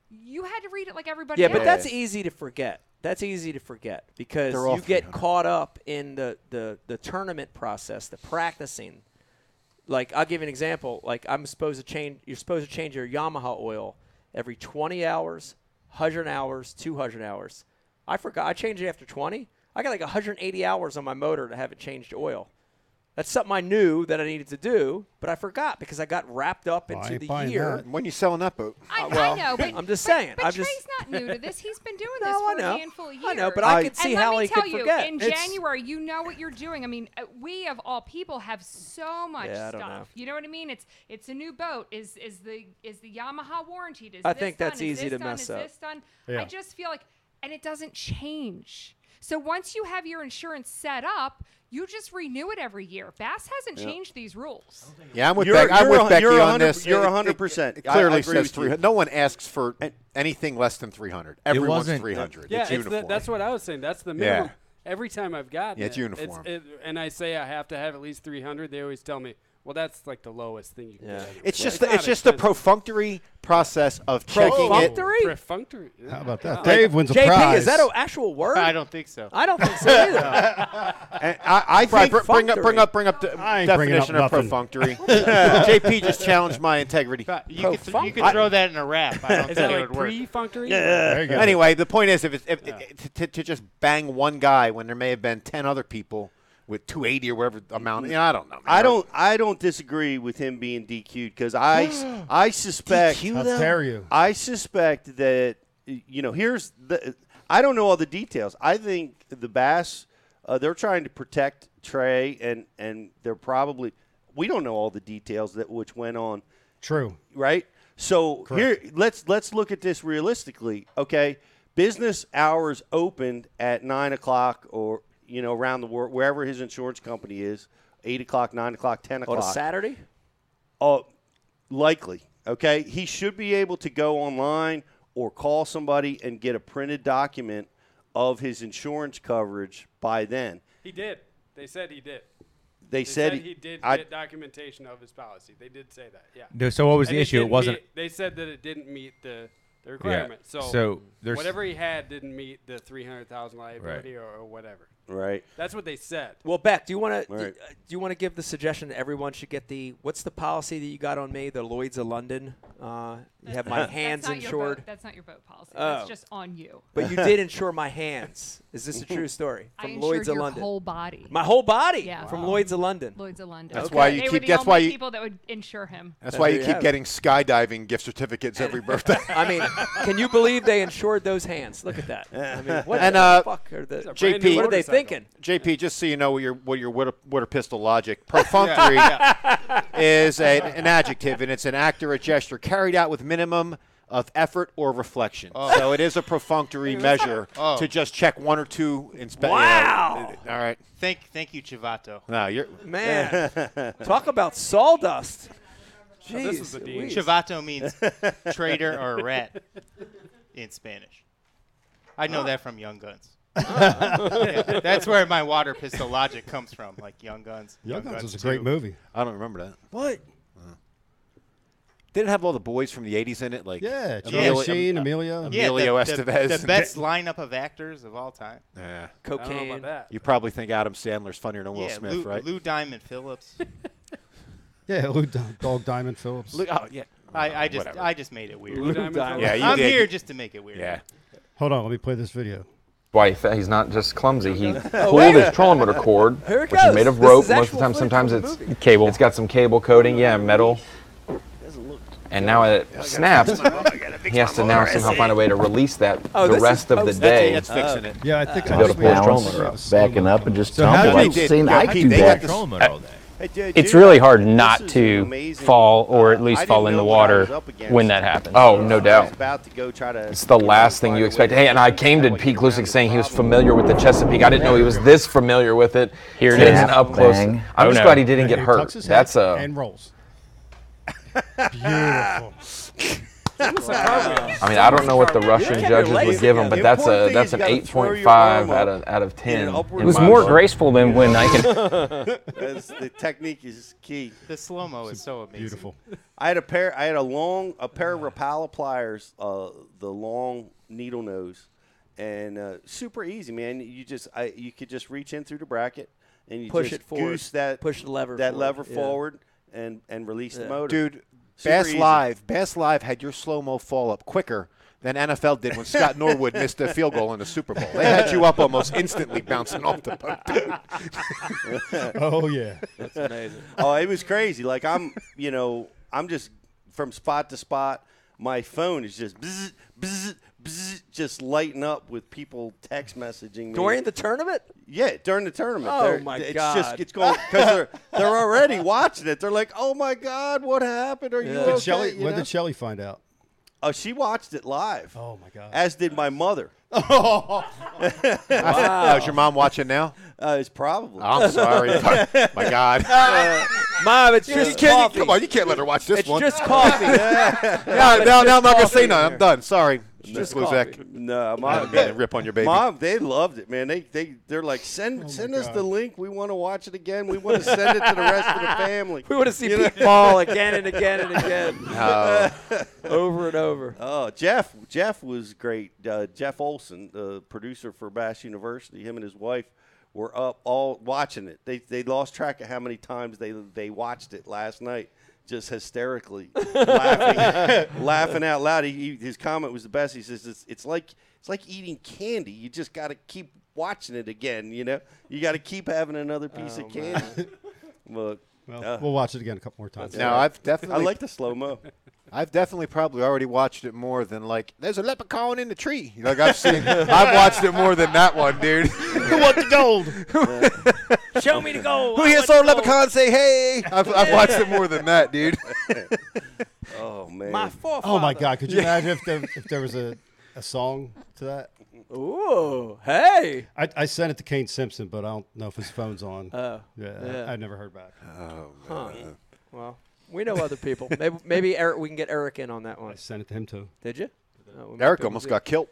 [SPEAKER 8] You had to read it like everybody
[SPEAKER 1] yeah,
[SPEAKER 8] else.
[SPEAKER 1] but that's easy to forget. That's easy to forget because
[SPEAKER 2] They're all
[SPEAKER 1] you get caught up in the, the, the tournament process, the practicing. Like I'll give you an example. Like I'm supposed to change. You're supposed to change your Yamaha oil every 20 hours, 100 hours, 200 hours. I forgot. I changed it after 20. I got like 180 hours on my motor to have it changed to oil. That's something I knew that I needed to do, but I forgot because I got wrapped up
[SPEAKER 2] I
[SPEAKER 1] into
[SPEAKER 2] ain't
[SPEAKER 1] the
[SPEAKER 2] buying
[SPEAKER 1] year.
[SPEAKER 2] that. When you selling that boat?
[SPEAKER 8] I,
[SPEAKER 1] Uh, well,
[SPEAKER 8] I know, but
[SPEAKER 1] I'm just saying.
[SPEAKER 8] But
[SPEAKER 1] I'm
[SPEAKER 8] Trey's
[SPEAKER 1] just
[SPEAKER 8] not new to this. He's been doing
[SPEAKER 1] No,
[SPEAKER 8] this
[SPEAKER 1] I
[SPEAKER 8] for
[SPEAKER 1] know.
[SPEAKER 8] a handful of years.
[SPEAKER 1] I know, but I
[SPEAKER 8] and
[SPEAKER 1] could see
[SPEAKER 8] let
[SPEAKER 1] how
[SPEAKER 8] me
[SPEAKER 1] he
[SPEAKER 8] tell
[SPEAKER 1] could
[SPEAKER 8] you,
[SPEAKER 1] forget.
[SPEAKER 8] In
[SPEAKER 1] It's-
[SPEAKER 8] January, you know what you're doing. I mean, uh, we of all people have so much
[SPEAKER 1] Yeah, I don't
[SPEAKER 8] stuff.
[SPEAKER 1] know.
[SPEAKER 8] You know what I mean? It's it's a new boat. Is is the is the Yamaha warranted? Is
[SPEAKER 1] I
[SPEAKER 8] this
[SPEAKER 1] think
[SPEAKER 8] done? Is
[SPEAKER 1] that's easy
[SPEAKER 8] this
[SPEAKER 1] to
[SPEAKER 8] done?
[SPEAKER 1] mess
[SPEAKER 8] Is
[SPEAKER 1] up.
[SPEAKER 8] this done?
[SPEAKER 1] Yeah.
[SPEAKER 8] I just feel like, and it doesn't change. So once you have your insurance set up, you just renew it every year. Bass hasn't
[SPEAKER 3] Yeah.
[SPEAKER 8] changed these rules.
[SPEAKER 2] Yeah, I'm with,
[SPEAKER 3] You're-
[SPEAKER 2] Beck, I'm
[SPEAKER 3] you're
[SPEAKER 2] with
[SPEAKER 3] a hun-
[SPEAKER 2] Becky
[SPEAKER 3] you're a
[SPEAKER 2] on
[SPEAKER 3] hundred-
[SPEAKER 2] this.
[SPEAKER 3] you're a
[SPEAKER 2] It- it-
[SPEAKER 3] hundred percent.
[SPEAKER 2] It
[SPEAKER 3] I- I
[SPEAKER 2] clearly
[SPEAKER 3] agree
[SPEAKER 2] says
[SPEAKER 3] with you.
[SPEAKER 2] 300. No one asks for anything less than 300.
[SPEAKER 6] It
[SPEAKER 2] Everyone's
[SPEAKER 6] wasn't-
[SPEAKER 2] 300.
[SPEAKER 6] Yeah,
[SPEAKER 2] it's
[SPEAKER 6] it's the-
[SPEAKER 2] uniform.
[SPEAKER 6] that's what I was saying. That's the
[SPEAKER 2] Yeah.
[SPEAKER 6] minimum. Every time I've gotten
[SPEAKER 2] Yeah, it's
[SPEAKER 6] it,
[SPEAKER 2] uniform.
[SPEAKER 6] it, and I say I have to have at least 300. They always tell me, well, that's like the lowest thing you can
[SPEAKER 2] Yeah.
[SPEAKER 6] get. anyway.
[SPEAKER 2] It's just the,
[SPEAKER 6] not
[SPEAKER 2] it's just the
[SPEAKER 6] expensive.
[SPEAKER 2] perfunctory process of checking it.
[SPEAKER 6] Perfunctory.
[SPEAKER 4] How about that?
[SPEAKER 6] Yeah.
[SPEAKER 4] Dave wins a
[SPEAKER 6] JP,
[SPEAKER 4] prize.
[SPEAKER 6] is that a-
[SPEAKER 1] actual word?
[SPEAKER 7] I don't think so.
[SPEAKER 1] I don't think so either.
[SPEAKER 2] And I, I
[SPEAKER 1] Right,
[SPEAKER 2] think br- bring up bring up bring up the
[SPEAKER 1] I ain't
[SPEAKER 7] bringing up
[SPEAKER 2] definition of
[SPEAKER 7] nothing.
[SPEAKER 2] perfunctory. JP just challenged my integrity.
[SPEAKER 7] You could, th- you could
[SPEAKER 2] Perfunctory.
[SPEAKER 7] throw that in a wrap. I don't
[SPEAKER 6] Is
[SPEAKER 7] think
[SPEAKER 6] that
[SPEAKER 7] it
[SPEAKER 6] like
[SPEAKER 7] would work.
[SPEAKER 6] pre-functory?
[SPEAKER 2] Anyway, the point is, if it's if, to- to, to just bang one guy when there may have been ten other people with 280 or whatever amount, you know, I don't know. man.
[SPEAKER 3] Um, I don't. I don't disagree with him being DQ'd because I, s- I suspect.
[SPEAKER 2] DQ How them? dare you.
[SPEAKER 3] I suspect that you know. Here's the. I don't know all the details. I think the Bass, uh, they're trying to protect Trey, and and they're probably we don't know all the details that which went on,
[SPEAKER 4] True.
[SPEAKER 3] right? So
[SPEAKER 4] Correct.
[SPEAKER 3] here let's let's look at this realistically. Okay, business hours opened at nine o'clock, or you know around the world wherever his insurance company is, eight o'clock, nine o'clock, ten
[SPEAKER 1] On
[SPEAKER 3] o'clock
[SPEAKER 1] a Saturday?
[SPEAKER 3] uh, likely. Okay, he should be able to go online or call somebody and get a printed document of his insurance coverage by then.
[SPEAKER 6] He did. They said he did.
[SPEAKER 3] They,
[SPEAKER 6] said,
[SPEAKER 3] said,
[SPEAKER 6] he did
[SPEAKER 3] I-
[SPEAKER 6] get documentation of his policy. They did say that. Yeah.
[SPEAKER 5] No, so what was the
[SPEAKER 6] it
[SPEAKER 5] issue? It
[SPEAKER 6] didn't
[SPEAKER 5] wasn't-
[SPEAKER 6] meet- they said that it didn't meet the, the requirement. So,
[SPEAKER 5] so there's-
[SPEAKER 6] whatever he had didn't meet the three hundred thousand liability or, or whatever.
[SPEAKER 3] Right.
[SPEAKER 6] That's what they said.
[SPEAKER 1] Well, Beck, do you want
[SPEAKER 6] All
[SPEAKER 1] to
[SPEAKER 6] right.
[SPEAKER 1] do you want to give the suggestion that everyone should get the what's the policy that you got on me? The Lloyd's of London. Uh, you have my
[SPEAKER 8] That's
[SPEAKER 1] hands
[SPEAKER 8] not your
[SPEAKER 1] insured.
[SPEAKER 8] boat- that's not your boat policy. That's
[SPEAKER 1] Oh.
[SPEAKER 8] just on you.
[SPEAKER 1] But you did insure my hands. Is this a true story?
[SPEAKER 8] I
[SPEAKER 1] From
[SPEAKER 8] insured
[SPEAKER 1] Lloyd's of
[SPEAKER 8] your
[SPEAKER 1] London.
[SPEAKER 8] whole body.
[SPEAKER 1] My whole body.
[SPEAKER 8] Yeah.
[SPEAKER 1] From
[SPEAKER 8] Wow.
[SPEAKER 1] Lloyd's of London.
[SPEAKER 8] Lloyd's of London.
[SPEAKER 2] That's why you
[SPEAKER 8] they were
[SPEAKER 2] keep-
[SPEAKER 8] the
[SPEAKER 2] that's
[SPEAKER 8] only
[SPEAKER 2] why you-
[SPEAKER 8] people that would insure him.
[SPEAKER 2] That's why
[SPEAKER 1] There
[SPEAKER 2] you
[SPEAKER 1] you
[SPEAKER 2] keep
[SPEAKER 1] have it.
[SPEAKER 2] getting skydiving gift certificates every birthday.
[SPEAKER 1] I mean, can you believe they insured those hands? Look at that. I mean, what
[SPEAKER 2] and
[SPEAKER 1] the
[SPEAKER 2] uh,
[SPEAKER 1] fuck are the
[SPEAKER 2] JP,
[SPEAKER 1] What are they thinking?
[SPEAKER 2] JP, just so you know what your what your water, water pistol logic, perfunctory is a, an adjective, and it's an act or a gesture carried out with minimum of effort or reflection.
[SPEAKER 12] Oh.
[SPEAKER 2] So it is a perfunctory measure
[SPEAKER 7] Oh.
[SPEAKER 2] to just check one or two. Inspe-
[SPEAKER 7] Wow.
[SPEAKER 2] all right.
[SPEAKER 7] Thank, thank you, Chivato.
[SPEAKER 2] No, you're
[SPEAKER 1] Man, talk about sawdust.
[SPEAKER 7] Oh,
[SPEAKER 1] Jeez,
[SPEAKER 7] this was the dean.
[SPEAKER 1] Louise.
[SPEAKER 7] Chivato means traitor or rat in Spanish. I know
[SPEAKER 1] Oh.
[SPEAKER 7] that from Young Guns. Yeah, that's where my water pistol logic comes from, like Young Guns.
[SPEAKER 4] Young Guns was a great movie.
[SPEAKER 2] I don't remember that.
[SPEAKER 1] What?
[SPEAKER 2] Did it have all the boys from the '80s in it? Like
[SPEAKER 4] Yeah, Charlie
[SPEAKER 2] Emilio-
[SPEAKER 4] Sheen,
[SPEAKER 2] Em-
[SPEAKER 4] Emilio.
[SPEAKER 7] Yeah,
[SPEAKER 2] Emilio
[SPEAKER 7] the,
[SPEAKER 2] Estevez,
[SPEAKER 7] The, the best lineup of actors of all time.
[SPEAKER 2] Yeah.
[SPEAKER 7] I don't know about
[SPEAKER 1] Cocaine.
[SPEAKER 7] that.
[SPEAKER 2] You probably think Adam Sandler's funnier than Will
[SPEAKER 7] yeah,
[SPEAKER 2] Smith,
[SPEAKER 7] Lou,
[SPEAKER 2] right?
[SPEAKER 7] Lou Diamond Phillips.
[SPEAKER 4] Yeah, Lou D- Dog Diamond Phillips.
[SPEAKER 2] oh yeah.
[SPEAKER 7] I, I just
[SPEAKER 4] Whatever.
[SPEAKER 7] I just made it weird.
[SPEAKER 4] Lou Lou Diamond Diamond.
[SPEAKER 7] Yeah,
[SPEAKER 4] Phillips.
[SPEAKER 7] I'm
[SPEAKER 4] Yeah, you
[SPEAKER 7] here
[SPEAKER 4] did.
[SPEAKER 7] just to make it weird.
[SPEAKER 2] Yeah.
[SPEAKER 4] Hold on, let me play this video.
[SPEAKER 9] Wife, he's not just clumsy. He
[SPEAKER 4] Oh, wait.
[SPEAKER 9] pulled his trolling motor cord,
[SPEAKER 4] Here
[SPEAKER 9] which
[SPEAKER 4] it
[SPEAKER 9] is
[SPEAKER 4] goes.
[SPEAKER 9] made of
[SPEAKER 4] This
[SPEAKER 9] rope. Most
[SPEAKER 4] is
[SPEAKER 9] of
[SPEAKER 4] actual
[SPEAKER 9] the time,
[SPEAKER 4] footage
[SPEAKER 9] sometimes
[SPEAKER 4] from the
[SPEAKER 9] it's cable. It's got some cable coating, yeah, metal. And now it snaps. He has to now somehow find a way to release that
[SPEAKER 13] Oh,
[SPEAKER 9] the
[SPEAKER 13] this
[SPEAKER 9] rest
[SPEAKER 13] is
[SPEAKER 9] of the
[SPEAKER 13] post- that's-
[SPEAKER 9] day.
[SPEAKER 13] that's fixing it.
[SPEAKER 4] Yeah, I think-
[SPEAKER 13] to
[SPEAKER 4] I
[SPEAKER 13] go to
[SPEAKER 4] think we have
[SPEAKER 13] balance,
[SPEAKER 4] trolling motor.
[SPEAKER 13] backing up and just
[SPEAKER 9] So how
[SPEAKER 13] tumble.
[SPEAKER 9] do
[SPEAKER 13] I've
[SPEAKER 9] you-
[SPEAKER 13] seen
[SPEAKER 9] Yeah,
[SPEAKER 13] Ike
[SPEAKER 9] how
[SPEAKER 13] do
[SPEAKER 9] do they
[SPEAKER 13] that.
[SPEAKER 9] have trolling motor all day?
[SPEAKER 13] It's really hard not
[SPEAKER 9] to
[SPEAKER 13] fall
[SPEAKER 9] or at least fall in the water when that happens. Oh, no doubt. It's the last thing you expect. Hey, and I came to Pete Lusick saying he was familiar with the Chesapeake. I didn't know he was this familiar with it.
[SPEAKER 13] Here it
[SPEAKER 9] Getting
[SPEAKER 13] is.
[SPEAKER 9] an up close.
[SPEAKER 13] Bang.
[SPEAKER 9] I'm
[SPEAKER 13] Oh,
[SPEAKER 9] just
[SPEAKER 13] no.
[SPEAKER 9] glad he didn't get
[SPEAKER 13] He
[SPEAKER 9] hurt.
[SPEAKER 13] tucks his head
[SPEAKER 9] That's a.
[SPEAKER 4] and rolls. Beautiful.
[SPEAKER 9] I mean, I don't know what the Russian judges would give him, but that's a that's an 8.5 out of out of 10.
[SPEAKER 13] It was more graceful than when I can.
[SPEAKER 3] That's- the technique is key.
[SPEAKER 7] The slow mo is so amazing.
[SPEAKER 4] Beautiful.
[SPEAKER 3] I had a pair. I had a long, a pair of Rapala pliers, uh, the long needle nose, and uh, super easy, man. You just, I, you could just reach in through the bracket and you
[SPEAKER 1] Push
[SPEAKER 3] just
[SPEAKER 1] it forward.
[SPEAKER 3] goose that,
[SPEAKER 1] Push the lever
[SPEAKER 3] that
[SPEAKER 1] forward,
[SPEAKER 3] lever
[SPEAKER 1] yeah.
[SPEAKER 3] forward, and and release the
[SPEAKER 1] Yeah.
[SPEAKER 3] motor,
[SPEAKER 2] Dude,
[SPEAKER 3] Super
[SPEAKER 2] Bass
[SPEAKER 3] easy.
[SPEAKER 2] Live, Bass Live had your slow mo fall up quicker than NFL did when Scott Norwood missed a field goal in the Super Bowl. They had you up almost instantly bouncing off the puck. dude.
[SPEAKER 4] Oh, yeah.
[SPEAKER 3] that's amazing. Oh, it was crazy. Like I'm, you know, I'm just from spot to spot. My phone is just bzz, bzz, bzz, just lighting up with people text messaging me
[SPEAKER 1] During the tournament?
[SPEAKER 3] Yeah, during the tournament.
[SPEAKER 1] Oh,
[SPEAKER 3] They're-
[SPEAKER 1] my
[SPEAKER 3] it's
[SPEAKER 1] God.
[SPEAKER 3] Just, it's going because they're they're already watching it. They're like, oh my God, what happened? Are you
[SPEAKER 4] Did
[SPEAKER 3] okay?
[SPEAKER 4] Shelley-
[SPEAKER 3] You
[SPEAKER 4] when
[SPEAKER 3] know?
[SPEAKER 4] did Shelly find out?
[SPEAKER 3] oh, she watched it live. Oh
[SPEAKER 4] my God.
[SPEAKER 3] As did my mother.
[SPEAKER 2] Wow. Is your mom watching now? Oh,
[SPEAKER 3] Uh, it's probably.
[SPEAKER 2] I'm sorry. My God. Uh,
[SPEAKER 1] Mom, it's
[SPEAKER 2] You
[SPEAKER 1] just
[SPEAKER 2] can't-
[SPEAKER 1] coffee.
[SPEAKER 2] Come on, you can't let her watch this
[SPEAKER 1] It's
[SPEAKER 2] one.
[SPEAKER 1] just coffee.
[SPEAKER 2] yeah,
[SPEAKER 1] Mom,
[SPEAKER 2] now,
[SPEAKER 1] it's
[SPEAKER 2] now,
[SPEAKER 1] just
[SPEAKER 2] now I'm not gonna
[SPEAKER 1] coffee
[SPEAKER 2] say
[SPEAKER 1] in
[SPEAKER 2] nothing.
[SPEAKER 1] there.
[SPEAKER 2] I'm done. Sorry,
[SPEAKER 3] It's
[SPEAKER 2] Miss
[SPEAKER 3] just coffee.
[SPEAKER 2] Luzak.
[SPEAKER 3] No,
[SPEAKER 2] I
[SPEAKER 3] mom,
[SPEAKER 2] didn't mean to rip on your baby. Oh,
[SPEAKER 3] Mom, they loved it, man. They they they're like send send us the link. We want to watch it again. We want to send it to the rest of the family.
[SPEAKER 1] We want to see
[SPEAKER 3] You know?
[SPEAKER 1] Pete Ball again and again and again.
[SPEAKER 3] No.
[SPEAKER 1] over and over.
[SPEAKER 3] Oh, Jeff Jeff was great. Uh, Jeff Olson, the producer for Bass University, him and his wife were up all watching it. They they lost track of how many times they they watched it last night. Just hysterically laughing, laughing out loud. He, he- his comment was the best. He says, "It's, it's like it's like eating candy. You just got to keep watching it again. You know, you got to keep having another piece of candy." Look,
[SPEAKER 4] Well,
[SPEAKER 3] uh,
[SPEAKER 4] we'll watch it again a couple more times.
[SPEAKER 2] No, I've definitely.
[SPEAKER 3] I like the slow mo.
[SPEAKER 2] I've definitely probably already watched it more than like there's a leprechaun in the tree. Like I've seen, I've watched it more than that one, dude.
[SPEAKER 3] Who want the gold?
[SPEAKER 1] Show me the gold.
[SPEAKER 2] Who
[SPEAKER 1] I
[SPEAKER 2] here
[SPEAKER 1] want the
[SPEAKER 2] saw a leprechaun say hey? I've, I've watched it more than that, dude.
[SPEAKER 3] oh man,
[SPEAKER 4] Oh my God! Could you
[SPEAKER 2] Yeah.
[SPEAKER 4] imagine if there if there was a, a song to that?
[SPEAKER 1] Ooh, hey!
[SPEAKER 4] I, I sent it to Kane Simpson, but I don't know if his phone's on.
[SPEAKER 1] Oh,
[SPEAKER 4] yeah,
[SPEAKER 1] yeah.
[SPEAKER 4] I've never heard back.
[SPEAKER 2] Oh
[SPEAKER 1] Huh. Well, we know other people. Maybe, maybe Eric. We can get Eric in on that one. I
[SPEAKER 4] sent it to him too.
[SPEAKER 1] Did you? Oh, we might
[SPEAKER 2] Eric
[SPEAKER 1] be able
[SPEAKER 2] almost
[SPEAKER 1] to-
[SPEAKER 2] got killed.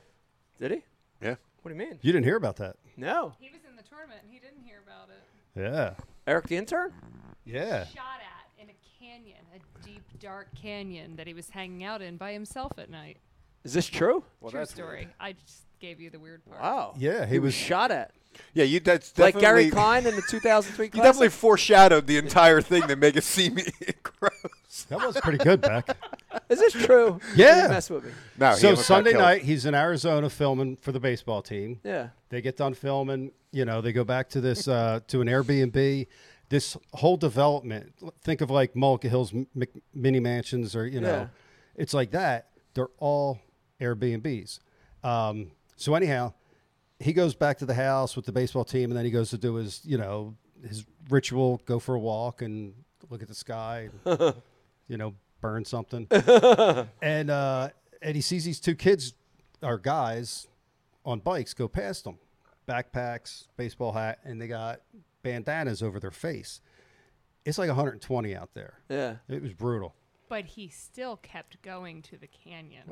[SPEAKER 1] Did he?
[SPEAKER 2] Yeah.
[SPEAKER 1] What do you mean?
[SPEAKER 4] You didn't hear about that?
[SPEAKER 1] No.
[SPEAKER 8] He was in the tournament and he didn't hear about it.
[SPEAKER 4] Yeah.
[SPEAKER 1] Eric the intern?
[SPEAKER 4] Yeah.
[SPEAKER 8] Shot at in a canyon, a deep dark canyon that he was hanging out in by himself at night.
[SPEAKER 1] Is this true?
[SPEAKER 8] True story. I just gave you the weird part.
[SPEAKER 1] Wow.
[SPEAKER 4] Yeah,
[SPEAKER 1] he, was, shot at.
[SPEAKER 2] Yeah, you. That's
[SPEAKER 1] Like Gary
[SPEAKER 2] definitely-
[SPEAKER 1] Klein in the 2003
[SPEAKER 2] You
[SPEAKER 1] classic.
[SPEAKER 2] definitely foreshadowed the entire thing to make it seem gross.
[SPEAKER 4] That was pretty good, Beck.
[SPEAKER 1] Is this true?
[SPEAKER 4] Yeah.
[SPEAKER 1] You mess with me.
[SPEAKER 2] No, he
[SPEAKER 4] so
[SPEAKER 2] almost got
[SPEAKER 4] Sunday
[SPEAKER 2] killed.
[SPEAKER 4] night, he's in Arizona filming for the baseball team.
[SPEAKER 1] Yeah.
[SPEAKER 4] They get done filming. You know, they go back to this uh, to an Airbnb. This whole development. Think of like Mullica Hills m- Mc- mini mansions, or you know,
[SPEAKER 1] Yeah.
[SPEAKER 4] it's like that. They're all Airbnbs. Um, so anyhow, he goes back to the house with the baseball team, and then he goes to do his you know his ritual, go for a walk, and look at the sky. and, you know, burn something. and uh, and he sees these two kids or guys on bikes go past him, backpacks, baseball hat, and they got bandanas over their face. It's like 120 out there.
[SPEAKER 1] Yeah.
[SPEAKER 4] it was brutal.
[SPEAKER 8] But he still kept going to the canyon.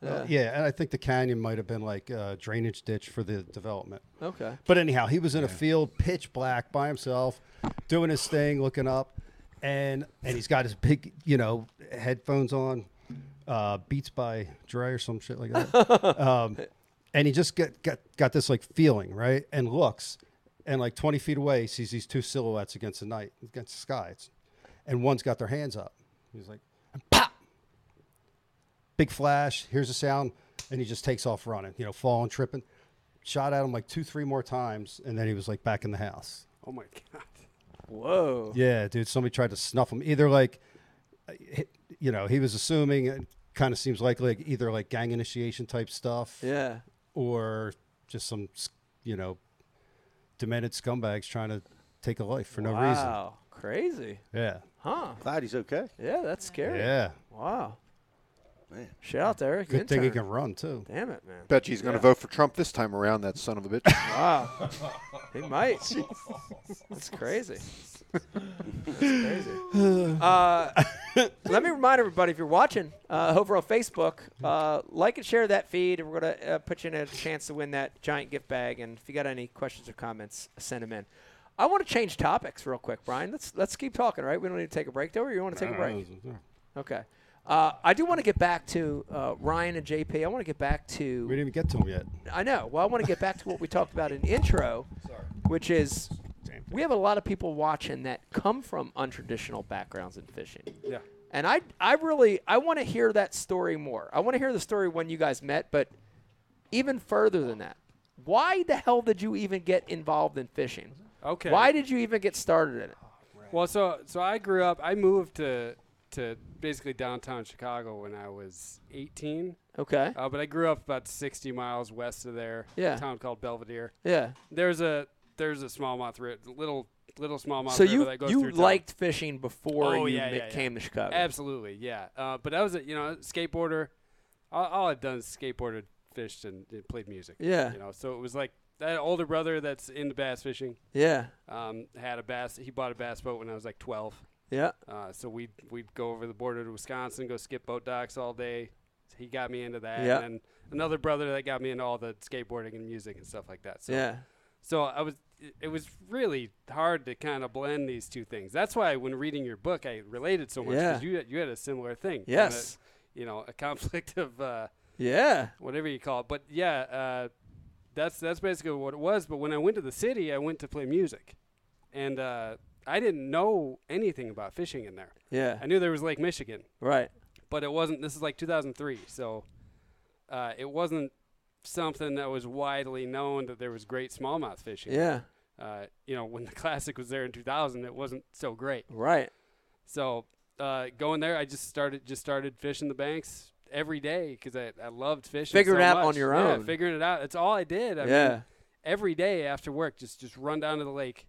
[SPEAKER 4] Well, yeah, and I think the canyon might have been like a drainage ditch for the development.
[SPEAKER 1] Okay.
[SPEAKER 4] But anyhow, he was in a field, pitch black, by himself, doing his thing, looking up, and and he's got his big, you know, headphones on, uh, Beats by Dre or some shit like that. um, and he just got, got got this like feeling right, and looks, and like twenty feet away, he sees these two silhouettes against the night, against the sky, It's- and one's got their hands up. He's like, big flash. Here's a sound, and he just takes off running. You know, falling, tripping. Shot at him like two, three more times, and then he was like back in the house.
[SPEAKER 6] Oh my god.
[SPEAKER 1] Whoa.
[SPEAKER 4] Yeah, dude. Somebody tried to snuff him. Either like, uh, hi- you know, he was assuming it kind of seems likely like either like gang initiation type stuff.
[SPEAKER 1] Yeah.
[SPEAKER 4] Or just some, s- you know, demented scumbags trying to take a life for no reason.
[SPEAKER 1] Wow. Crazy.
[SPEAKER 4] Yeah.
[SPEAKER 1] Huh.
[SPEAKER 3] Glad he's okay.
[SPEAKER 1] Yeah, that's scary.
[SPEAKER 4] Yeah.
[SPEAKER 1] Wow. Man. Shout out to Eric.
[SPEAKER 4] Good thing he
[SPEAKER 1] Intern.
[SPEAKER 4] can run, too.
[SPEAKER 1] Damn it, man.
[SPEAKER 2] Bet you he's going to
[SPEAKER 1] Yeah.
[SPEAKER 2] vote for Trump this time around. That son of a bitch.
[SPEAKER 1] Wow. he might. That's crazy. That's crazy. Uh, let me remind everybody if you're watching uh, over on Facebook, uh, like and share that feed, and we're going to uh, put you in a chance to win that giant gift bag. And if you got any questions or comments, send them in. I want to change topics real quick, Brian. Let's let's keep talking, right? We don't need to take a break, though, or you want to take a break? Okay. Uh, I do want to get back to uh, Ryan and JP. I want to get back to. We
[SPEAKER 4] didn't even get to him yet.
[SPEAKER 1] I know. Well, I want to get back to what we talked about in intro, which is we have a lot of people watching that come from untraditional backgrounds in fishing.
[SPEAKER 6] Yeah.
[SPEAKER 1] And I, I really, I want to hear that story more. I want to hear the story when you guys met, but even further than that, why the hell did you even get involved in fishing?
[SPEAKER 6] Okay.
[SPEAKER 1] Why did you even get started in it?
[SPEAKER 6] Well, so so I grew up. I moved to to basically downtown Chicago when I was 18.
[SPEAKER 1] Okay.
[SPEAKER 6] Uh, but I grew up about 60 miles west of there.
[SPEAKER 1] Yeah.
[SPEAKER 6] A town called Belvedere.
[SPEAKER 1] Yeah.
[SPEAKER 6] There's a there's a smallmouth ri- little little smallmouth
[SPEAKER 1] So
[SPEAKER 6] river
[SPEAKER 1] you
[SPEAKER 6] that goes
[SPEAKER 1] you
[SPEAKER 6] through town.
[SPEAKER 1] liked fishing before
[SPEAKER 6] Oh,
[SPEAKER 1] you
[SPEAKER 6] yeah,
[SPEAKER 1] ma-
[SPEAKER 6] yeah, yeah.
[SPEAKER 1] came to Chicago.
[SPEAKER 6] Absolutely, yeah. Uh, but I was a you know skateboarder. All, all I've done is skateboarded, fished, and uh, played music.
[SPEAKER 1] Yeah.
[SPEAKER 6] You know, so it was like that older brother that's into bass fishing.
[SPEAKER 1] Yeah.
[SPEAKER 6] Um, had a bass. He bought a bass boat when I was like twelve.
[SPEAKER 1] Yeah.
[SPEAKER 6] Uh, so we would we'd go over the border to Wisconsin, go skip boat docks all day. He got me into that.
[SPEAKER 1] Yeah.
[SPEAKER 6] And then another brother that got me into all the skateboarding and music and stuff like that. So
[SPEAKER 1] Yeah.
[SPEAKER 6] so I was it- it was really hard to kind of blend these two things. That's why when reading your book, I related so much
[SPEAKER 1] Yeah.
[SPEAKER 6] because you had- you had a similar thing. kinda,
[SPEAKER 1] Yes.
[SPEAKER 6] you know, a conflict of uh,
[SPEAKER 1] Yeah.
[SPEAKER 6] whatever you call it. But yeah, uh, that's that's basically what it was. But when I went to the city, I went to play music, and uh, I didn't know anything about fishing in there.
[SPEAKER 1] Yeah.
[SPEAKER 6] I knew there was Lake Michigan,
[SPEAKER 1] Right.
[SPEAKER 6] but it wasn't. This is like 2003, so uh, it wasn't something that was widely known that there was great smallmouth fishing.
[SPEAKER 1] Yeah.
[SPEAKER 6] Uh, you know, when the classic was there in 2000, it wasn't so great.
[SPEAKER 1] Right.
[SPEAKER 6] So uh, going there, I just started just started fishing the banks every day because I, I loved fishing.
[SPEAKER 1] Figure
[SPEAKER 6] so
[SPEAKER 1] it out
[SPEAKER 6] much.
[SPEAKER 1] on your
[SPEAKER 6] Yeah,
[SPEAKER 1] own.
[SPEAKER 6] figuring it out. That's all I did. I
[SPEAKER 1] Yeah.
[SPEAKER 6] Mean, every day after work, just just run down to the lake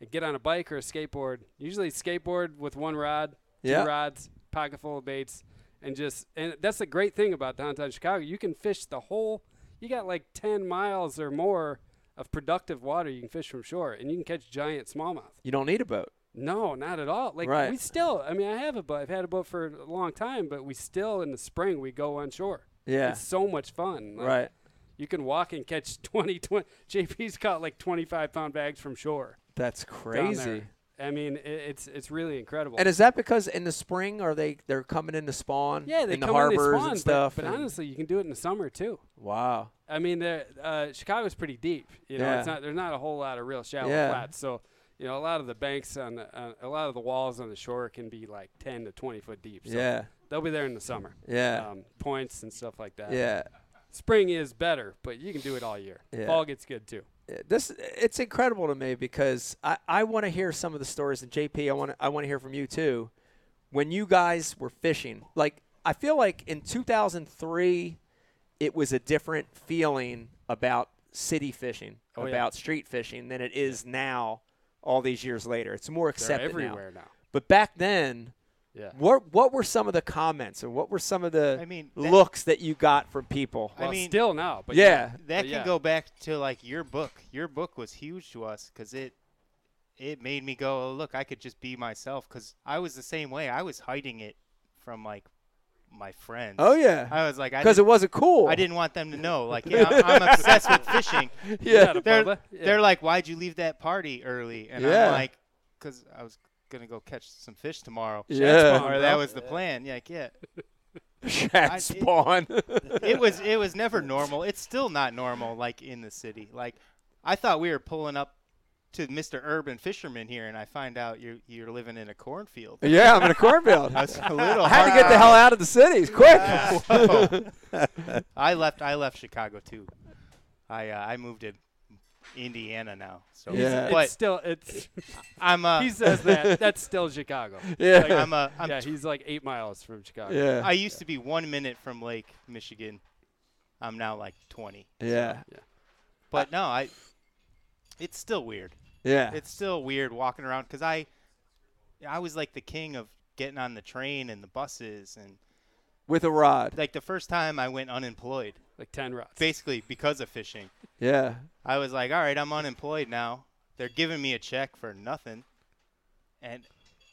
[SPEAKER 6] and get on a bike or a skateboard. Usually skateboard with one rod,
[SPEAKER 1] Yeah.
[SPEAKER 6] two rods, pocket full of baits, and just and that's the great thing about downtown Chicago. You can fish the whole. You got like ten miles or more of productive water you can fish from shore, and you can catch giant smallmouth.
[SPEAKER 1] You don't need a boat.
[SPEAKER 6] No, not at all. Like
[SPEAKER 1] Right.
[SPEAKER 6] we still. I mean, I have a boat. I've had a boat for a long time, but we still in the spring we go on shore.
[SPEAKER 1] Yeah.
[SPEAKER 6] it's so much fun. Like,
[SPEAKER 1] Right.
[SPEAKER 6] You can walk and catch 20, 20 JP's caught like twenty five pound bags from shore.
[SPEAKER 1] That's
[SPEAKER 6] down there.
[SPEAKER 1] crazy.
[SPEAKER 6] I mean, i it's it's really incredible.
[SPEAKER 1] And is that because in the spring are they they're coming in to spawn?
[SPEAKER 6] yeah, they
[SPEAKER 1] in the
[SPEAKER 6] come
[SPEAKER 1] harbors
[SPEAKER 6] in, they spawn,
[SPEAKER 1] and
[SPEAKER 6] but-
[SPEAKER 1] stuff.
[SPEAKER 6] But,
[SPEAKER 1] and-
[SPEAKER 6] honestly, you can do it in the summer too.
[SPEAKER 1] wow.
[SPEAKER 6] I mean, the- uh, Chicago's pretty deep. You know, it's
[SPEAKER 1] Yeah.
[SPEAKER 6] not there's not a whole lot of real shallow
[SPEAKER 1] Yeah.
[SPEAKER 6] flats. So, you know, a lot of the banks on the, uh, a lot of the walls on the shore can be like 10 to 20 foot deep. So
[SPEAKER 1] Yeah.
[SPEAKER 6] they'll be there in the summer.
[SPEAKER 1] Yeah.
[SPEAKER 6] um, points and stuff like that.
[SPEAKER 1] Yeah.
[SPEAKER 6] spring is better, but you can do it all year.
[SPEAKER 1] Yeah.
[SPEAKER 6] Fall gets good too.
[SPEAKER 1] Uh, this it's incredible to me because I, I want to hear some of the stories and JP I want to I want to hear from you too when you guys were fishing like I feel like in 2003 it was a different feeling about city fishing
[SPEAKER 6] Oh, yeah.
[SPEAKER 1] about street fishing than it is now all these years later it's more accepted now.
[SPEAKER 6] everywhere now.
[SPEAKER 1] but back then
[SPEAKER 6] Yeah.
[SPEAKER 1] what what were some of the comments and what were some of the
[SPEAKER 7] I mean, that-
[SPEAKER 1] looks that you got from people
[SPEAKER 6] Well, still now, but
[SPEAKER 1] yeah
[SPEAKER 7] that
[SPEAKER 6] but
[SPEAKER 7] can
[SPEAKER 6] yeah.
[SPEAKER 7] go back to like your book. Your book was huge to us because it it made me go, oh, look, I could just be myself because I was the same way. I was hiding it from like my friends.
[SPEAKER 1] Oh, yeah.
[SPEAKER 7] I was like, I
[SPEAKER 1] 'Cause it
[SPEAKER 7] didn't-
[SPEAKER 1] wasn't cool.
[SPEAKER 7] I didn't want them to know. Like, yeah, I'm, I'm obsessed with fishing.
[SPEAKER 1] Yeah. Got it,
[SPEAKER 7] they're
[SPEAKER 1] Bubba. Yeah.
[SPEAKER 7] they're like, why'd you leave that party early? And
[SPEAKER 1] Yeah.
[SPEAKER 7] I'm like, because I was gonna go catch some fish tomorrow.
[SPEAKER 1] Shaq Yeah. spawn,
[SPEAKER 7] or that
[SPEAKER 1] bro.
[SPEAKER 7] was the plan. Yeah, like, yeah.
[SPEAKER 1] Shaq
[SPEAKER 7] I- it-
[SPEAKER 1] spawn.
[SPEAKER 7] it was it was never normal. It's still not normal, like in the city. Like I thought we were pulling up to Mr. Urban Fisherman here, and I find out you're you're living in a cornfield.
[SPEAKER 1] Yeah, I'm in a cornfield.
[SPEAKER 7] I was a little.
[SPEAKER 1] I had to get the
[SPEAKER 7] heartbroken.
[SPEAKER 1] hell out of the cities quick.
[SPEAKER 7] Yeah. Whoa. I left. I left Chicago too. I uh, I moved to Indiana now. So
[SPEAKER 6] Yeah. It's-
[SPEAKER 7] but
[SPEAKER 6] it's still- it's-
[SPEAKER 7] I'm. Uh,
[SPEAKER 6] he says that that's still Chicago. Like,
[SPEAKER 7] Like, I'm uh, a. I'm
[SPEAKER 6] yeah, he's like eight miles from Chicago.
[SPEAKER 7] I used to be one minute from Lake Michigan. I'm now like 20.
[SPEAKER 1] Yeah.
[SPEAKER 7] But no, I. It's still weird.
[SPEAKER 1] Yeah.
[SPEAKER 7] It's still weird walking around because I, I was like the king of getting on the train and the buses and.
[SPEAKER 1] With a rod.
[SPEAKER 7] Like the first time I went unemployed.
[SPEAKER 6] Like ten rods.
[SPEAKER 7] Basically because of fishing.
[SPEAKER 1] Yeah.
[SPEAKER 7] I was like, all right, I'm unemployed now. They're giving me a check for nothing. And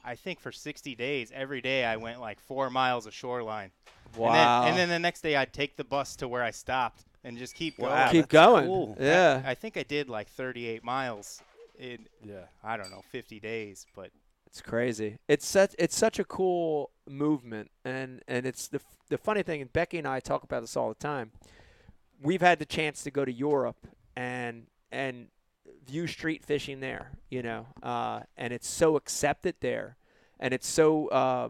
[SPEAKER 7] I think for 60 days, every day I went like four miles of shoreline. And
[SPEAKER 1] Wow.
[SPEAKER 7] then, and then the next day I'd take the bus to where I stopped and just keep
[SPEAKER 1] Wow,
[SPEAKER 7] going.
[SPEAKER 1] Keep that's going. cool.
[SPEAKER 7] I-
[SPEAKER 1] Yeah.
[SPEAKER 7] I, think I did like 38 miles in,
[SPEAKER 6] yeah.
[SPEAKER 7] I don't know, 50 days. But
[SPEAKER 1] It's crazy. It's such it's such a cool movement, and and it's the f- the funny thing. And Becky and I talk about this all the time. We've had the chance to go to Europe and and view street fishing there, you know, uh, and it's so accepted there, and it's so uh,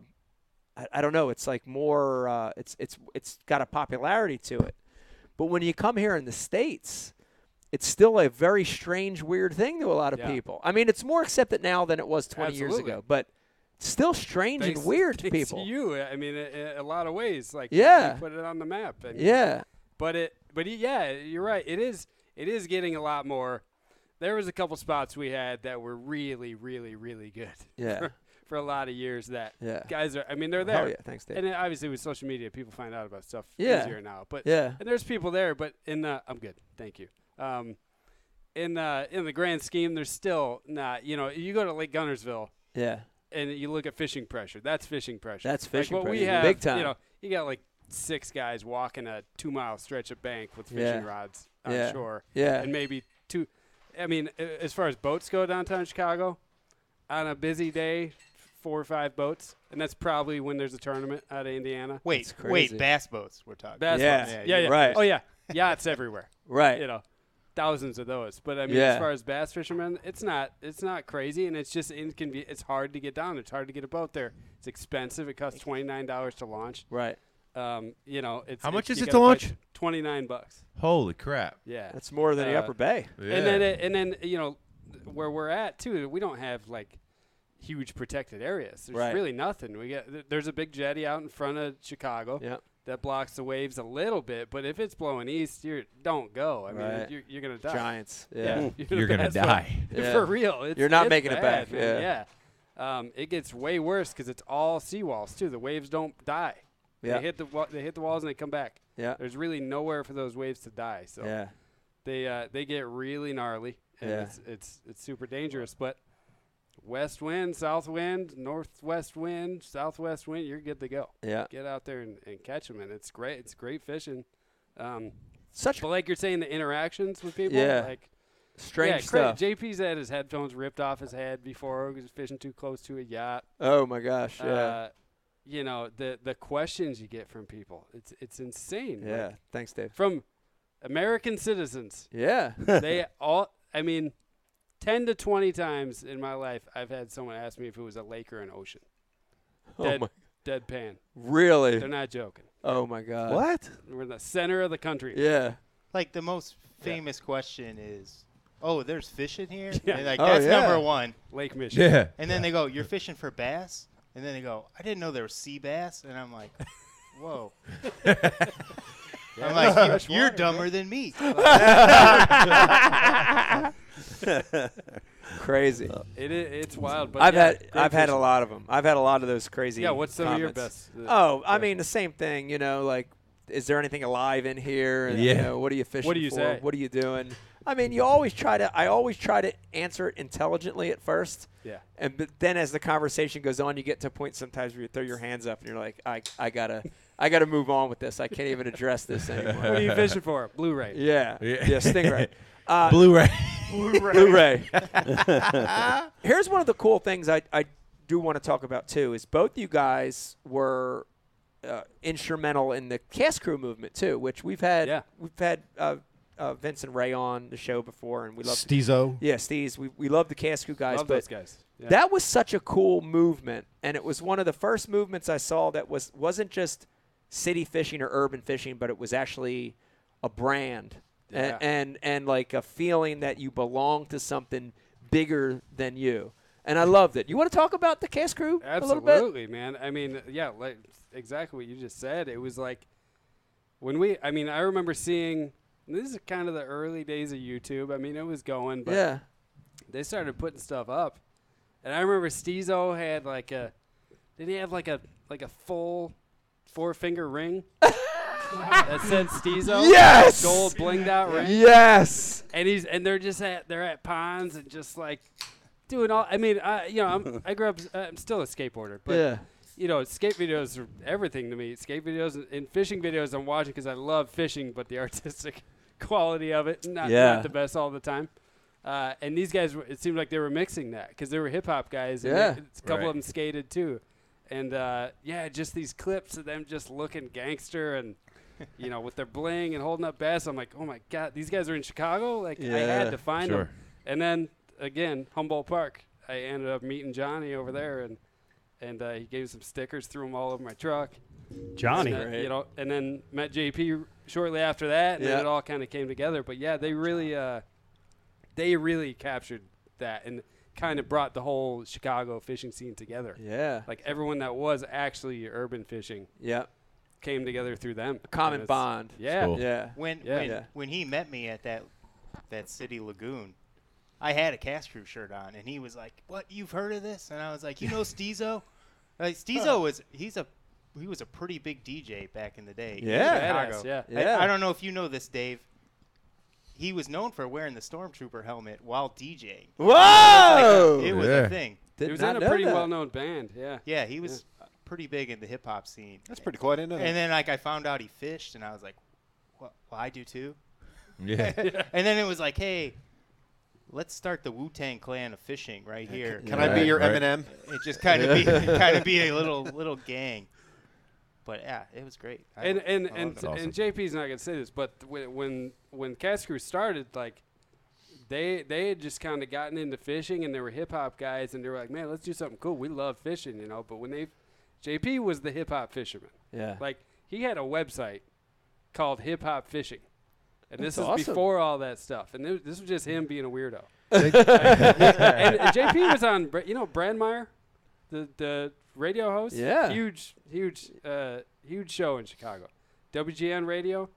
[SPEAKER 1] I, I don't know. It's like more. Uh, it's it's it's got a popularity to it, but when you come here in the states. It's still a very strange, weird thing to a lot of
[SPEAKER 6] Yeah.
[SPEAKER 1] people. I mean, it's more accepted now than it was 20 years
[SPEAKER 6] Absolutely.
[SPEAKER 1] ago, but still strange
[SPEAKER 6] Thanks-
[SPEAKER 1] and weird to
[SPEAKER 6] thanks
[SPEAKER 1] people.
[SPEAKER 6] you, I mean, in a lot of ways, like
[SPEAKER 1] Yeah.
[SPEAKER 6] you put it on the map. And
[SPEAKER 1] Yeah.
[SPEAKER 6] but it, but y- yeah, you're right. It is, it is getting a lot more. There was a couple spots we had that were really, really, really good.
[SPEAKER 1] Yeah.
[SPEAKER 6] For, for a lot of years, that
[SPEAKER 1] Yeah. Oh,
[SPEAKER 6] guys are. I mean, they're there.
[SPEAKER 1] Hell yeah, thanks, Dave.
[SPEAKER 6] And it- obviously, with social media, people find out about stuff
[SPEAKER 1] Yeah.
[SPEAKER 6] easier now. But
[SPEAKER 1] Yeah.
[SPEAKER 6] and there's people there. But in the, I'm good, thank you. Um, in the in the grand scheme, there's still not. You know, you go to Lake Gunnersville.
[SPEAKER 1] Yeah.
[SPEAKER 6] And you look at fishing pressure. That's fishing pressure.
[SPEAKER 1] That's fishing
[SPEAKER 6] like what We
[SPEAKER 1] pressure,
[SPEAKER 6] have,
[SPEAKER 1] big time.
[SPEAKER 6] You know, you got like six guys walking a two mile stretch of bank with fishing
[SPEAKER 1] Yeah.
[SPEAKER 6] rods on
[SPEAKER 1] Yeah.
[SPEAKER 6] shore.
[SPEAKER 1] Yeah.
[SPEAKER 6] And maybe two. I mean, a- as far as boats go downtown Chicago, on a busy day, four or five boats, and that's probably when there's a tournament out of Indiana.
[SPEAKER 7] wait, wait, bass boats we're talking.
[SPEAKER 6] Bass
[SPEAKER 7] about.
[SPEAKER 6] boats. yeah, yeah.
[SPEAKER 1] right.
[SPEAKER 6] Oh yeah, yachts everywhere.
[SPEAKER 1] Right.
[SPEAKER 6] You know, thousands of those. But I mean,
[SPEAKER 1] Yeah.
[SPEAKER 6] as far as bass fishermen, it's not it's not crazy, and it's just inconvenient. It's hard to get down. It's hard to get a boat there. It's expensive. It costs twenty nine dollars to launch.
[SPEAKER 1] Right.
[SPEAKER 6] Um, you know, it's
[SPEAKER 5] How much
[SPEAKER 6] you
[SPEAKER 5] is it to
[SPEAKER 6] gotta
[SPEAKER 5] launch?
[SPEAKER 6] Twenty nine bucks.
[SPEAKER 5] Holy crap!
[SPEAKER 6] Yeah, Uh,
[SPEAKER 1] That's more than the Upper Bay.
[SPEAKER 6] And then, it, and then you know, where we're at too. We don't have like, huge protected areas. There's
[SPEAKER 3] Right.
[SPEAKER 6] really nothing. We get th- there's a big jetty out in front of Chicago that blocks the waves a little bit, but if it's blowing east, you don't go. I mean,
[SPEAKER 1] Right.
[SPEAKER 6] you're, you're gonna die.
[SPEAKER 1] Giants, yeah.
[SPEAKER 6] the
[SPEAKER 1] You're gonna
[SPEAKER 6] best one.
[SPEAKER 1] die. Yeah.
[SPEAKER 6] For real, it's,
[SPEAKER 1] You're not
[SPEAKER 6] it's
[SPEAKER 1] making it
[SPEAKER 6] bad,
[SPEAKER 1] back,
[SPEAKER 6] man.
[SPEAKER 1] yeah.
[SPEAKER 6] yeah. Um, it gets way worse because it's all seawalls too. The waves don't die.
[SPEAKER 1] Yeah.
[SPEAKER 6] They hit the wa- they hit the walls and they come back.
[SPEAKER 1] Yeah.
[SPEAKER 6] There's really nowhere for those waves to die. So
[SPEAKER 1] Yeah.
[SPEAKER 6] they uh, they get really gnarly. And
[SPEAKER 1] Yeah.
[SPEAKER 6] It's, it's it's super dangerous, but west wind, south wind, northwest wind, southwest wind, you're good to go.
[SPEAKER 1] Yeah.
[SPEAKER 6] Get out there and, and catch them, and it's great. It's great fishing. Um,
[SPEAKER 1] Such,
[SPEAKER 6] but like you're saying, the interactions with people,
[SPEAKER 1] Yeah.
[SPEAKER 6] like
[SPEAKER 1] Strange
[SPEAKER 6] yeah, cra-
[SPEAKER 1] stuff.
[SPEAKER 6] JP's had his headphones ripped off his head before because he was fishing too close to a yacht.
[SPEAKER 1] Oh my gosh, yeah.
[SPEAKER 6] Uh, you know the the questions you get from people, it's it's insane.
[SPEAKER 1] Yeah,
[SPEAKER 6] like,
[SPEAKER 1] thanks, Dave.
[SPEAKER 6] From American citizens.
[SPEAKER 1] Yeah.
[SPEAKER 6] they all. I mean, ten to twenty times in my life, I've had someone ask me if it was a lake or an ocean.
[SPEAKER 1] Oh
[SPEAKER 6] Dead,
[SPEAKER 1] my-
[SPEAKER 6] Deadpan.
[SPEAKER 1] Really?
[SPEAKER 6] They're not joking.
[SPEAKER 1] Oh my god.
[SPEAKER 6] We're in the center of the country.
[SPEAKER 7] Like the most famous question is, "Oh, there's fish in here."
[SPEAKER 6] Yeah.
[SPEAKER 7] And, like
[SPEAKER 6] Oh,
[SPEAKER 7] that's
[SPEAKER 6] yeah.
[SPEAKER 7] number one.
[SPEAKER 6] Lake Michigan. Yeah.
[SPEAKER 7] And then they go, "You're fishing for bass." And then they go, "I didn't know there were sea bass." And I'm like, "Whoa." I'm like, "You-
[SPEAKER 1] Fresh
[SPEAKER 7] "You're
[SPEAKER 1] water,
[SPEAKER 7] dumber
[SPEAKER 1] right?"
[SPEAKER 7] than me."
[SPEAKER 1] crazy.
[SPEAKER 6] It i- it's wild, but
[SPEAKER 1] I've
[SPEAKER 6] yeah,
[SPEAKER 1] had
[SPEAKER 6] great
[SPEAKER 1] I've had a
[SPEAKER 6] fishing.
[SPEAKER 1] lot of them. I've had a lot of those crazy.
[SPEAKER 6] Yeah, what's some of your
[SPEAKER 1] comments.
[SPEAKER 6] best, uh,
[SPEAKER 1] oh, I mean the same thing. You know, like, is there anything alive in here? And, You
[SPEAKER 6] Yeah.
[SPEAKER 1] know, what are you fishing?
[SPEAKER 6] What do you
[SPEAKER 1] for?
[SPEAKER 6] say?
[SPEAKER 1] What are you doing? I mean, you always try to. I always try to answer it intelligently at first.
[SPEAKER 6] Yeah.
[SPEAKER 1] And but then as the conversation goes on, you get to a point sometimes where you throw your hands up and you're like, I I gotta I gotta move on with this. I can't even address this anymore.
[SPEAKER 6] What are you fishing for? Blu-ray.
[SPEAKER 1] Yeah. Yeah.
[SPEAKER 6] Yeah.
[SPEAKER 1] stingray. Uh,
[SPEAKER 6] Blu-ray.
[SPEAKER 1] Blu-ray. Here's one of the cool things I, I do want to talk about too is both you guys were uh, instrumental in the cast crew movement too, which we've had we've had uh, uh, Vincent Ray on the show before, and we love
[SPEAKER 4] Steezo.
[SPEAKER 1] Yeah, Steez. We we love the cast crew guys.
[SPEAKER 6] Love
[SPEAKER 1] but
[SPEAKER 6] those guys. Yeah.
[SPEAKER 1] That was such a cool movement, and it was one of the first movements I saw that was wasn't just city fishing or urban fishing, but it was actually a brand a-
[SPEAKER 12] Yeah.
[SPEAKER 1] and and like a feeling that you belong to something bigger than you. And I loved it. You want to talk about the cast crew a little bit?
[SPEAKER 6] Absolutely, man. I mean, yeah, like exactly what you just said. It was like when we. I mean, I remember seeing. This is kind of the early days of YouTube. I mean, it was going, but
[SPEAKER 1] Yeah.
[SPEAKER 6] they started putting stuff up, and I remember Steezo had like a. Did he have like a like a full four finger ring that said Steezo?
[SPEAKER 1] Yes!
[SPEAKER 6] gold blinged out ring.
[SPEAKER 1] Yes!
[SPEAKER 6] and he's and they're just at they're at ponds and just like doing all. I mean, I you know I'm, I grew up. uh, I'm still a skateboarder, but
[SPEAKER 1] Yeah.
[SPEAKER 6] you know, skate videos are everything to me. Skate videos and fishing videos I'm watching because I love fishing, but the artistic quality of it not,
[SPEAKER 1] Yeah.
[SPEAKER 6] not the best all the time. Uh, and these guys, were- it seemed like they were mixing that because they were hip hop guys. And
[SPEAKER 1] Yeah.
[SPEAKER 6] they- a couple
[SPEAKER 1] Right.
[SPEAKER 6] of them skated too, and uh, yeah, just these clips of them just looking gangster and. You know, with their bling and holding up bass, I'm like, oh my god, these guys are in Chicago. Like, I
[SPEAKER 1] Yeah.
[SPEAKER 6] had to find
[SPEAKER 1] Sure.
[SPEAKER 6] them. And then again, Humboldt Park. I ended up meeting Johnny over there, and and uh, he gave me some stickers, threw them all over my truck.
[SPEAKER 4] Johnny.
[SPEAKER 6] And, uh, you know, and then met JP shortly after that, and then
[SPEAKER 4] Yeah.
[SPEAKER 6] it all kind of came together. But yeah, they really, uh, they really captured that and kind of brought the whole Chicago fishing scene together.
[SPEAKER 1] Yeah.
[SPEAKER 6] like everyone that was actually urban fishing.
[SPEAKER 1] Yeah.
[SPEAKER 6] Came together through them. A
[SPEAKER 1] common bond.
[SPEAKER 6] Yeah.
[SPEAKER 7] When
[SPEAKER 6] Yeah.
[SPEAKER 7] when when he met me at that that city lagoon, I had a cast crew shirt on, and he was like, "What? You've heard of this?" And I was like, "You know Steezo? Like
[SPEAKER 1] Huh.
[SPEAKER 7] Steezo was he's a he was a pretty big DJ back in the day. in
[SPEAKER 1] Yeah. Badass,
[SPEAKER 7] Chicago.
[SPEAKER 1] yeah.
[SPEAKER 7] I-
[SPEAKER 1] Yeah.
[SPEAKER 7] I, don't know if you know this, Dave. He was known for wearing the stormtrooper helmet while DJing. It was like a-
[SPEAKER 1] Whoa!
[SPEAKER 7] it was
[SPEAKER 1] Yeah.
[SPEAKER 7] a thing.
[SPEAKER 1] Did
[SPEAKER 6] He was
[SPEAKER 1] not
[SPEAKER 6] in a
[SPEAKER 1] know
[SPEAKER 6] pretty
[SPEAKER 1] that.
[SPEAKER 6] well-known band. Yeah.
[SPEAKER 7] Yeah, he was uh pretty big in the hip hop scene. That's
[SPEAKER 2] pretty cool. I didn't know that.
[SPEAKER 7] And then like I found out he fished, and I was like, "Well, well I do too."
[SPEAKER 2] Yeah.
[SPEAKER 7] and then it was like, "Hey, let's start the Wu Tang Clan of fishing right here."
[SPEAKER 2] can I be Right, your right. Eminem?
[SPEAKER 7] It just kind of be
[SPEAKER 2] Yeah.
[SPEAKER 7] kind of be a little little gang. But yeah, it was great. I
[SPEAKER 6] and
[SPEAKER 7] lo-
[SPEAKER 6] and
[SPEAKER 7] I
[SPEAKER 6] and,
[SPEAKER 7] loved it.
[SPEAKER 6] and JP's not gonna say this, but when when when Cast Crew started, like they they had just kind of gotten into fishing, and they were hip hop guys, and they were like, man, let's do something cool. We love fishing, you know. But when they JP was the hip hop fisherman.
[SPEAKER 1] Yeah.
[SPEAKER 6] Like he had a website called Hip Hop Fishing, and
[SPEAKER 1] That's
[SPEAKER 6] this is
[SPEAKER 1] awesome.
[SPEAKER 6] before all that stuff. And it- this was just him being a weirdo. and, and JP was on, Bra- you know, Brandmeier, the the radio host.
[SPEAKER 1] Yeah.
[SPEAKER 6] huge, huge, uh, huge show in Chicago, WGN Radio.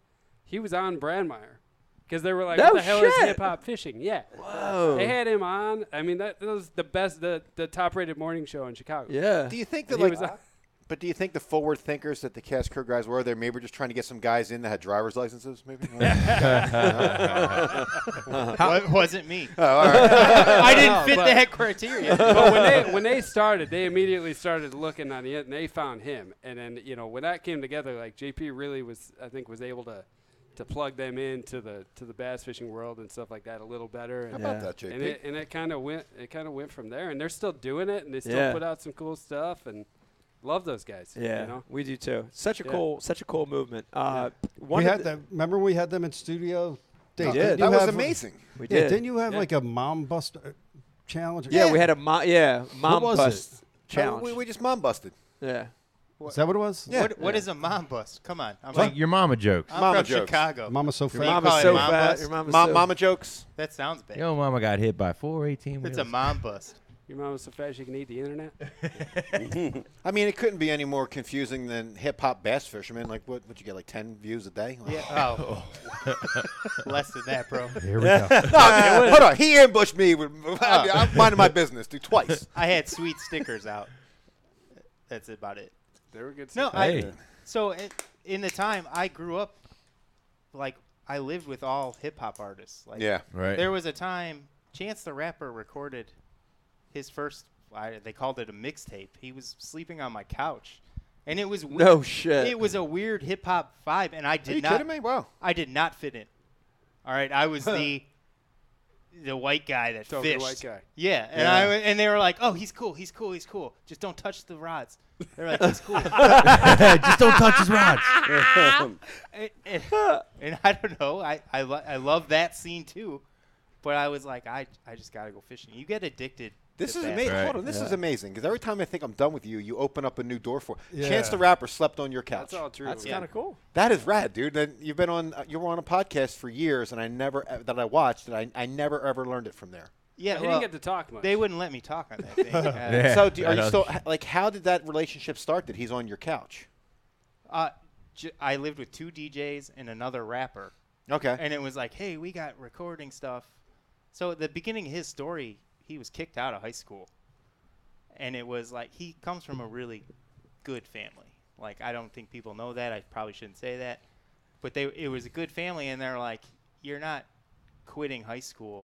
[SPEAKER 6] He was on Brandmeier because they were like,
[SPEAKER 1] No
[SPEAKER 6] "What the hell is
[SPEAKER 1] shit.
[SPEAKER 6] hip hop fishing?" Yeah.
[SPEAKER 1] Whoa.
[SPEAKER 6] They had him on. I mean, that, that was the best, the the top rated morning show in Chicago.
[SPEAKER 2] Do you think that
[SPEAKER 6] He
[SPEAKER 2] like?
[SPEAKER 6] was on-
[SPEAKER 2] but do you think the forward thinkers that the cast crew guys were, they maybe were just trying to get some guys in that had driver's licenses, maybe?
[SPEAKER 7] Well, it wasn't me.
[SPEAKER 2] Oh, all right.
[SPEAKER 7] I didn't fit the head criteria.
[SPEAKER 6] but when they when they started, they immediately started looking on the it, and they found him. And then you know when that came together, like JP really was, I think, was able to to plug them into the to the bass fishing world and stuff like that a little better.
[SPEAKER 2] How
[SPEAKER 6] And
[SPEAKER 2] about that,
[SPEAKER 6] And
[SPEAKER 2] JP?
[SPEAKER 6] it, and it kind of went it kind of went from there. And they're still doing it, and they still
[SPEAKER 1] Yeah.
[SPEAKER 6] put out some cool stuff. And love those guys.
[SPEAKER 1] Yeah,
[SPEAKER 6] you know?
[SPEAKER 1] we do too. Such a
[SPEAKER 6] Yeah.
[SPEAKER 1] cool, such a cool movement. Uh, one
[SPEAKER 4] we
[SPEAKER 1] of
[SPEAKER 4] had
[SPEAKER 1] the-
[SPEAKER 4] that. Remember, we had them in studio. Dave,
[SPEAKER 1] We
[SPEAKER 4] didn't
[SPEAKER 1] did.
[SPEAKER 4] you
[SPEAKER 1] That was
[SPEAKER 4] have-
[SPEAKER 1] amazing. We
[SPEAKER 4] yeah,
[SPEAKER 1] did.
[SPEAKER 4] Didn't you have
[SPEAKER 1] Yeah.
[SPEAKER 4] like a mom buster challenge?
[SPEAKER 1] Yeah, we had a mom. Yeah, mom
[SPEAKER 4] was
[SPEAKER 1] bust
[SPEAKER 4] it?
[SPEAKER 1] challenge.
[SPEAKER 2] we, we just mom busted.
[SPEAKER 1] yeah.
[SPEAKER 4] Is that what it was?
[SPEAKER 7] What, what is a mom bus? Come on. I'm
[SPEAKER 5] Like your mama jokes.
[SPEAKER 7] I'm
[SPEAKER 5] Mama
[SPEAKER 7] from
[SPEAKER 5] jokes.
[SPEAKER 7] Chicago.
[SPEAKER 4] Mama's so
[SPEAKER 7] You
[SPEAKER 4] fat.
[SPEAKER 7] call
[SPEAKER 4] Mama's
[SPEAKER 7] it
[SPEAKER 4] so
[SPEAKER 7] mom
[SPEAKER 4] fat.
[SPEAKER 7] bus?
[SPEAKER 4] Your mama's Mom- so- mama jokes.
[SPEAKER 7] That sounds bad.
[SPEAKER 5] Yo, mama got hit by four eighteen.
[SPEAKER 7] It's a mom bust.
[SPEAKER 6] Your mom was so fat she can eat the internet.
[SPEAKER 2] I mean, it couldn't be any more confusing than hip hop bass fisherman. Like, what? Would you get like ten views a day? Like-
[SPEAKER 7] Yeah. Oh. Less than that, bro.
[SPEAKER 2] Here we go. No, I mean, hold on. He ambushed me with- I mean, I'm minding my business, dude, twice.
[SPEAKER 7] I had sweet stickers out. That's about it.
[SPEAKER 6] They were good.
[SPEAKER 7] No,
[SPEAKER 6] stickers.
[SPEAKER 7] I. So i- in the time I grew up, like I lived with all hip hop artists. Like,
[SPEAKER 2] Yeah. Right.
[SPEAKER 7] There was a time Chance the Rapper recorded his first. I, they called it a mixtape. He was sleeping on my couch, and it was we-
[SPEAKER 1] No shit.
[SPEAKER 7] It was a weird hip hop vibe, and I did
[SPEAKER 2] you
[SPEAKER 7] not.
[SPEAKER 2] kidding me? Wow.
[SPEAKER 7] I did not fit in. All right, I was the the white guy that
[SPEAKER 6] Token
[SPEAKER 7] fished.
[SPEAKER 6] white guy.
[SPEAKER 7] Yeah, and
[SPEAKER 6] Yeah.
[SPEAKER 7] I w- and they were like, "Oh, he's cool. He's cool. He's cool. Just don't touch the rods." They're like, "He's cool.
[SPEAKER 5] Just don't touch his rods.
[SPEAKER 7] and, and, and I don't know. I I, lo- I love that scene too, but I was like, I I just gotta go fishing. You get addicted.
[SPEAKER 2] This
[SPEAKER 7] to
[SPEAKER 2] is
[SPEAKER 7] bass.
[SPEAKER 2] amazing. Hold on, this is
[SPEAKER 7] Yeah.
[SPEAKER 2] amazing because every time I think I'm done with you, you open up a new door for.
[SPEAKER 7] Yeah.
[SPEAKER 2] Chance the Rapper slept on your couch.
[SPEAKER 6] That's all true. That's
[SPEAKER 7] kinda
[SPEAKER 1] cool.
[SPEAKER 2] That is rad, dude. Then you've been on, uh, you were on a podcast for years, and I never e- that I watched, and I, I never ever learned it from there.
[SPEAKER 7] Yeah,
[SPEAKER 6] I didn't
[SPEAKER 7] well,
[SPEAKER 6] get to talk much.
[SPEAKER 7] They wouldn't let me talk on that thing. Uh,
[SPEAKER 2] so, do, are
[SPEAKER 7] I
[SPEAKER 2] you
[SPEAKER 7] know.
[SPEAKER 2] still h- like? How did that relationship start? That he's on your couch?
[SPEAKER 7] Uh, j- I lived with two DJs and another rapper.
[SPEAKER 2] Okay.
[SPEAKER 7] And it was like, hey, we got recording stuff. So at the beginning of his story, he was kicked out of high school. And it was like, he comes from a really good family. Like, I don't think people know that. I probably shouldn't say that. But they, it was a good family, and they're like, you're not quitting high school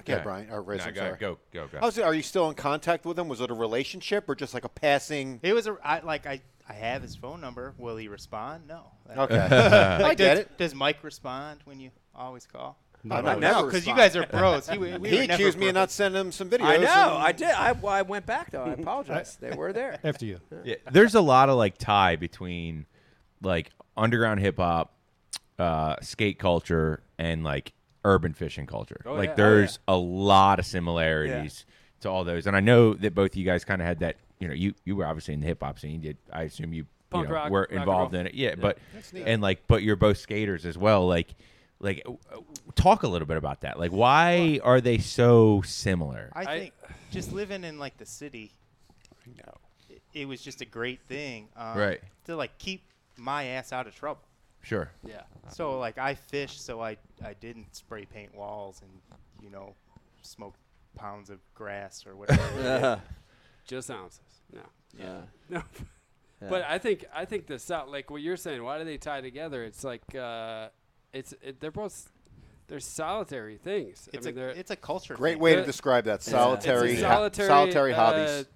[SPEAKER 2] Okay,
[SPEAKER 5] Yeah.
[SPEAKER 2] Brian or Riz,
[SPEAKER 5] No,
[SPEAKER 2] I'm
[SPEAKER 5] go-
[SPEAKER 2] sorry.
[SPEAKER 5] go- go- go.
[SPEAKER 2] I was- uh, are you still in contact with him? Was it a relationship or just like a passing?
[SPEAKER 7] It was a I, like I I have his phone number. Will he respond? No.
[SPEAKER 2] Okay.
[SPEAKER 7] Like,
[SPEAKER 2] I get
[SPEAKER 7] does,
[SPEAKER 2] it.
[SPEAKER 7] Does Mike respond when you always call?
[SPEAKER 2] No, I never
[SPEAKER 7] because you
[SPEAKER 2] respond.
[SPEAKER 7] guys are bros. He, we
[SPEAKER 2] He
[SPEAKER 7] were never
[SPEAKER 2] accused me of
[SPEAKER 7] bros.
[SPEAKER 2] not sending him some videos.
[SPEAKER 1] I know.
[SPEAKER 2] and-
[SPEAKER 1] I did. I, well, I went back though. I apologize. they were there.
[SPEAKER 4] After you.
[SPEAKER 5] Yeah, there's a lot of like tie between like underground hip hop, uh, skate culture, and like urban fishing culture.
[SPEAKER 10] Oh,
[SPEAKER 5] like
[SPEAKER 10] yeah. Oh,
[SPEAKER 5] there's a lot of similarities to all those, and I know that both of you guys kind of had that. You know, you you were obviously in the hip hop scene. Did I assume you, you
[SPEAKER 10] Punk
[SPEAKER 5] know,
[SPEAKER 10] rock,
[SPEAKER 5] were
[SPEAKER 10] rock and
[SPEAKER 5] involved
[SPEAKER 10] roll.
[SPEAKER 5] in it? Yeah,
[SPEAKER 10] Yeah.
[SPEAKER 5] but
[SPEAKER 10] That's neat.
[SPEAKER 5] and like, but you're both skaters as well. Like. Like, w- w- talk a little bit about that. Like, why are they so similar?
[SPEAKER 7] I think just living in like the city. No. It, it was just a great thing. Um,
[SPEAKER 5] Right.
[SPEAKER 7] To like keep my ass out of trouble.
[SPEAKER 5] Sure.
[SPEAKER 6] Yeah.
[SPEAKER 7] So like I fished, so I I didn't spray paint walls and you know smoke pounds of grass or whatever. I did.
[SPEAKER 2] Uh-huh.
[SPEAKER 6] Just ounces.
[SPEAKER 2] Uh.
[SPEAKER 6] No.
[SPEAKER 1] Yeah.
[SPEAKER 6] No.
[SPEAKER 1] Yeah.
[SPEAKER 6] But I think I think the South, like what you're saying, why do they tie together? It's like uh, it's it, they're both they're solitary things.
[SPEAKER 7] It's
[SPEAKER 6] I mean,
[SPEAKER 7] a-
[SPEAKER 6] they're,
[SPEAKER 7] it's a culture
[SPEAKER 2] Great thing. way to
[SPEAKER 6] They're-
[SPEAKER 2] describe that.
[SPEAKER 6] it's a
[SPEAKER 2] Solitary ho-
[SPEAKER 6] solitary,
[SPEAKER 2] solitary
[SPEAKER 6] uh,
[SPEAKER 2] hobbies.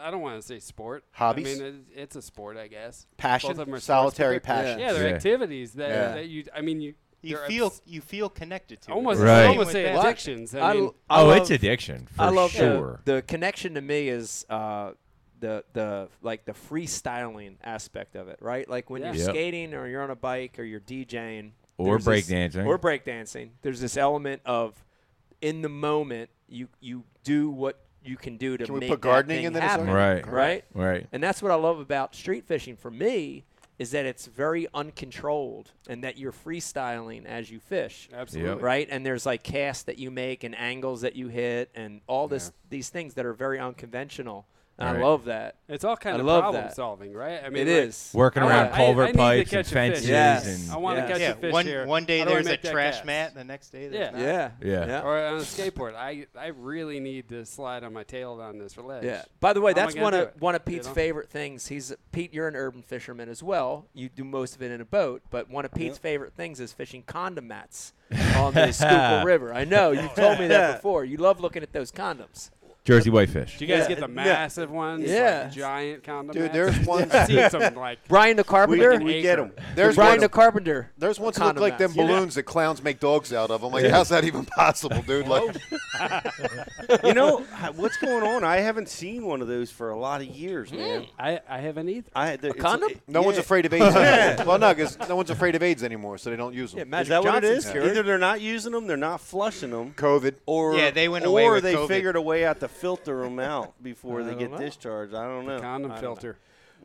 [SPEAKER 6] I don't want to say sport.
[SPEAKER 2] Hobbies?
[SPEAKER 6] I mean, it, it's a sport, I guess.
[SPEAKER 2] Passion?
[SPEAKER 6] Both of 'em are sports,
[SPEAKER 2] Solitary
[SPEAKER 6] but they're-
[SPEAKER 2] passions.
[SPEAKER 6] Yeah, they're
[SPEAKER 2] Yeah.
[SPEAKER 6] activities that,
[SPEAKER 2] Yeah.
[SPEAKER 6] that you. I mean, you
[SPEAKER 7] You
[SPEAKER 6] they're
[SPEAKER 7] feel you feel connected to
[SPEAKER 6] Almost-
[SPEAKER 7] it.
[SPEAKER 5] Right.
[SPEAKER 7] Same
[SPEAKER 6] almost
[SPEAKER 7] with
[SPEAKER 6] say
[SPEAKER 7] that.
[SPEAKER 6] What? addictions. I
[SPEAKER 1] I
[SPEAKER 6] mean-
[SPEAKER 1] l- I
[SPEAKER 5] Oh,
[SPEAKER 1] love-
[SPEAKER 5] it's addiction for
[SPEAKER 1] I love the-
[SPEAKER 5] sure.
[SPEAKER 1] The, connection to me is uh, the the like the freestyling aspect of it, right? Like when
[SPEAKER 5] Yeah.
[SPEAKER 1] you're
[SPEAKER 5] Yep.
[SPEAKER 1] skating or you're on a bike or you're DJing
[SPEAKER 5] Or
[SPEAKER 1] there's this-
[SPEAKER 5] breakdancing.
[SPEAKER 1] or breakdancing. There's this element of in the moment you you do what you can do to
[SPEAKER 2] Can we
[SPEAKER 1] make that
[SPEAKER 2] put gardening
[SPEAKER 1] thing
[SPEAKER 2] in there or
[SPEAKER 1] happen.
[SPEAKER 2] something? Right.
[SPEAKER 1] right,
[SPEAKER 5] Right.
[SPEAKER 1] And that's what I love about street fishing for me is that it's very uncontrolled and that you're freestyling as you fish.
[SPEAKER 6] Absolutely. Yep.
[SPEAKER 1] Right, and there's like casts that you make and angles that you hit and all this these things that are very unconventional. And I
[SPEAKER 5] Right.
[SPEAKER 1] love that.
[SPEAKER 6] It's all kind
[SPEAKER 1] I
[SPEAKER 6] of
[SPEAKER 1] love
[SPEAKER 6] problem
[SPEAKER 1] that.
[SPEAKER 6] solving, right? I
[SPEAKER 1] It
[SPEAKER 6] mean, like,
[SPEAKER 1] is.
[SPEAKER 10] Working
[SPEAKER 6] I
[SPEAKER 10] around
[SPEAKER 6] wanna- I-
[SPEAKER 10] culvert
[SPEAKER 6] I need to
[SPEAKER 10] pipes
[SPEAKER 6] catch
[SPEAKER 10] and
[SPEAKER 6] a fish.
[SPEAKER 10] fences Yes. and-
[SPEAKER 6] I want to
[SPEAKER 10] Yeah.
[SPEAKER 6] catch
[SPEAKER 10] Yeah,
[SPEAKER 6] a fish
[SPEAKER 7] one-
[SPEAKER 6] here.
[SPEAKER 7] one day
[SPEAKER 6] How do I
[SPEAKER 7] there's a
[SPEAKER 6] make that
[SPEAKER 7] trash
[SPEAKER 6] cast?
[SPEAKER 7] mat, the next day
[SPEAKER 6] yeah.
[SPEAKER 7] there's
[SPEAKER 1] not. Yeah. Yeah. Yeah.
[SPEAKER 6] Or on a skateboard, I I really need to slide on my tail down this ledge.
[SPEAKER 1] Yeah. By the way,
[SPEAKER 6] How am I
[SPEAKER 1] that's
[SPEAKER 6] gonna
[SPEAKER 1] one
[SPEAKER 6] do
[SPEAKER 1] of
[SPEAKER 6] it?
[SPEAKER 1] one of
[SPEAKER 6] You
[SPEAKER 1] Pete's
[SPEAKER 6] know?
[SPEAKER 1] favorite things. He's Pete. You're an urban fisherman as well. You do most of it in a boat, but one of Pete's favorite things is fishing condimats on the Schuylkill River. I know you told me that before. You love looking at those condoms.
[SPEAKER 5] Jersey whitefish.
[SPEAKER 6] Do you guys
[SPEAKER 1] Yeah.
[SPEAKER 6] get the
[SPEAKER 1] Yeah.
[SPEAKER 6] massive ones?
[SPEAKER 1] Yeah.
[SPEAKER 6] Like giant condom.
[SPEAKER 2] Dude,
[SPEAKER 6] mats?
[SPEAKER 2] there's one.
[SPEAKER 6] I've seen some like
[SPEAKER 1] Brian the Carpenter.
[SPEAKER 6] We- we get 'em.
[SPEAKER 1] There's Brian
[SPEAKER 2] one-
[SPEAKER 1] the Carpenter.
[SPEAKER 2] There's ones that look like them
[SPEAKER 1] condimats. You know-
[SPEAKER 2] balloons that clowns make dogs out of. I'm like, how's that even possible, dude?
[SPEAKER 1] Oh,
[SPEAKER 2] Like,
[SPEAKER 3] Oh. you know h- what's going on? I haven't seen one of those for a lot of years,
[SPEAKER 4] Hmm.
[SPEAKER 3] man.
[SPEAKER 6] I, I haven't either.
[SPEAKER 3] I had the, it's-
[SPEAKER 1] condom?
[SPEAKER 3] it-
[SPEAKER 2] no one's
[SPEAKER 3] yeah.
[SPEAKER 2] afraid of AIDS.
[SPEAKER 3] Yeah.
[SPEAKER 2] anymore. Well, no, because no one's afraid of AIDS anymore, so they don't use them.
[SPEAKER 1] Yeah, Magic
[SPEAKER 3] is that what it
[SPEAKER 1] Johnson's
[SPEAKER 3] is?
[SPEAKER 1] cured.
[SPEAKER 3] Either they're not using them, they're not flushing them,
[SPEAKER 2] COVID.
[SPEAKER 3] or
[SPEAKER 7] Yeah, they went
[SPEAKER 3] or
[SPEAKER 7] away with
[SPEAKER 3] they
[SPEAKER 7] COVID.
[SPEAKER 3] figured a way out to filter them out before
[SPEAKER 1] I
[SPEAKER 3] they
[SPEAKER 1] don't
[SPEAKER 3] get
[SPEAKER 1] know.
[SPEAKER 3] discharged. I don't know.
[SPEAKER 6] condom
[SPEAKER 3] I don't
[SPEAKER 6] filter.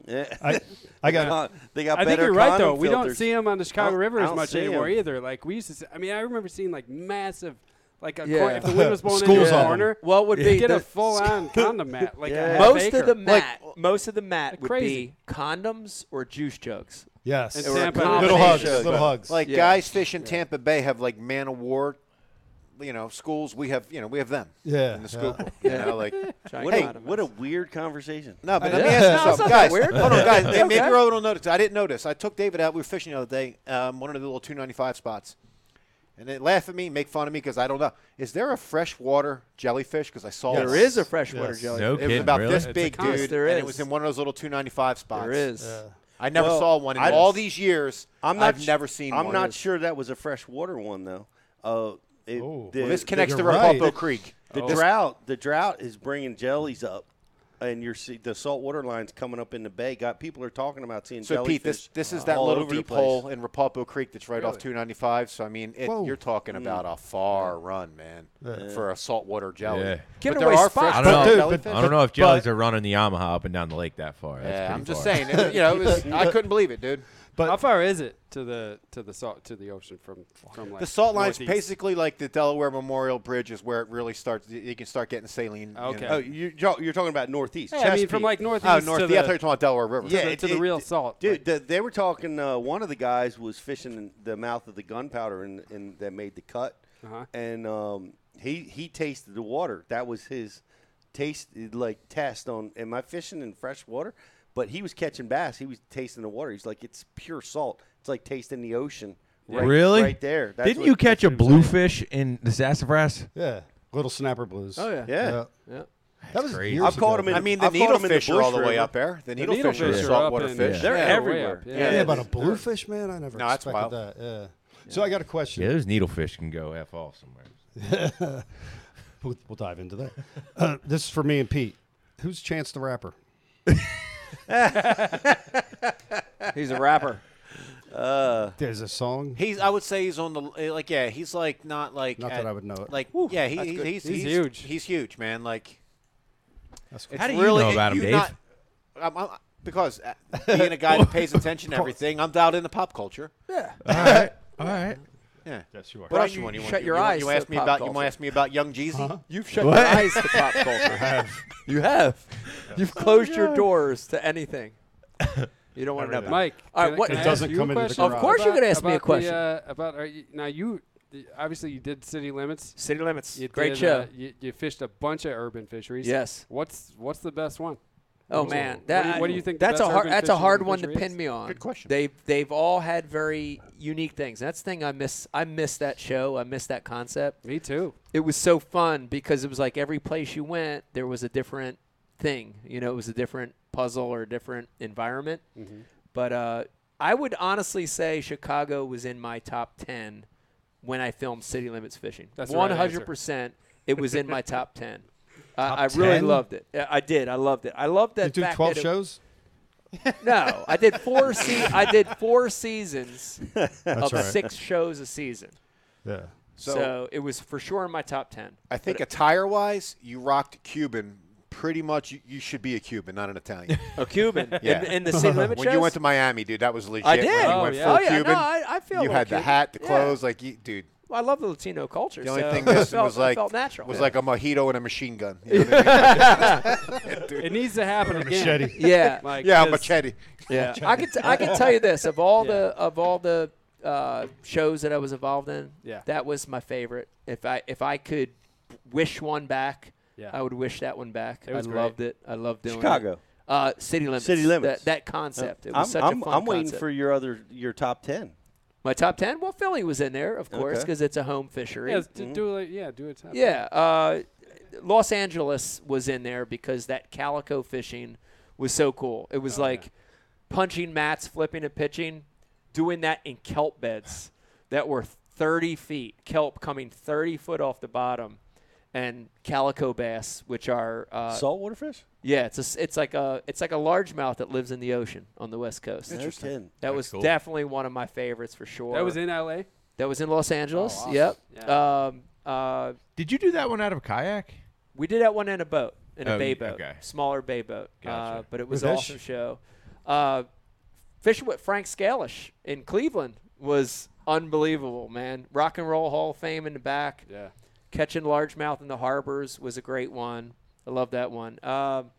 [SPEAKER 3] know. Yeah.
[SPEAKER 4] I, I got
[SPEAKER 3] Uh, they got
[SPEAKER 6] I think
[SPEAKER 3] better
[SPEAKER 6] you're right though.
[SPEAKER 3] condom
[SPEAKER 6] We don't
[SPEAKER 3] filters.
[SPEAKER 6] see them on the Chicago
[SPEAKER 3] I don't-
[SPEAKER 6] River
[SPEAKER 3] I
[SPEAKER 6] as
[SPEAKER 3] don't
[SPEAKER 6] much
[SPEAKER 3] see 'em.
[SPEAKER 6] anymore either. Like we used to. See, I mean, I remember seeing like massive, like a
[SPEAKER 1] Yeah.
[SPEAKER 6] cor- if the wind was blowing
[SPEAKER 4] Schools
[SPEAKER 6] into
[SPEAKER 4] on
[SPEAKER 6] a
[SPEAKER 4] 'em.
[SPEAKER 6] corner,
[SPEAKER 1] What would
[SPEAKER 6] you
[SPEAKER 1] be
[SPEAKER 6] get a
[SPEAKER 1] the-
[SPEAKER 6] full on condom mat? Like a half
[SPEAKER 1] most
[SPEAKER 6] acre.
[SPEAKER 1] of the mat, most of the mat would
[SPEAKER 6] crazy.
[SPEAKER 1] be condoms or juice jugs.
[SPEAKER 4] yes.
[SPEAKER 6] And
[SPEAKER 1] Or a
[SPEAKER 6] Tampa-
[SPEAKER 1] condom.
[SPEAKER 4] Little hugs.
[SPEAKER 2] Shows.
[SPEAKER 4] Little hugs.
[SPEAKER 2] Like
[SPEAKER 1] Yeah.
[SPEAKER 2] guys fish in Tampa Bay have like man of war, you know, schools. We have you know we have them.
[SPEAKER 4] Yeah,
[SPEAKER 2] In
[SPEAKER 4] yeah.
[SPEAKER 2] the school. You know, like
[SPEAKER 3] What,
[SPEAKER 2] Hey,
[SPEAKER 3] a, what a weird conversation.
[SPEAKER 2] no, but
[SPEAKER 1] Yeah.
[SPEAKER 2] let me
[SPEAKER 1] No,
[SPEAKER 2] ask you
[SPEAKER 1] it's not
[SPEAKER 2] something,
[SPEAKER 1] that
[SPEAKER 2] guys.
[SPEAKER 1] weird.
[SPEAKER 2] Hold on, guys.
[SPEAKER 1] Okay.
[SPEAKER 2] Maybe you're over on notice. I didn't notice. I took David out. We were fishing the other day. Um, one of the little 295 spots. And they laugh at me, make fun of me because I don't know. Is there a freshwater jellyfish? Because I saw
[SPEAKER 1] There
[SPEAKER 2] one.
[SPEAKER 1] is a freshwater
[SPEAKER 4] Yes.
[SPEAKER 1] jellyfish.
[SPEAKER 5] No
[SPEAKER 2] It was
[SPEAKER 5] kidding,
[SPEAKER 2] about
[SPEAKER 5] really?
[SPEAKER 2] this
[SPEAKER 6] a
[SPEAKER 2] big,
[SPEAKER 6] constant.
[SPEAKER 2] dude.
[SPEAKER 1] There
[SPEAKER 2] And
[SPEAKER 1] is.
[SPEAKER 2] it was in one of those little 295 spots.
[SPEAKER 1] There is.
[SPEAKER 2] I never
[SPEAKER 3] Well,
[SPEAKER 2] saw one in
[SPEAKER 3] I-
[SPEAKER 2] all these years.
[SPEAKER 3] I'm not.
[SPEAKER 2] I've
[SPEAKER 3] sh-
[SPEAKER 2] never seen
[SPEAKER 3] I'm
[SPEAKER 2] one.
[SPEAKER 3] not sure that was a freshwater one though. Uh, it-
[SPEAKER 4] Oh.
[SPEAKER 3] the,
[SPEAKER 2] Well, this connects to
[SPEAKER 4] You're right.
[SPEAKER 2] Repaupo Creek. Oh.
[SPEAKER 3] the drought. The drought is bringing jellies up, and you're see the saltwater lines coming up in the bay. Got people are talking about seeing
[SPEAKER 2] So
[SPEAKER 3] jellyfish. uh,
[SPEAKER 2] Pete, this this is that
[SPEAKER 3] all
[SPEAKER 2] little
[SPEAKER 3] over the
[SPEAKER 2] deep
[SPEAKER 3] place.
[SPEAKER 2] hole in Repaupo Creek that's right off 295. So I mean, it,
[SPEAKER 4] Whoa.
[SPEAKER 2] you're talking about a far run, man, for a saltwater jelly.
[SPEAKER 5] Yeah.
[SPEAKER 1] Giving
[SPEAKER 2] but there
[SPEAKER 1] away
[SPEAKER 2] are
[SPEAKER 1] spots.
[SPEAKER 5] I
[SPEAKER 2] fresh
[SPEAKER 5] don't know.
[SPEAKER 4] But, dude,
[SPEAKER 2] jellyfish.
[SPEAKER 4] but-
[SPEAKER 5] I don't know if jellies
[SPEAKER 4] but-
[SPEAKER 5] are running the Yamaha up and down the lake that far. That's
[SPEAKER 2] Yeah,
[SPEAKER 5] pretty
[SPEAKER 2] I'm just
[SPEAKER 5] far.
[SPEAKER 2] saying. It, you know, it was, I couldn't believe it, dude.
[SPEAKER 6] How far is it to the to the salt to the ocean from from like
[SPEAKER 2] The salt line's
[SPEAKER 6] northeast?
[SPEAKER 2] basically like the Delaware Memorial Bridge is where it really starts. You you can start getting saline. you
[SPEAKER 6] Okay.
[SPEAKER 2] know.
[SPEAKER 3] Oh, you, you're talking about northeast.
[SPEAKER 6] Yeah, I mean,
[SPEAKER 3] Chesapeake.
[SPEAKER 6] from like northeast
[SPEAKER 2] Oh,
[SPEAKER 6] to
[SPEAKER 2] north.
[SPEAKER 6] the,
[SPEAKER 2] Yeah, I thought you were talking about Delaware River.
[SPEAKER 6] the- to the real salt,
[SPEAKER 3] Dude,
[SPEAKER 6] like-
[SPEAKER 3] the, they were talking. Uh, one of the guys was fishing in the mouth of the gunpowder and, and that made the cut,
[SPEAKER 6] Uh-huh.
[SPEAKER 3] and um, he he tasted the water. That was his taste, like test on. Am I fishing in fresh water? But he was catching bass. He was tasting the water. He's like, it's pure salt. It's like tasting the ocean. Right,
[SPEAKER 10] really?
[SPEAKER 3] right there. That's
[SPEAKER 10] Didn't
[SPEAKER 3] what-
[SPEAKER 10] you catch a
[SPEAKER 3] that's what he was saying.
[SPEAKER 10] bluefish in the sassafras?
[SPEAKER 4] Yeah. Little snapper blues.
[SPEAKER 1] Oh yeah.
[SPEAKER 3] Yeah.
[SPEAKER 1] Yeah.
[SPEAKER 4] That was
[SPEAKER 5] crazy.
[SPEAKER 4] years
[SPEAKER 3] I've caught them
[SPEAKER 4] ago.
[SPEAKER 3] in.
[SPEAKER 2] I mean, the
[SPEAKER 3] I've caught 'em in the
[SPEAKER 2] needlefish are
[SPEAKER 3] Bush
[SPEAKER 2] all the way
[SPEAKER 3] River.
[SPEAKER 2] up there. The
[SPEAKER 6] The
[SPEAKER 2] needlefish are
[SPEAKER 6] needlefish are up
[SPEAKER 2] saltwater
[SPEAKER 6] in-
[SPEAKER 2] fish.
[SPEAKER 6] yeah.
[SPEAKER 3] They're
[SPEAKER 6] way
[SPEAKER 3] everywhere.
[SPEAKER 6] up,
[SPEAKER 3] Yeah,
[SPEAKER 6] Yeah,
[SPEAKER 4] Yeah,
[SPEAKER 3] yeah,
[SPEAKER 4] about a
[SPEAKER 3] this-
[SPEAKER 4] bluefish, man. I never
[SPEAKER 2] No, that's
[SPEAKER 4] expected
[SPEAKER 2] wild.
[SPEAKER 4] that. Yeah. So I got a question.
[SPEAKER 5] Yeah, those needlefish can go f off somewhere.
[SPEAKER 4] We'll, we'll dive into that. Uh, this is for me and Pete. Who's Chance the Rapper?
[SPEAKER 1] He's a rapper.
[SPEAKER 4] There's a song.
[SPEAKER 2] He's. I would say he's on the eh, like. Yeah, he's like not like.
[SPEAKER 4] Not that I would know it.
[SPEAKER 2] Like, yeah, he, he's, he's,
[SPEAKER 6] He's huge.
[SPEAKER 2] He's huge, man. Like,
[SPEAKER 4] That's cool.
[SPEAKER 2] it's
[SPEAKER 5] How do you
[SPEAKER 2] really,
[SPEAKER 5] know about him,
[SPEAKER 2] you
[SPEAKER 5] Dave?
[SPEAKER 2] Not, I'm, I'm, because uh, being a guy that pays attention to everything, I'm dialed into pop culture.
[SPEAKER 10] All right. All right.
[SPEAKER 2] Yeah.
[SPEAKER 4] Yes, you are.
[SPEAKER 2] What else
[SPEAKER 1] you
[SPEAKER 2] you want? You
[SPEAKER 1] shut
[SPEAKER 2] want- you
[SPEAKER 1] your
[SPEAKER 2] want-
[SPEAKER 1] eyes
[SPEAKER 2] You
[SPEAKER 1] to
[SPEAKER 2] asked me
[SPEAKER 1] pop
[SPEAKER 2] about. You
[SPEAKER 1] culture.
[SPEAKER 2] want to ask me about Young
[SPEAKER 4] Uh-huh.
[SPEAKER 2] Jeezy?
[SPEAKER 1] You've shut your eyes to pop culture. you have. You've closed your doors to anything. You don't want to know about.
[SPEAKER 6] Mike,
[SPEAKER 1] All right,
[SPEAKER 6] can I-
[SPEAKER 1] what-
[SPEAKER 6] can
[SPEAKER 4] It
[SPEAKER 6] I
[SPEAKER 4] doesn't
[SPEAKER 6] ask you
[SPEAKER 4] come
[SPEAKER 6] a
[SPEAKER 4] into the
[SPEAKER 6] question?
[SPEAKER 4] garage. Of course
[SPEAKER 1] you're gonna ask me a
[SPEAKER 6] about the,
[SPEAKER 1] question.
[SPEAKER 6] uh, about are you, now you the- obviously you did city limits.
[SPEAKER 1] City limits.
[SPEAKER 6] You
[SPEAKER 1] Great
[SPEAKER 6] did,
[SPEAKER 1] show.
[SPEAKER 6] uh, you, you fished a bunch of urban fisheries.
[SPEAKER 1] Yes.
[SPEAKER 6] What's what's the best one?
[SPEAKER 1] Oh
[SPEAKER 6] What do you-
[SPEAKER 1] man,
[SPEAKER 6] what
[SPEAKER 1] that
[SPEAKER 6] do you- what do you think the
[SPEAKER 1] That's
[SPEAKER 6] best
[SPEAKER 1] a hard.
[SPEAKER 6] urban
[SPEAKER 1] That's a
[SPEAKER 6] fishing
[SPEAKER 1] hard
[SPEAKER 6] urban
[SPEAKER 1] one to
[SPEAKER 6] fishery
[SPEAKER 1] pin
[SPEAKER 6] is?
[SPEAKER 1] me on.
[SPEAKER 2] Good question.
[SPEAKER 1] They've they've all had very unique things. That's the thing I miss. I miss that show. I miss that concept.
[SPEAKER 6] Me too.
[SPEAKER 1] It was so fun because it was like every place you went, there was a different thing. You know, it was a different puzzle or a different environment.
[SPEAKER 6] Mm-hmm.
[SPEAKER 1] But uh, I would honestly say Chicago was in my top ten when I filmed City Limits Fishing.
[SPEAKER 6] That's the right
[SPEAKER 1] One
[SPEAKER 6] answer.
[SPEAKER 1] hundred percent. It was in my top ten. I I really
[SPEAKER 10] 10?
[SPEAKER 1] loved it. Yeah, I did. I loved it. I loved that.
[SPEAKER 4] You do
[SPEAKER 1] fact
[SPEAKER 4] 12
[SPEAKER 1] that it-
[SPEAKER 4] shows?
[SPEAKER 1] no, I did four. Se- I did four seasons of
[SPEAKER 4] right.
[SPEAKER 1] six shows a season.
[SPEAKER 4] Yeah.
[SPEAKER 1] So, it was for sure in my top ten.
[SPEAKER 2] I think attire wise, you rocked Cuban. Pretty much, you, you should be a Cuban, not an Italian.
[SPEAKER 1] A Cuban? In- in the city limit
[SPEAKER 2] When
[SPEAKER 1] shows?
[SPEAKER 2] you went to Miami, dude, that was legit.
[SPEAKER 1] I
[SPEAKER 2] When
[SPEAKER 1] did.
[SPEAKER 2] you
[SPEAKER 1] Oh,
[SPEAKER 2] went
[SPEAKER 1] yeah.
[SPEAKER 2] full
[SPEAKER 1] Oh, yeah. No,
[SPEAKER 2] Cuban,
[SPEAKER 1] I- I feel a
[SPEAKER 2] You
[SPEAKER 1] little
[SPEAKER 2] had the
[SPEAKER 1] Cuban.
[SPEAKER 2] hat, the
[SPEAKER 1] Yeah.
[SPEAKER 2] clothes, like you, dude.
[SPEAKER 1] Well, I love the Latino culture.
[SPEAKER 2] The only
[SPEAKER 1] so
[SPEAKER 2] thing
[SPEAKER 1] I
[SPEAKER 2] missing
[SPEAKER 1] felt-
[SPEAKER 2] was
[SPEAKER 1] I
[SPEAKER 2] like
[SPEAKER 1] felt natural.
[SPEAKER 2] was
[SPEAKER 1] Yeah.
[SPEAKER 2] like a mojito and a machine gun. You know what I mean? Dude.
[SPEAKER 6] It needs to happen
[SPEAKER 2] Or a
[SPEAKER 6] again.
[SPEAKER 2] machete.
[SPEAKER 1] Yeah.
[SPEAKER 6] Like,
[SPEAKER 2] yeah, a
[SPEAKER 6] just-
[SPEAKER 2] machete.
[SPEAKER 1] Yeah, I can t- I can tell you this of all the of all the uh, shows that I was involved in,
[SPEAKER 6] Yeah.
[SPEAKER 1] that was my favorite. If I if I could wish one back,
[SPEAKER 6] Yeah.
[SPEAKER 1] I would wish that one back.
[SPEAKER 3] It was
[SPEAKER 1] I
[SPEAKER 3] great.
[SPEAKER 1] loved it. I loved doing It.
[SPEAKER 3] Chicago.
[SPEAKER 1] Uh, city limits.
[SPEAKER 3] City limits. Uh,
[SPEAKER 1] That, that concept. It was
[SPEAKER 3] I'm,
[SPEAKER 1] such
[SPEAKER 3] I'm-
[SPEAKER 1] a fun
[SPEAKER 3] I'm waiting
[SPEAKER 1] concept.
[SPEAKER 3] for your other your top ten.
[SPEAKER 1] My top ten. Well, Philly was in there, of course,
[SPEAKER 3] Okay.
[SPEAKER 1] because it's a home fishery. Mm-hmm.
[SPEAKER 6] Yeah, d- do it. Yeah, do it.
[SPEAKER 1] Yeah, uh, Los Angeles was in there because that calico fishing was so cool. It
[SPEAKER 3] Oh,
[SPEAKER 1] was like punching mats, flipping and pitching, doing that in kelp beds that were 30 feet, kelp coming 30 foot off the bottom, and calico bass, which are uh,
[SPEAKER 3] Saltwater fish?
[SPEAKER 1] Yeah, it's a s it's like a it's like a largemouth that lives in the ocean on the west coast.
[SPEAKER 3] Interesting.
[SPEAKER 1] That
[SPEAKER 3] That's
[SPEAKER 1] was
[SPEAKER 3] cool.
[SPEAKER 1] definitely one of my favorites for sure.
[SPEAKER 6] That was in L.A.
[SPEAKER 1] That was in Los Angeles.
[SPEAKER 6] awesome.
[SPEAKER 1] Yep.
[SPEAKER 6] Yeah.
[SPEAKER 1] Um, uh,
[SPEAKER 10] Did you do that one out of a kayak?
[SPEAKER 1] We did that one in a boat, in a
[SPEAKER 10] Oh,
[SPEAKER 1] bay
[SPEAKER 10] you-
[SPEAKER 1] boat,
[SPEAKER 10] okay.
[SPEAKER 1] smaller bay boat. Uh,
[SPEAKER 10] Gotcha.
[SPEAKER 1] but it was an
[SPEAKER 10] With
[SPEAKER 1] awesome show. Uh, fishing with Frank Scalish in Cleveland was unbelievable, man. Rock and Roll Hall of Fame in the back.
[SPEAKER 6] Yeah.
[SPEAKER 1] Catching largemouth in the harbors was a great one. I love that one. Um,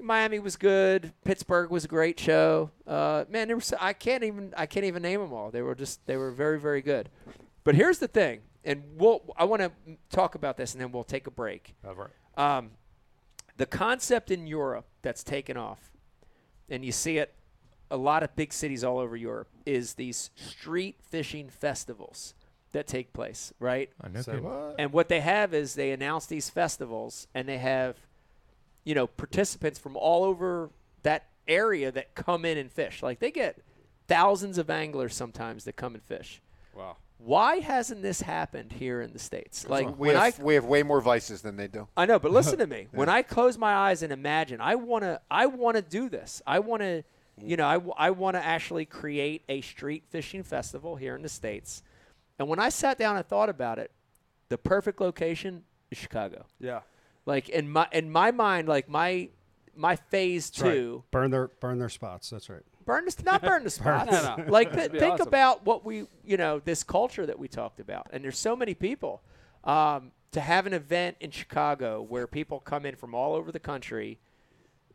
[SPEAKER 1] Miami was good. Pittsburgh was a great show. Uh, man, there was I can't even I can't even name them all. They were just they were very very good. But here's the thing, and we'll I want to talk about this, and then we'll take a break.
[SPEAKER 10] All right.
[SPEAKER 1] Um, the concept in Europe that's taken off, and you see it a lot of big cities all over Europe, is these street fishing festivals that take place, right?
[SPEAKER 10] I know Say people. what?
[SPEAKER 1] And what they have is they announce these festivals and they have, you know, participants from all over that area that come in and fish. Like they get thousands of anglers sometimes that come and fish.
[SPEAKER 6] Wow.
[SPEAKER 1] Why hasn't this happened here in the States? Like
[SPEAKER 2] we
[SPEAKER 1] when I
[SPEAKER 2] have, we have way more vices than they do.
[SPEAKER 1] I know, but listen to me. When I close my eyes and imagine, I want to I want to do this. I want to you know, I, want to actually create a street fishing festival here in the states. And when I sat down and thought about it, the perfect location is Chicago.
[SPEAKER 6] Yeah.
[SPEAKER 1] Like in my in my mind, like my my phase
[SPEAKER 4] That's right.
[SPEAKER 1] two,
[SPEAKER 4] Burn their burn their spots. That's right.
[SPEAKER 1] burn the not burn the spots.
[SPEAKER 4] Burn. No, no.
[SPEAKER 1] Like
[SPEAKER 4] That'd
[SPEAKER 1] th-
[SPEAKER 4] be
[SPEAKER 1] think
[SPEAKER 4] awesome.
[SPEAKER 1] about what we you know this culture that we talked about, and there's so many people. Um, to have an event in Chicago where people come in from all over the country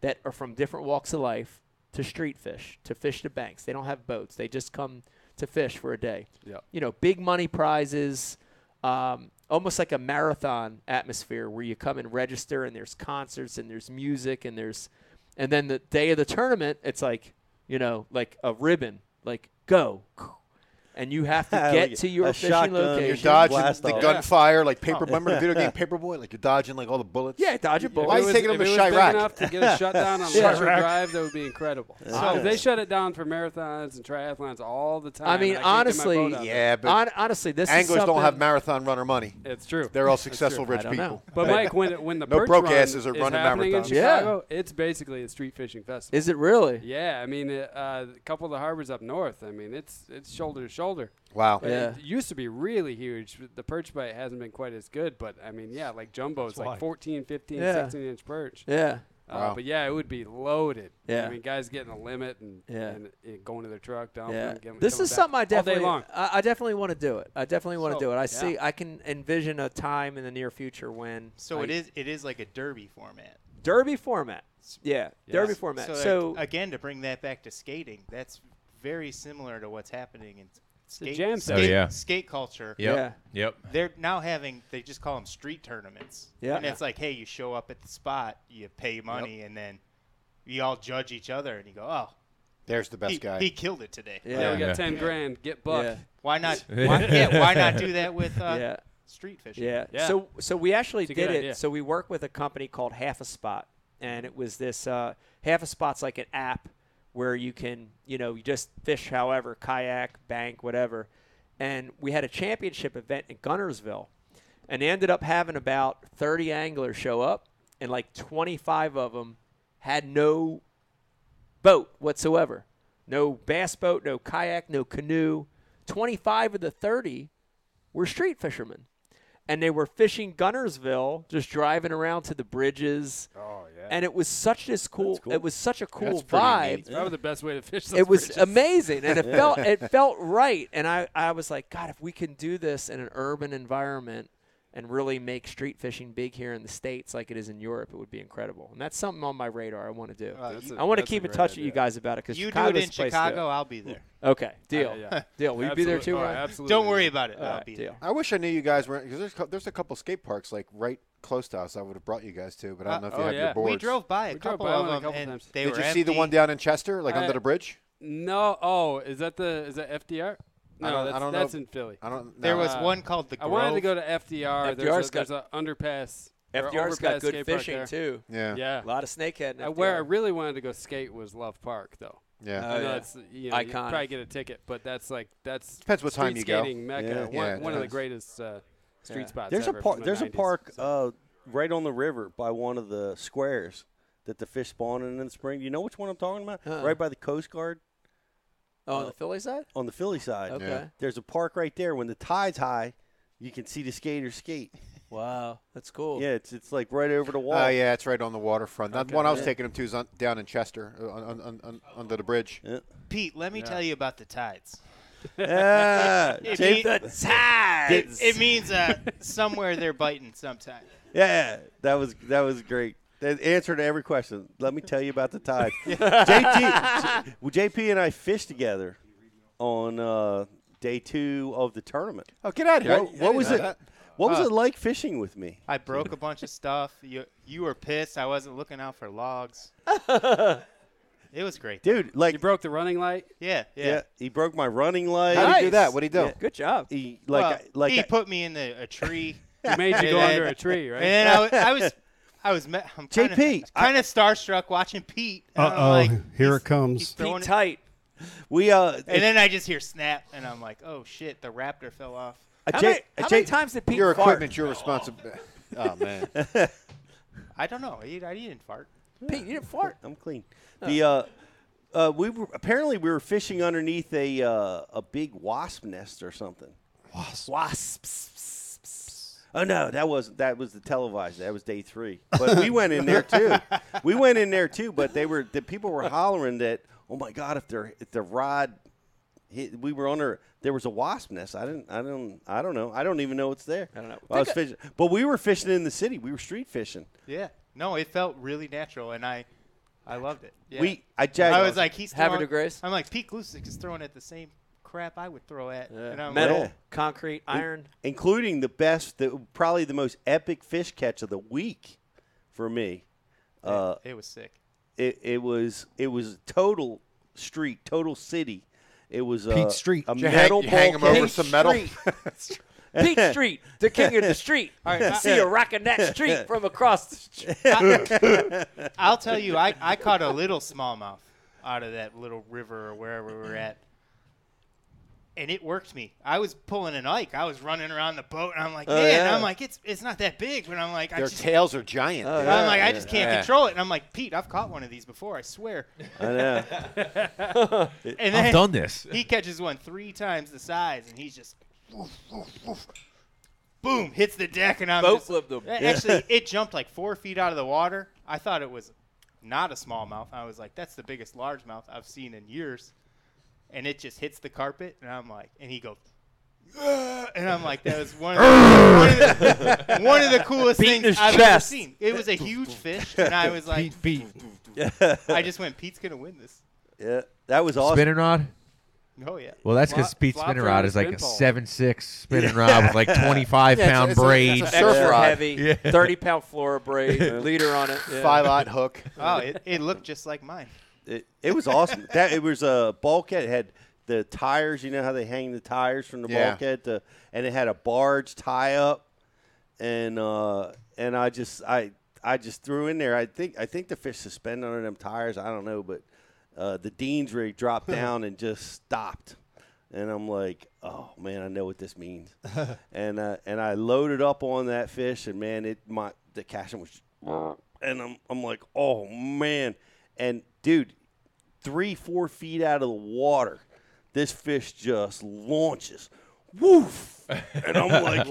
[SPEAKER 1] that are from different walks of life to street fish, to fish the banks. They don't have boats. They just come to fish for a day.
[SPEAKER 6] Yep.
[SPEAKER 1] You know, big money prizes, um, almost like a marathon atmosphere where you come and register and there's concerts and there's music and there's and then the day of the tournament, it's like, you know, like a ribbon, like go. And you have to get
[SPEAKER 2] Like
[SPEAKER 1] to your
[SPEAKER 2] a
[SPEAKER 1] fishing
[SPEAKER 2] shotgun,
[SPEAKER 1] location.
[SPEAKER 2] You're dodging the gunfire, like paper. Remember the video game Paperboy? Like you're dodging like all the bullets.
[SPEAKER 1] Yeah, dodging bullets.
[SPEAKER 2] Why
[SPEAKER 1] If
[SPEAKER 2] are
[SPEAKER 1] it was-
[SPEAKER 2] you taking
[SPEAKER 1] if
[SPEAKER 2] them to
[SPEAKER 1] it was
[SPEAKER 6] Big
[SPEAKER 2] Chirac?
[SPEAKER 6] enough to get a shutdown on
[SPEAKER 1] Yeah.
[SPEAKER 6] Lesser
[SPEAKER 1] Chirac.
[SPEAKER 6] Drive, that would be incredible. Because they shut it down for marathons and triathlons all the time.
[SPEAKER 1] I mean,
[SPEAKER 6] and can't get my
[SPEAKER 1] honestly,
[SPEAKER 6] boat out there.
[SPEAKER 2] Yeah, but
[SPEAKER 1] hon- honestly, this is
[SPEAKER 2] anglers don't have
[SPEAKER 1] something-
[SPEAKER 2] marathon runner money.
[SPEAKER 6] It's true.
[SPEAKER 2] They're all
[SPEAKER 6] It's true.
[SPEAKER 2] successful
[SPEAKER 6] I
[SPEAKER 2] rich
[SPEAKER 6] don't
[SPEAKER 2] people.
[SPEAKER 6] know. But Mike, when it- when the
[SPEAKER 2] no
[SPEAKER 6] Birch
[SPEAKER 2] broke
[SPEAKER 6] Run
[SPEAKER 2] asses are
[SPEAKER 6] is
[SPEAKER 2] running
[SPEAKER 6] happening
[SPEAKER 2] marathons.
[SPEAKER 6] in Chicago, it's basically a street fishing festival.
[SPEAKER 1] Is it really?
[SPEAKER 6] Yeah, I mean, uh, uh, a couple of the harbors up north. I mean, it's it's shoulder to shoulder.
[SPEAKER 2] Wow.
[SPEAKER 6] Uh,
[SPEAKER 2] Yeah.
[SPEAKER 6] It used to be really huge. The perch bite hasn't been quite as good, but I mean, yeah, like jumbos,
[SPEAKER 1] That's
[SPEAKER 6] like
[SPEAKER 1] why.
[SPEAKER 6] 14, 15,
[SPEAKER 1] Yeah.
[SPEAKER 6] 16 inch perch.
[SPEAKER 1] Yeah.
[SPEAKER 6] Uh,
[SPEAKER 1] Wow.
[SPEAKER 6] But yeah, it would be loaded.
[SPEAKER 1] Yeah.
[SPEAKER 6] I mean, guys getting a limit and,
[SPEAKER 1] Yeah.
[SPEAKER 6] and, and going to their truck, dumping,
[SPEAKER 1] Yeah.
[SPEAKER 6] getting-
[SPEAKER 1] This
[SPEAKER 6] coming
[SPEAKER 1] is
[SPEAKER 6] back
[SPEAKER 1] something I
[SPEAKER 6] all
[SPEAKER 1] definitely
[SPEAKER 6] day long.
[SPEAKER 1] I, I definitely want to do it. I definitely want to
[SPEAKER 7] So,
[SPEAKER 1] do it. I
[SPEAKER 7] yeah.
[SPEAKER 1] see I can envision a time in the near future when
[SPEAKER 7] So
[SPEAKER 1] I-
[SPEAKER 7] it is it is like a derby format.
[SPEAKER 1] derby format. Yeah, derby format.
[SPEAKER 7] So,
[SPEAKER 1] So,
[SPEAKER 7] ag- again, to bring that back to skating, that's very similar to what's happening in skate
[SPEAKER 6] jam
[SPEAKER 7] skate,
[SPEAKER 5] session. Oh, yeah.
[SPEAKER 7] skate culture.
[SPEAKER 5] Yep. Yeah. Yep.
[SPEAKER 7] They're now having they just call them street tournaments.
[SPEAKER 5] Yeah.
[SPEAKER 7] And it's like, hey, you show up at the spot, you pay money, and then you all judge each other, and you go, oh,
[SPEAKER 2] There's the best
[SPEAKER 7] he,
[SPEAKER 2] guy.
[SPEAKER 7] He killed it today.
[SPEAKER 6] Yeah, we got 10 grand. Get buck.
[SPEAKER 1] Yeah.
[SPEAKER 7] Why not? Why, yeah, why not do that with uh,
[SPEAKER 1] Yeah.
[SPEAKER 7] street fishing?
[SPEAKER 1] Yeah. So so we actually
[SPEAKER 7] It's a
[SPEAKER 1] did
[SPEAKER 7] good
[SPEAKER 1] it.
[SPEAKER 7] idea.
[SPEAKER 1] So we work with a company called Half a Spot, and it was this uh, Half a Spot's like an app where you can you know you just fish however kayak, bank, whatever. And we had a championship event in Gunnersville, and they ended up having about 30 anglers show up, and like 25 of them had no boat whatsoever. No bass boat, no kayak, no canoe. 25 of the 30 were street fishermen. And they were fishing Gunnersville, just driving around to the bridges. Oh yeah! And it was such this cool. It was such a cool
[SPEAKER 6] That's pretty neat.
[SPEAKER 1] vibe.
[SPEAKER 6] It's probably the best way to fish those
[SPEAKER 1] It was
[SPEAKER 6] bridges.
[SPEAKER 1] amazing, and it
[SPEAKER 6] Yeah.
[SPEAKER 1] felt it felt right. And I I was like, God, if we can do this in an urban environment and really make street fishing big here in the states like it is in Europe, it would be incredible. And that's something on my radar. I want to do.
[SPEAKER 7] Oh, that's a-
[SPEAKER 1] I want to
[SPEAKER 7] that's a
[SPEAKER 1] keep in
[SPEAKER 7] great
[SPEAKER 1] touch with
[SPEAKER 7] idea.
[SPEAKER 1] you guys about it because
[SPEAKER 7] You do it in Chicago, I'll be there.
[SPEAKER 1] Okay, deal,
[SPEAKER 7] Uh, yeah.
[SPEAKER 1] deal. Will you be there
[SPEAKER 7] Absolutely.
[SPEAKER 1] too?
[SPEAKER 7] Oh,
[SPEAKER 1] Ryan?
[SPEAKER 7] absolutely. Don't worry about it.
[SPEAKER 1] All
[SPEAKER 7] I'll
[SPEAKER 1] right,
[SPEAKER 7] be
[SPEAKER 1] deal.
[SPEAKER 2] I wish I knew you guys weren't because there's cou- there's a couple skate parks like right close to us. I would have brought you guys to, but I don't know if you have your boards.
[SPEAKER 7] We drove by a
[SPEAKER 6] Uh, oh, We drove
[SPEAKER 7] couple
[SPEAKER 6] by
[SPEAKER 7] of
[SPEAKER 6] one a
[SPEAKER 7] them,
[SPEAKER 6] couple
[SPEAKER 7] and
[SPEAKER 6] times.
[SPEAKER 7] they
[SPEAKER 2] Did
[SPEAKER 7] were
[SPEAKER 2] you see the one down in Chester, like
[SPEAKER 3] Uh,
[SPEAKER 2] under
[SPEAKER 6] I-
[SPEAKER 2] the bridge?
[SPEAKER 6] No. Oh, is that the is that FDR? No,
[SPEAKER 2] I don't-
[SPEAKER 6] that's,
[SPEAKER 2] I don't know
[SPEAKER 6] that's
[SPEAKER 2] if-
[SPEAKER 6] in Philly.
[SPEAKER 2] I don't-
[SPEAKER 7] There no. was one called the
[SPEAKER 6] I wanted to go
[SPEAKER 7] Grove.
[SPEAKER 6] to FDR.
[SPEAKER 1] FDR's
[SPEAKER 6] There's a,
[SPEAKER 1] got-
[SPEAKER 6] there's a underpass. or
[SPEAKER 1] FDR's got
[SPEAKER 6] overpass
[SPEAKER 1] good
[SPEAKER 6] skate park
[SPEAKER 1] fishing,
[SPEAKER 6] there.
[SPEAKER 1] too.
[SPEAKER 2] Yeah.
[SPEAKER 6] Yeah.
[SPEAKER 1] A lot of snakehead in
[SPEAKER 6] Uh, Where I
[SPEAKER 1] FDR.
[SPEAKER 6] really wanted to go skate was Love Park, though.
[SPEAKER 2] Yeah.
[SPEAKER 6] I
[SPEAKER 2] Oh,
[SPEAKER 6] know
[SPEAKER 2] yeah.
[SPEAKER 6] it's, you know, you
[SPEAKER 2] Iconic.
[SPEAKER 6] probably get a ticket, but that's like that's
[SPEAKER 2] Depends what time
[SPEAKER 6] street
[SPEAKER 2] you go.
[SPEAKER 6] skating mecca.
[SPEAKER 2] Yeah.
[SPEAKER 6] One,
[SPEAKER 2] Yeah, it
[SPEAKER 6] one of the
[SPEAKER 2] depends.
[SPEAKER 6] greatest uh, street spots.
[SPEAKER 3] There's a
[SPEAKER 6] ever
[SPEAKER 3] park.
[SPEAKER 6] from the
[SPEAKER 3] There's a
[SPEAKER 6] 90s.
[SPEAKER 3] park uh, right on the river by one of the squares that the fish spawn in in the spring. You know which one I'm talking about?
[SPEAKER 1] Uh-uh.
[SPEAKER 3] Right by the Coast Guard. Uh,
[SPEAKER 1] Oh, on the Philly side.
[SPEAKER 3] On the Philly side.
[SPEAKER 1] Okay. Yeah.
[SPEAKER 3] There's a park right there. When the tide's high, you can see the skaters skate.
[SPEAKER 1] Wow, that's cool.
[SPEAKER 3] Yeah, it's it's like right over the wall.
[SPEAKER 2] Oh yeah, it's right on the waterfront. The
[SPEAKER 3] Okay.
[SPEAKER 2] one I was
[SPEAKER 3] Yeah.
[SPEAKER 2] taking them to is on, down in Chester, uh, on, on, on, on, under the bridge.
[SPEAKER 7] Pete, let me
[SPEAKER 2] Yeah.
[SPEAKER 7] tell you about the tides.
[SPEAKER 3] Ah,
[SPEAKER 7] It
[SPEAKER 3] Jake-
[SPEAKER 7] mean-
[SPEAKER 3] The tides.
[SPEAKER 7] It, it means uh, somewhere they're biting sometime.
[SPEAKER 3] Yeah, that was that was great. That answer to every question. Let me tell you about the tide. JT, well, JP and I fished together on uh, day two of the tournament.
[SPEAKER 2] Oh, get out of
[SPEAKER 3] What,
[SPEAKER 2] here. I- I
[SPEAKER 3] what
[SPEAKER 2] didn't
[SPEAKER 3] was
[SPEAKER 2] know
[SPEAKER 3] it?
[SPEAKER 2] that.
[SPEAKER 3] What was
[SPEAKER 7] Uh,
[SPEAKER 3] it like fishing with me?
[SPEAKER 7] I broke a bunch of stuff. You you were pissed. I wasn't looking out for logs. it was great.
[SPEAKER 3] dude. Like you
[SPEAKER 6] broke the running light.
[SPEAKER 7] Yeah, yeah.
[SPEAKER 3] he broke my running light.
[SPEAKER 7] How'd he do Nice. that?
[SPEAKER 3] What'd
[SPEAKER 7] What'd he do?
[SPEAKER 1] Good job.
[SPEAKER 3] He like
[SPEAKER 7] Well,
[SPEAKER 3] I, like
[SPEAKER 7] he
[SPEAKER 3] I-
[SPEAKER 7] put me in the, a tree.
[SPEAKER 6] He made you
[SPEAKER 7] And
[SPEAKER 6] go under a tree, right?
[SPEAKER 7] And then I, wa- I was I was me- I'm kinda,
[SPEAKER 3] JP,
[SPEAKER 7] kind of starstruck watching Pete. and I'm
[SPEAKER 4] Uh-oh,
[SPEAKER 7] like,
[SPEAKER 4] here it comes.
[SPEAKER 7] throwing it-
[SPEAKER 3] We uh,
[SPEAKER 7] And then I just hear snap, and I'm like, oh shit, the raptor fell off.
[SPEAKER 3] Uh,
[SPEAKER 1] How, many, how many times did Pete
[SPEAKER 2] Your
[SPEAKER 1] fart?
[SPEAKER 2] equipment, your responsibility. oh man.
[SPEAKER 7] I don't know. I, I didn't fart.
[SPEAKER 1] Pete, you didn't fart.
[SPEAKER 3] I'm clean. The uh, uh, we were apparently we were fishing underneath a uh, a big wasp nest or something.
[SPEAKER 1] Wasps.
[SPEAKER 3] Oh no, that wasn't. That was the televised. That was day three. But we went in there too. We went in there too. But they were the people were hollering that. Oh my God! If their if the rod, hit, we were under. There was a wasp nest. I didn't. I don't. I don't know. I don't even know it's there. I don't know. I
[SPEAKER 7] Think
[SPEAKER 3] was
[SPEAKER 7] I-
[SPEAKER 3] fishing, but we were fishing in the city. We were street fishing.
[SPEAKER 7] Yeah. No, it felt really natural, and I, I loved it. Yeah.
[SPEAKER 3] We- I jacked-
[SPEAKER 7] I was like, he's
[SPEAKER 3] Have it
[SPEAKER 7] throwing,
[SPEAKER 3] to grace.
[SPEAKER 7] I'm like, Pete Glusick is throwing at the same crap I would throw at. And I'm like,
[SPEAKER 1] concrete,
[SPEAKER 3] In-
[SPEAKER 1] iron.
[SPEAKER 3] including the best, the, probably the most epic fish catch of the week for me. Uh,
[SPEAKER 7] it was sick.
[SPEAKER 3] It, it was it was total street, total city. It was uh,
[SPEAKER 4] Pete Street.
[SPEAKER 3] A
[SPEAKER 4] Did you hang-
[SPEAKER 3] metal
[SPEAKER 4] you hang
[SPEAKER 3] ball
[SPEAKER 4] 'em over
[SPEAKER 3] catch.
[SPEAKER 4] some metal?
[SPEAKER 1] Pete Street, the king of the street.
[SPEAKER 7] All right,
[SPEAKER 1] See you rocking that street from across the street.
[SPEAKER 7] I, I'll tell you, I, I caught a little smallmouth out of that little river or wherever we were at. And it worked me. I was pulling an Ike. I was running around the boat, and I'm like,
[SPEAKER 2] Oh,
[SPEAKER 7] man,
[SPEAKER 2] yeah.
[SPEAKER 7] I'm like, it's it's not that big, but I'm like, I
[SPEAKER 2] Their
[SPEAKER 7] just,
[SPEAKER 2] tails are giant.
[SPEAKER 7] Oh,
[SPEAKER 3] Oh,
[SPEAKER 7] I'm
[SPEAKER 2] dude.
[SPEAKER 7] like, I just can't
[SPEAKER 2] Yeah.
[SPEAKER 7] control it. And I'm like, Pete, I've caught one of these before, I swear.
[SPEAKER 3] I know.
[SPEAKER 7] and then
[SPEAKER 10] I've done this.
[SPEAKER 7] He catches one three times the size, and he's just woof, woof, woof. boom, hits the deck, and I'm
[SPEAKER 1] Boat
[SPEAKER 7] just,
[SPEAKER 1] flipped him.
[SPEAKER 7] A- Actually, it jumped like four feet out of the water. I thought it was not a smallmouth. I was like, that's the biggest largemouth I've seen in years, and it just hits the carpet, and I'm like, and he goes. "Ah," And I'm like, that was one of the, one of the, one of the coolest
[SPEAKER 1] Beating
[SPEAKER 7] things
[SPEAKER 1] his
[SPEAKER 7] I've ever
[SPEAKER 1] chest.
[SPEAKER 7] seen. It was a huge fish, and I was like,
[SPEAKER 4] Pete,
[SPEAKER 3] Pete.
[SPEAKER 7] I just went, Pete's gonna win this.
[SPEAKER 3] Yeah, that was awesome.
[SPEAKER 10] Spinning rod.
[SPEAKER 7] Oh yeah.
[SPEAKER 10] Well, that's because
[SPEAKER 7] Flop-
[SPEAKER 10] Pete's
[SPEAKER 7] flop
[SPEAKER 10] spinning
[SPEAKER 7] through
[SPEAKER 10] rod
[SPEAKER 7] the
[SPEAKER 10] is like
[SPEAKER 7] spin
[SPEAKER 10] a
[SPEAKER 7] ball.
[SPEAKER 10] seven six spinning rod with like twenty five
[SPEAKER 2] Yeah,
[SPEAKER 10] pound
[SPEAKER 2] it's a-
[SPEAKER 10] braid.
[SPEAKER 2] it's a surf
[SPEAKER 1] Extra
[SPEAKER 2] rod.
[SPEAKER 1] heavy,
[SPEAKER 2] Yeah.
[SPEAKER 1] 30 pound floor braid,
[SPEAKER 2] Yeah.
[SPEAKER 1] leader on it. Yeah.
[SPEAKER 2] Five-aught hook.
[SPEAKER 7] Oh, it, it looked just like mine.
[SPEAKER 3] It, it was awesome. that it was a bulkhead. It had the tires. You know how they hang the tires from the
[SPEAKER 2] Yeah.
[SPEAKER 3] bulkhead, to, and it had a barge tie up, and uh, and I just I I just threw in there. I think I think the fish suspended under them tires. I don't know, but uh, the Dean's rig dropped down and just stopped, and I'm like, oh man, I know what this means, and uh, and I loaded up on that fish, and man, it my the casting was and I'm, I'm like, oh man. And dude, three, four feet out of the water, this fish just launches. Whoop,
[SPEAKER 1] woof.
[SPEAKER 3] and I'm like,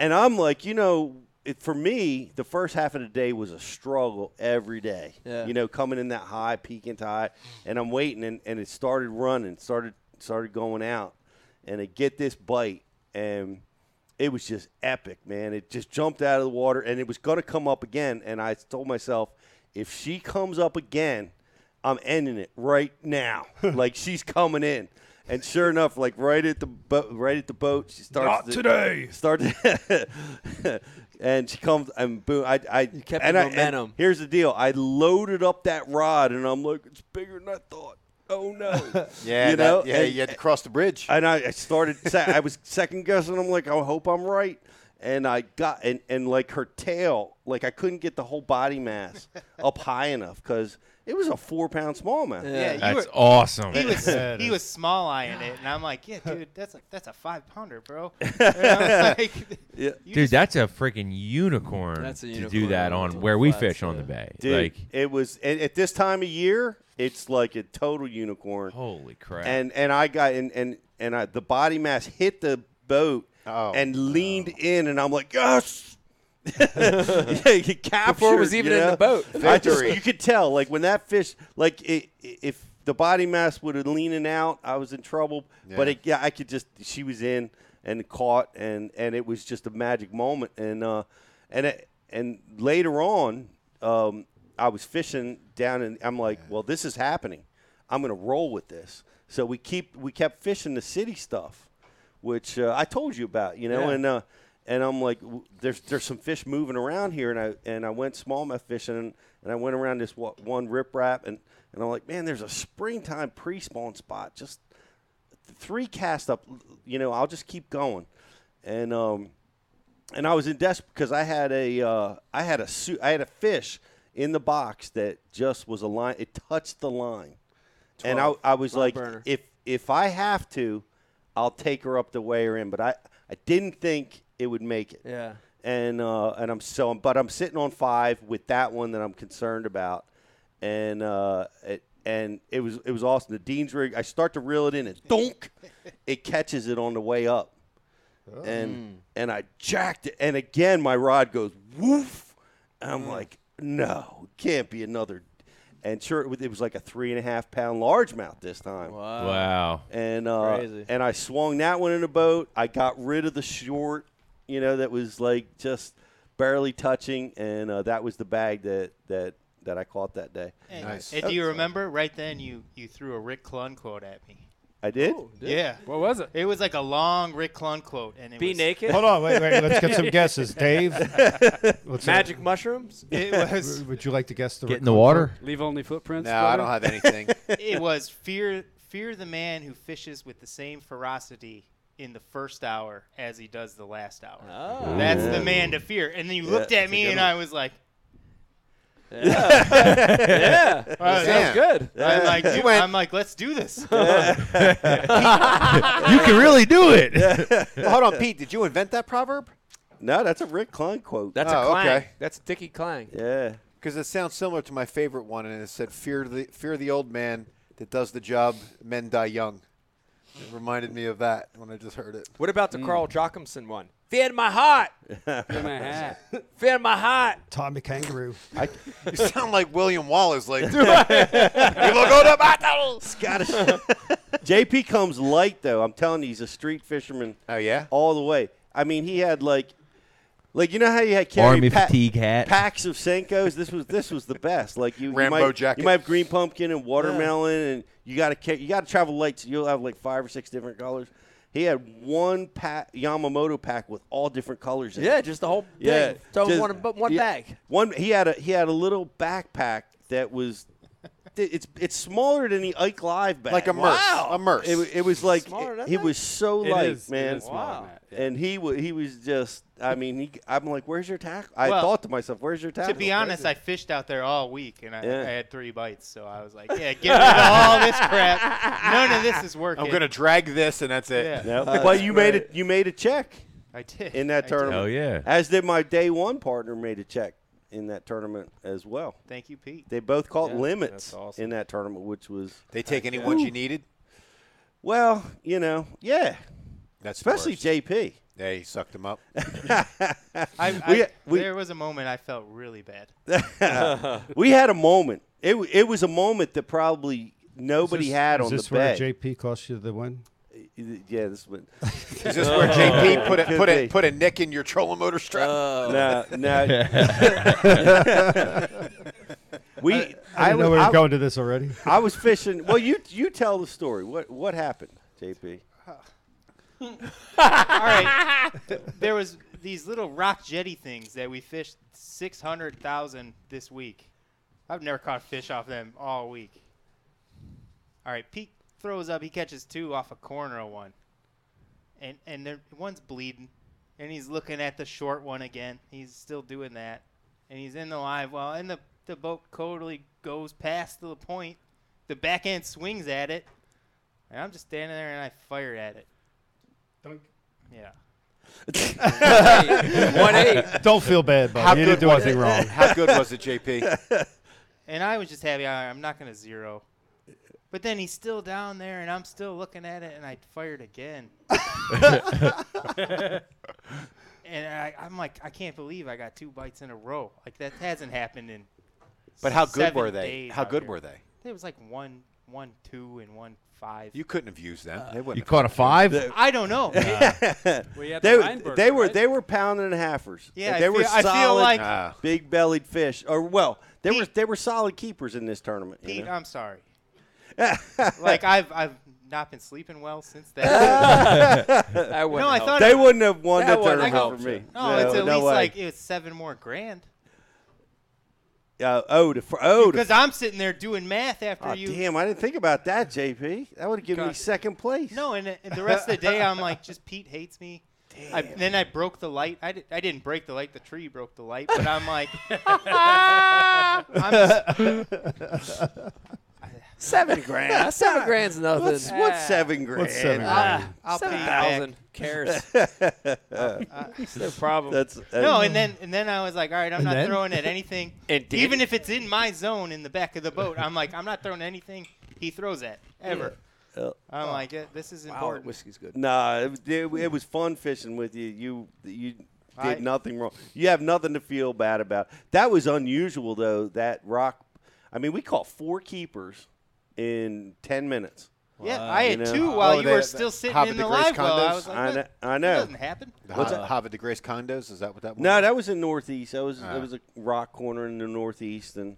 [SPEAKER 3] and I'm like, you know, it, for me, the first half of the day was a struggle every day.
[SPEAKER 1] Yeah.
[SPEAKER 3] You know, coming in that high, peaking to high, and I'm waiting, and, and it started running, started started going out, and I get this bite, and it was just epic, man. It just jumped out of the water, and it was going to come up again, and I told myself, if she comes up again, I'm ending it right now. like she's coming in. And sure enough, like right at the boat, right at the boat, she starts.
[SPEAKER 5] Not
[SPEAKER 3] to-
[SPEAKER 5] today.
[SPEAKER 3] Start, and she comes and boom. I, I
[SPEAKER 1] kept
[SPEAKER 3] and
[SPEAKER 1] the
[SPEAKER 3] I- and
[SPEAKER 1] momentum.
[SPEAKER 3] here's the deal: I loaded up that rod, and I'm like, it's bigger than I thought. Oh no!
[SPEAKER 2] Yeah,
[SPEAKER 3] you
[SPEAKER 2] that-
[SPEAKER 3] know,
[SPEAKER 2] yeah, you had to cross the bridge.
[SPEAKER 3] And I, I started. se- I was second guessing. I'm like, I hope I'm right. And I got and and like her tail, like I couldn't get the whole body mass up high enough because it was a four pound smallmouth.
[SPEAKER 7] Yeah, you were- He was he was small eyeing it, and I'm like, yeah, dude, that's a that's a five pounder, bro. And I was like, you
[SPEAKER 5] Dude, that's a freaking unicorn,
[SPEAKER 3] That's a
[SPEAKER 5] to do that on where we fish on the bay.
[SPEAKER 3] Dude,
[SPEAKER 5] Like
[SPEAKER 3] it was and at this time of year, it's like a total unicorn.
[SPEAKER 5] Holy crap!
[SPEAKER 3] And and I got and and and I, the body mass hit the boat and leaned in, and I'm like, yes. yeah, you captured.
[SPEAKER 1] was even
[SPEAKER 3] you
[SPEAKER 1] in the
[SPEAKER 3] know?
[SPEAKER 1] boat.
[SPEAKER 3] I just,
[SPEAKER 1] Victory.
[SPEAKER 3] you could tell, like when that fish, like it, if the body mass would have leaning out, I was in trouble. But
[SPEAKER 2] Yeah.
[SPEAKER 3] it, yeah, I could just she was in and caught, and and it was just a magic moment. And uh, and it, and later on, um, I was fishing down, and I'm like, well, this is happening. I'm gonna roll with this. So we keep we kept fishing the city stuff, which uh, I told you about, you know,
[SPEAKER 1] Yeah.
[SPEAKER 3] and uh, and I'm like, w- there's there's some fish moving around here, and I and I went smallmouth fishing, and, and I went around this wa- one riprap, and and I'm like, man, there's a springtime pre-spawn spot, just three cast up, you know, I'll just keep going, and um, and I was in desperate because I had a uh, I had a su- I had a fish in the box that just was a line, it touched the line, and I
[SPEAKER 1] Twelve.
[SPEAKER 3] I was
[SPEAKER 1] Line
[SPEAKER 3] like,
[SPEAKER 1] burner.
[SPEAKER 3] if if I have to, I'll take her up the way her in. But I, I didn't think it would make it.
[SPEAKER 1] Yeah.
[SPEAKER 3] And uh, and I'm so but I'm sitting on five with that one that I'm concerned about, and uh, it, and it was it was awesome. The Dean's rig. I start to reel it in and thunk, it catches it on the way up,
[SPEAKER 4] Oh.
[SPEAKER 2] Oh. Mm.
[SPEAKER 1] Hmm.
[SPEAKER 3] and and I jacked it. And again, my rod goes woof. And
[SPEAKER 2] Hmm.
[SPEAKER 3] I'm like, no, can't be another. And sure, it was- it was like a three and a half pound largemouth this time.
[SPEAKER 1] Wow.
[SPEAKER 5] Wow.
[SPEAKER 3] And uh,
[SPEAKER 1] Crazy.
[SPEAKER 3] and I swung that one in a boat. I got rid of the short, you know, that was like just barely touching, and uh, that was the bag that that that I caught that day.
[SPEAKER 7] And, and do you remember right then you you threw a Rick Klun quote at me?
[SPEAKER 3] I did.
[SPEAKER 7] Yeah.
[SPEAKER 6] What was it?
[SPEAKER 7] It was like a long Rick Klun quote, and it
[SPEAKER 1] Be
[SPEAKER 7] was,
[SPEAKER 1] naked?
[SPEAKER 4] Hold on, wait, wait. Let's get some guesses, Dave. let's-
[SPEAKER 1] Magic mushrooms?
[SPEAKER 7] It was.
[SPEAKER 4] Would you like to guess the
[SPEAKER 10] Get in the
[SPEAKER 4] recruit?
[SPEAKER 10] water?
[SPEAKER 6] Leave only footprints.
[SPEAKER 2] No, I
[SPEAKER 6] brother?
[SPEAKER 2] don't have anything.
[SPEAKER 7] it was fear fear the man who fishes with the same ferocity in the first hour as he does the last hour.
[SPEAKER 1] Oh.
[SPEAKER 7] That's the
[SPEAKER 1] Ooh.
[SPEAKER 7] man to fear. And then you
[SPEAKER 1] Yeah,
[SPEAKER 7] looked
[SPEAKER 1] that's
[SPEAKER 7] at
[SPEAKER 1] a
[SPEAKER 7] me
[SPEAKER 1] good
[SPEAKER 7] and
[SPEAKER 1] one.
[SPEAKER 7] I was like,
[SPEAKER 1] yeah.
[SPEAKER 7] All right,
[SPEAKER 1] Sounds good.
[SPEAKER 7] I'm like,
[SPEAKER 1] You
[SPEAKER 7] dude,
[SPEAKER 1] went-
[SPEAKER 7] I'm like, let's do this.
[SPEAKER 10] You can really do it.
[SPEAKER 2] Well, hold on, Pete. Did you invent that proverb?
[SPEAKER 3] No, that's a Rick Klein quote.
[SPEAKER 1] That's a
[SPEAKER 2] Oh,
[SPEAKER 1] clang.
[SPEAKER 2] okay.
[SPEAKER 1] That's Dickie Clang.
[SPEAKER 3] Yeah.
[SPEAKER 2] Because it sounds similar to my favorite one, and it said, "Fear the fear the old man that does the job. Men die young." It reminded me of that when I just heard it.
[SPEAKER 1] What about the Carl Jochumson one? Feed my heart.
[SPEAKER 6] In my hat.
[SPEAKER 1] Feed my heart.
[SPEAKER 4] Tommy Kangaroo.
[SPEAKER 2] You sound like William Wallace, like, "Do I- we will go to battle."
[SPEAKER 3] Scottish. JP comes light though. I'm telling you, he's a street fisherman.
[SPEAKER 2] Oh yeah,
[SPEAKER 3] all the way. I mean, he had like, like you know how you had carry
[SPEAKER 10] Army fatigue hat.
[SPEAKER 3] packs of senkos. This was this was the best. Like you,
[SPEAKER 2] Rambo
[SPEAKER 3] you might,
[SPEAKER 2] jacket.
[SPEAKER 3] You might have green pumpkin and watermelon, and you got to ca- you got to travel light. So you'll have like five or six different colors. He had one pack Yamamoto pack with all different colors. in it.
[SPEAKER 1] Yeah, just the whole thing.
[SPEAKER 3] Yeah,
[SPEAKER 1] Throw
[SPEAKER 3] just-
[SPEAKER 1] one, but one
[SPEAKER 3] yeah,
[SPEAKER 1] bag.
[SPEAKER 3] One he had a he had a little backpack that was th- it's it's smaller than the Ike Live bag.
[SPEAKER 2] like a merce, a merce.
[SPEAKER 3] It, wa- it was like
[SPEAKER 1] Smaller
[SPEAKER 3] it,
[SPEAKER 1] than
[SPEAKER 3] he
[SPEAKER 1] that?
[SPEAKER 3] was so
[SPEAKER 6] It
[SPEAKER 3] light,
[SPEAKER 6] is- it
[SPEAKER 3] man.
[SPEAKER 6] is smaller than Wow. that,
[SPEAKER 3] And he wa he was just I mean he I'm like where's your tackle? I
[SPEAKER 7] Well,
[SPEAKER 3] thought to myself where's your tackle?
[SPEAKER 7] to be honest, I fished out there all week and I,
[SPEAKER 3] Yeah.
[SPEAKER 7] I had three bites. So I was like, yeah, get rid of all this crap. None of this is working.
[SPEAKER 2] I'm gonna drag this, and that's it.
[SPEAKER 7] Yeah. Uh,
[SPEAKER 3] No, but you made it you made a check
[SPEAKER 7] I did.
[SPEAKER 3] in
[SPEAKER 7] I
[SPEAKER 3] that
[SPEAKER 7] did.
[SPEAKER 3] tournament.
[SPEAKER 5] Hell yeah.
[SPEAKER 3] As did my day one partner made a check in that tournament as well.
[SPEAKER 7] Thank you, Pete.
[SPEAKER 3] They both caught
[SPEAKER 1] Yeah,
[SPEAKER 3] limits
[SPEAKER 1] that's awesome.
[SPEAKER 3] in that tournament, which was
[SPEAKER 2] They take any ones you needed.
[SPEAKER 3] well, you know, yeah.
[SPEAKER 2] That's the
[SPEAKER 3] especially
[SPEAKER 2] worst.
[SPEAKER 3] JP.
[SPEAKER 2] Yeah, he sucked him up.
[SPEAKER 7] I, I,
[SPEAKER 3] We- we-
[SPEAKER 7] there was a moment I felt really bad. Uh,
[SPEAKER 3] we had a moment. It w- it was a moment that probably nobody
[SPEAKER 4] Is this-
[SPEAKER 3] had
[SPEAKER 4] is
[SPEAKER 3] on
[SPEAKER 4] this
[SPEAKER 3] the
[SPEAKER 4] where
[SPEAKER 3] bet.
[SPEAKER 4] JP cost you the win?
[SPEAKER 3] yeah, this one.
[SPEAKER 2] Is this where
[SPEAKER 1] Oh,
[SPEAKER 2] JP put a, put a put a nick in your trolling motor strap?
[SPEAKER 3] No, no.
[SPEAKER 4] I
[SPEAKER 3] we.
[SPEAKER 4] didn't know we were going to this already.
[SPEAKER 3] I was fishing. Well, you you tell the story. What what happened, JP?
[SPEAKER 7] All right. There was these little rock jetty things that we fished 600,000 this week. I've never caught fish off them all week. All right, Pete throws up. He catches two off a corner of one. And and there, one's bleeding. And he's looking at the short one again. He's still doing that. And he's in the live well. And the, the boat totally goes past the point. The back end swings at it. And I'm just standing there and I fired at it. Yeah.
[SPEAKER 4] One eight. Don't feel bad, buddy. How You didn't good do was anything it? wrong. How good was it, JP?
[SPEAKER 7] And I was just happy. "All right, I'm not going to zero. But then he's still down there, and I'm still looking at it, and I fired again. and I, I'm like, I can't believe I got two bites in a row. Like that hasn't happened in.
[SPEAKER 2] But how good
[SPEAKER 7] seven
[SPEAKER 2] were they?
[SPEAKER 7] days
[SPEAKER 2] How
[SPEAKER 7] out
[SPEAKER 2] good
[SPEAKER 7] here.
[SPEAKER 2] were they?
[SPEAKER 7] It was like one, one, two, and one five.
[SPEAKER 2] You couldn't have used them. They wouldn't
[SPEAKER 4] you
[SPEAKER 2] have.
[SPEAKER 4] caught a five?
[SPEAKER 7] I don't know.
[SPEAKER 14] Well, you had
[SPEAKER 3] they,
[SPEAKER 14] the
[SPEAKER 3] were-
[SPEAKER 14] Weinberger,
[SPEAKER 3] they were
[SPEAKER 14] right?
[SPEAKER 3] they were pounding halfers.
[SPEAKER 7] Yeah, I
[SPEAKER 3] they were
[SPEAKER 7] feel- I
[SPEAKER 3] solid,
[SPEAKER 7] feel like-
[SPEAKER 4] Ah.
[SPEAKER 3] big bellied fish. Or well, they were they were solid keepers in this tournament. you
[SPEAKER 7] Pete,
[SPEAKER 3] know?
[SPEAKER 7] I'm sorry. like I've I've not been sleeping well since then.
[SPEAKER 3] That wouldn't
[SPEAKER 7] no, I
[SPEAKER 3] help.
[SPEAKER 7] thought
[SPEAKER 3] They
[SPEAKER 7] it-
[SPEAKER 3] wouldn't have won
[SPEAKER 7] That
[SPEAKER 3] the
[SPEAKER 7] wouldn't
[SPEAKER 3] tournament
[SPEAKER 7] help.
[SPEAKER 3] for me.
[SPEAKER 7] No,
[SPEAKER 3] No,
[SPEAKER 7] it's at
[SPEAKER 3] no
[SPEAKER 7] least
[SPEAKER 3] way.
[SPEAKER 7] like it was seven more grand.
[SPEAKER 3] Uh, oh, to, fr- oh, to,
[SPEAKER 7] Because I'm sitting there doing math after
[SPEAKER 3] Aw,
[SPEAKER 7] you.
[SPEAKER 3] damn! I didn't think about that, JP. That would have given me
[SPEAKER 7] God.
[SPEAKER 3] second place.
[SPEAKER 7] No, and, and the rest of the day I'm like, just Pete hates me. I, then I broke the light. I, di- I didn't break the light. The tree broke the light. But I'm like, I'm just-
[SPEAKER 6] Seven grand. Seven grand's nothing.
[SPEAKER 3] What's, what's seven grand?
[SPEAKER 6] What's seven grand? Ah, I'll
[SPEAKER 7] pay you
[SPEAKER 6] thousand.
[SPEAKER 7] back.
[SPEAKER 6] Cares.
[SPEAKER 3] Uh,
[SPEAKER 7] It's their problem.
[SPEAKER 3] That's,
[SPEAKER 7] no, and then and then I was like, all right, I'm
[SPEAKER 3] And
[SPEAKER 7] not
[SPEAKER 3] then?
[SPEAKER 7] throwing at anything.
[SPEAKER 6] And did?
[SPEAKER 7] Even if it's in my zone in the back of the boat, I'm like, I'm not throwing anything he throws at ever.
[SPEAKER 3] Uh,
[SPEAKER 7] I'm like, eh, this is important.
[SPEAKER 6] whiskey's good.
[SPEAKER 3] Nah, it, was- it, it was fun fishing with you. You you did
[SPEAKER 7] I-
[SPEAKER 3] nothing wrong. You have nothing to feel bad about. That was unusual though. That rock. I mean, we caught four keepers in ten minutes.
[SPEAKER 7] Yeah, I
[SPEAKER 3] You
[SPEAKER 7] had
[SPEAKER 3] know?
[SPEAKER 7] two while you were still sitting in the live well. I was like,
[SPEAKER 3] I know.
[SPEAKER 7] "What?
[SPEAKER 3] I
[SPEAKER 7] That
[SPEAKER 3] know.
[SPEAKER 7] doesn't happen.
[SPEAKER 2] The
[SPEAKER 3] What's
[SPEAKER 2] Harvard,
[SPEAKER 3] that?
[SPEAKER 2] Harvard de Grace condos? Is that what that was?
[SPEAKER 3] No, that was in Northeast. That was
[SPEAKER 2] Ah.
[SPEAKER 3] that was a rock corner in the Northeast, and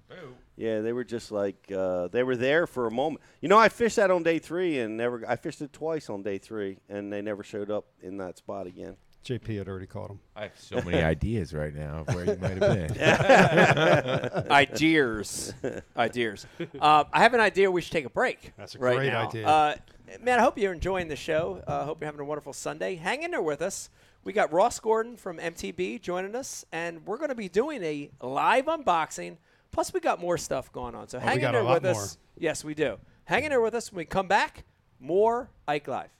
[SPEAKER 3] yeah, they were just like uh, they were there for a moment. You know, I fished that on day three, and never. I fished it twice on day three, and they never showed up in that spot again.
[SPEAKER 4] JP had already caught him.
[SPEAKER 5] I have so many ideas right now of where you might have been.
[SPEAKER 6] ideas. Ideas. Uh, I have an idea we should take a break. That's
[SPEAKER 4] a
[SPEAKER 6] right
[SPEAKER 4] great
[SPEAKER 6] now.
[SPEAKER 4] idea.
[SPEAKER 6] Uh, man, I hope you're enjoying the show. I uh, hope you're having a wonderful Sunday. Hang in there with us. We got Ross Gordon from MTB joining us, and we're going to be doing a live unboxing. Plus, we got more stuff going on. So
[SPEAKER 4] Oh, we
[SPEAKER 6] hang in
[SPEAKER 4] got a
[SPEAKER 6] there
[SPEAKER 4] lot
[SPEAKER 6] with us. Yes, we do. Hang in there with us. When we come back, more Ike Live.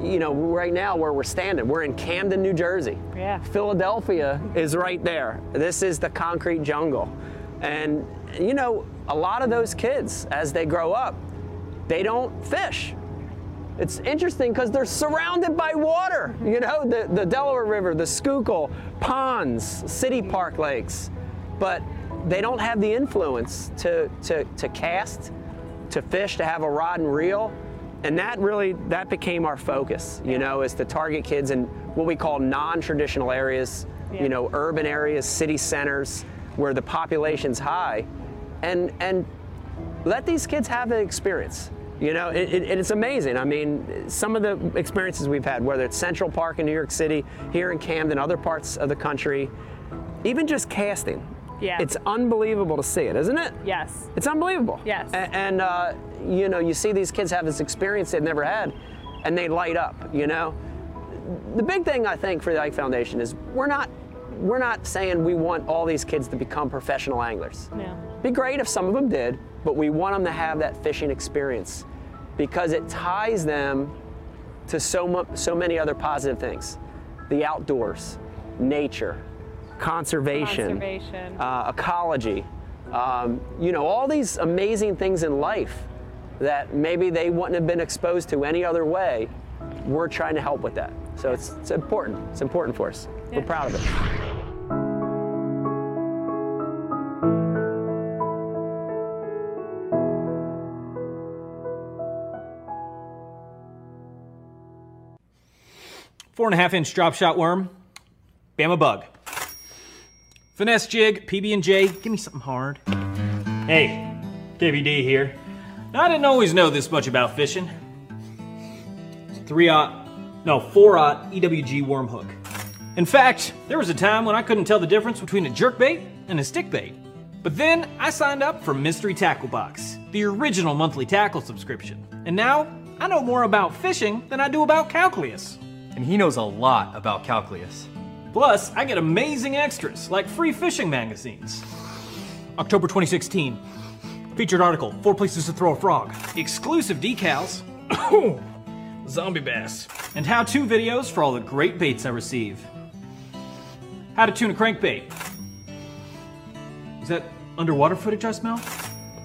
[SPEAKER 1] You know, right now where we're standing, we're in Camden, New Jersey. Yeah. Philadelphia is right there. This is the concrete jungle. And, you know, a lot of those kids, as they grow up, they don't fish. It's interesting because they're surrounded by water. You know, the, the Delaware River, the Schuylkill, ponds, city park lakes. But they don't have the influence to, to, to cast, to fish, to have a rod and reel. And that really, that became our focus, you know, is to target kids in what we call non-traditional areas,
[SPEAKER 15] Yeah.
[SPEAKER 1] you know, urban areas, city centers, where the population's high. And, and let these kids have an experience. You know, it, it, it's amazing. I mean, some of the experiences we've had, whether it's Central Park in New York City, here in Camden, other parts of the country, even just casting.
[SPEAKER 15] Yeah.
[SPEAKER 1] It's unbelievable to see it, isn't it?
[SPEAKER 15] Yes.
[SPEAKER 1] It's unbelievable.
[SPEAKER 15] Yes.
[SPEAKER 1] A- and uh, you know, you see these kids have this experience they've never had, and they light up. You know, the big thing I think for the Ike Foundation is we're not we're not saying we want all these kids to become professional anglers.
[SPEAKER 15] No.
[SPEAKER 1] Be great if some of them did, but we want them to have that fishing experience because it ties them to so mu- so many other positive things, the outdoors, nature, conservation,
[SPEAKER 15] Conservation.
[SPEAKER 1] uh, ecology, Um, you know, all these amazing things in life that maybe they wouldn't have been exposed to any other way. We're trying to help with that. So it's, it's important. It's important for us. We're proud of it.
[SPEAKER 15] Four and a half inch drop shot worm. Bama bug. Finesse jig, PB&J. Give me something hard. Hey, KVD here. Now, I didn't always know this much about fishing. Three aught, no, E four aught EWG worm hook. In fact, there was a time when I couldn't tell the difference between a jerk bait and a stick bait. But then I signed up for Mystery Tackle Box, the original monthly tackle subscription. And now I know more about fishing than I do about Calculus.
[SPEAKER 16] And he knows a lot about Calculus.
[SPEAKER 15] Plus, I get amazing extras like free fishing magazines. October 2016, featured article Four Places to Throw a Frog, exclusive decals, zombie bass, and how to videos for all the great baits I receive. How to tune a crankbait. Is that underwater footage I smell?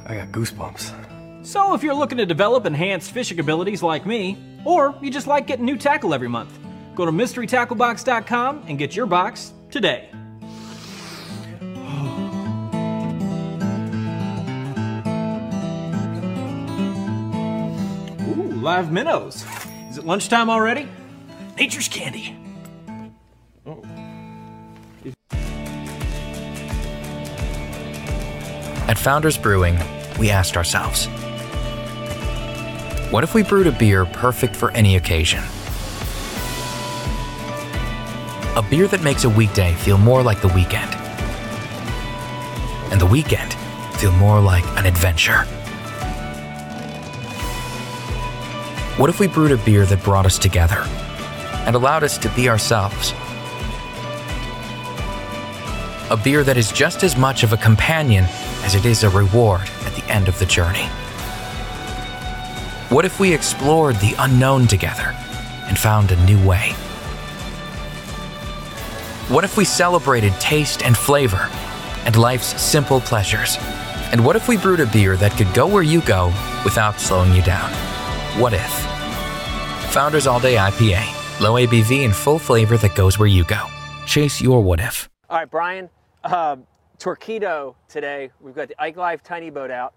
[SPEAKER 16] I got goosebumps.
[SPEAKER 15] So, if you're looking to develop enhanced fishing abilities like me, or you just like getting new tackle every month, go to mysterytacklebox.com and get your box today. Ooh, live minnows. Is it lunchtime already? Nature's candy.
[SPEAKER 17] At Founders Brewing, we asked ourselves What if we brewed a beer perfect for any occasion? A beer that makes a weekday feel more like the weekend, and the weekend feel more like an adventure. What if we brewed a beer that brought us together and allowed us to be ourselves? A beer that is just as much of a companion as it is a reward at the end of the journey. What if we explored the unknown together and found a new way? What if we celebrated taste and flavor and life's simple pleasures? And what if we brewed a beer that could go where you go without slowing you down? What if? Founders All Day IPA, low ABV and full flavor that goes where you go. Chase your what if.
[SPEAKER 1] All right, Brian. Uh, Torquedo today. We've got the Ike Live tiny boat out.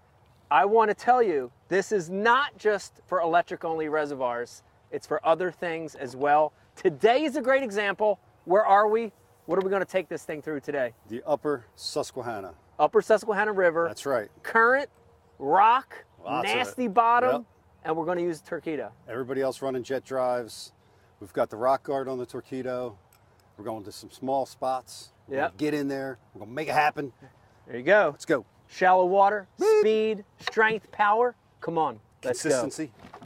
[SPEAKER 1] I want to tell you, this is not just for electric only reservoirs, it's for other things as well. Today is a great example. Where are we? What are we going to take this thing through today?
[SPEAKER 4] The upper Susquehanna.
[SPEAKER 1] Upper Susquehanna River.
[SPEAKER 4] That's right.
[SPEAKER 1] Current, rock,
[SPEAKER 4] Lots of it.
[SPEAKER 1] nasty bottom,
[SPEAKER 4] Yep.
[SPEAKER 1] and we're going to use Torquedo.
[SPEAKER 4] Everybody else running jet drives. We've got the rock guard on the torpedo. We're going to some small spots. We're gonna
[SPEAKER 1] Yep.
[SPEAKER 4] Get in there. We're gonna make it happen.
[SPEAKER 1] There you go.
[SPEAKER 4] Let's go.
[SPEAKER 1] Shallow water, speed, strength, power. Come on. Let's go.
[SPEAKER 4] Consistency.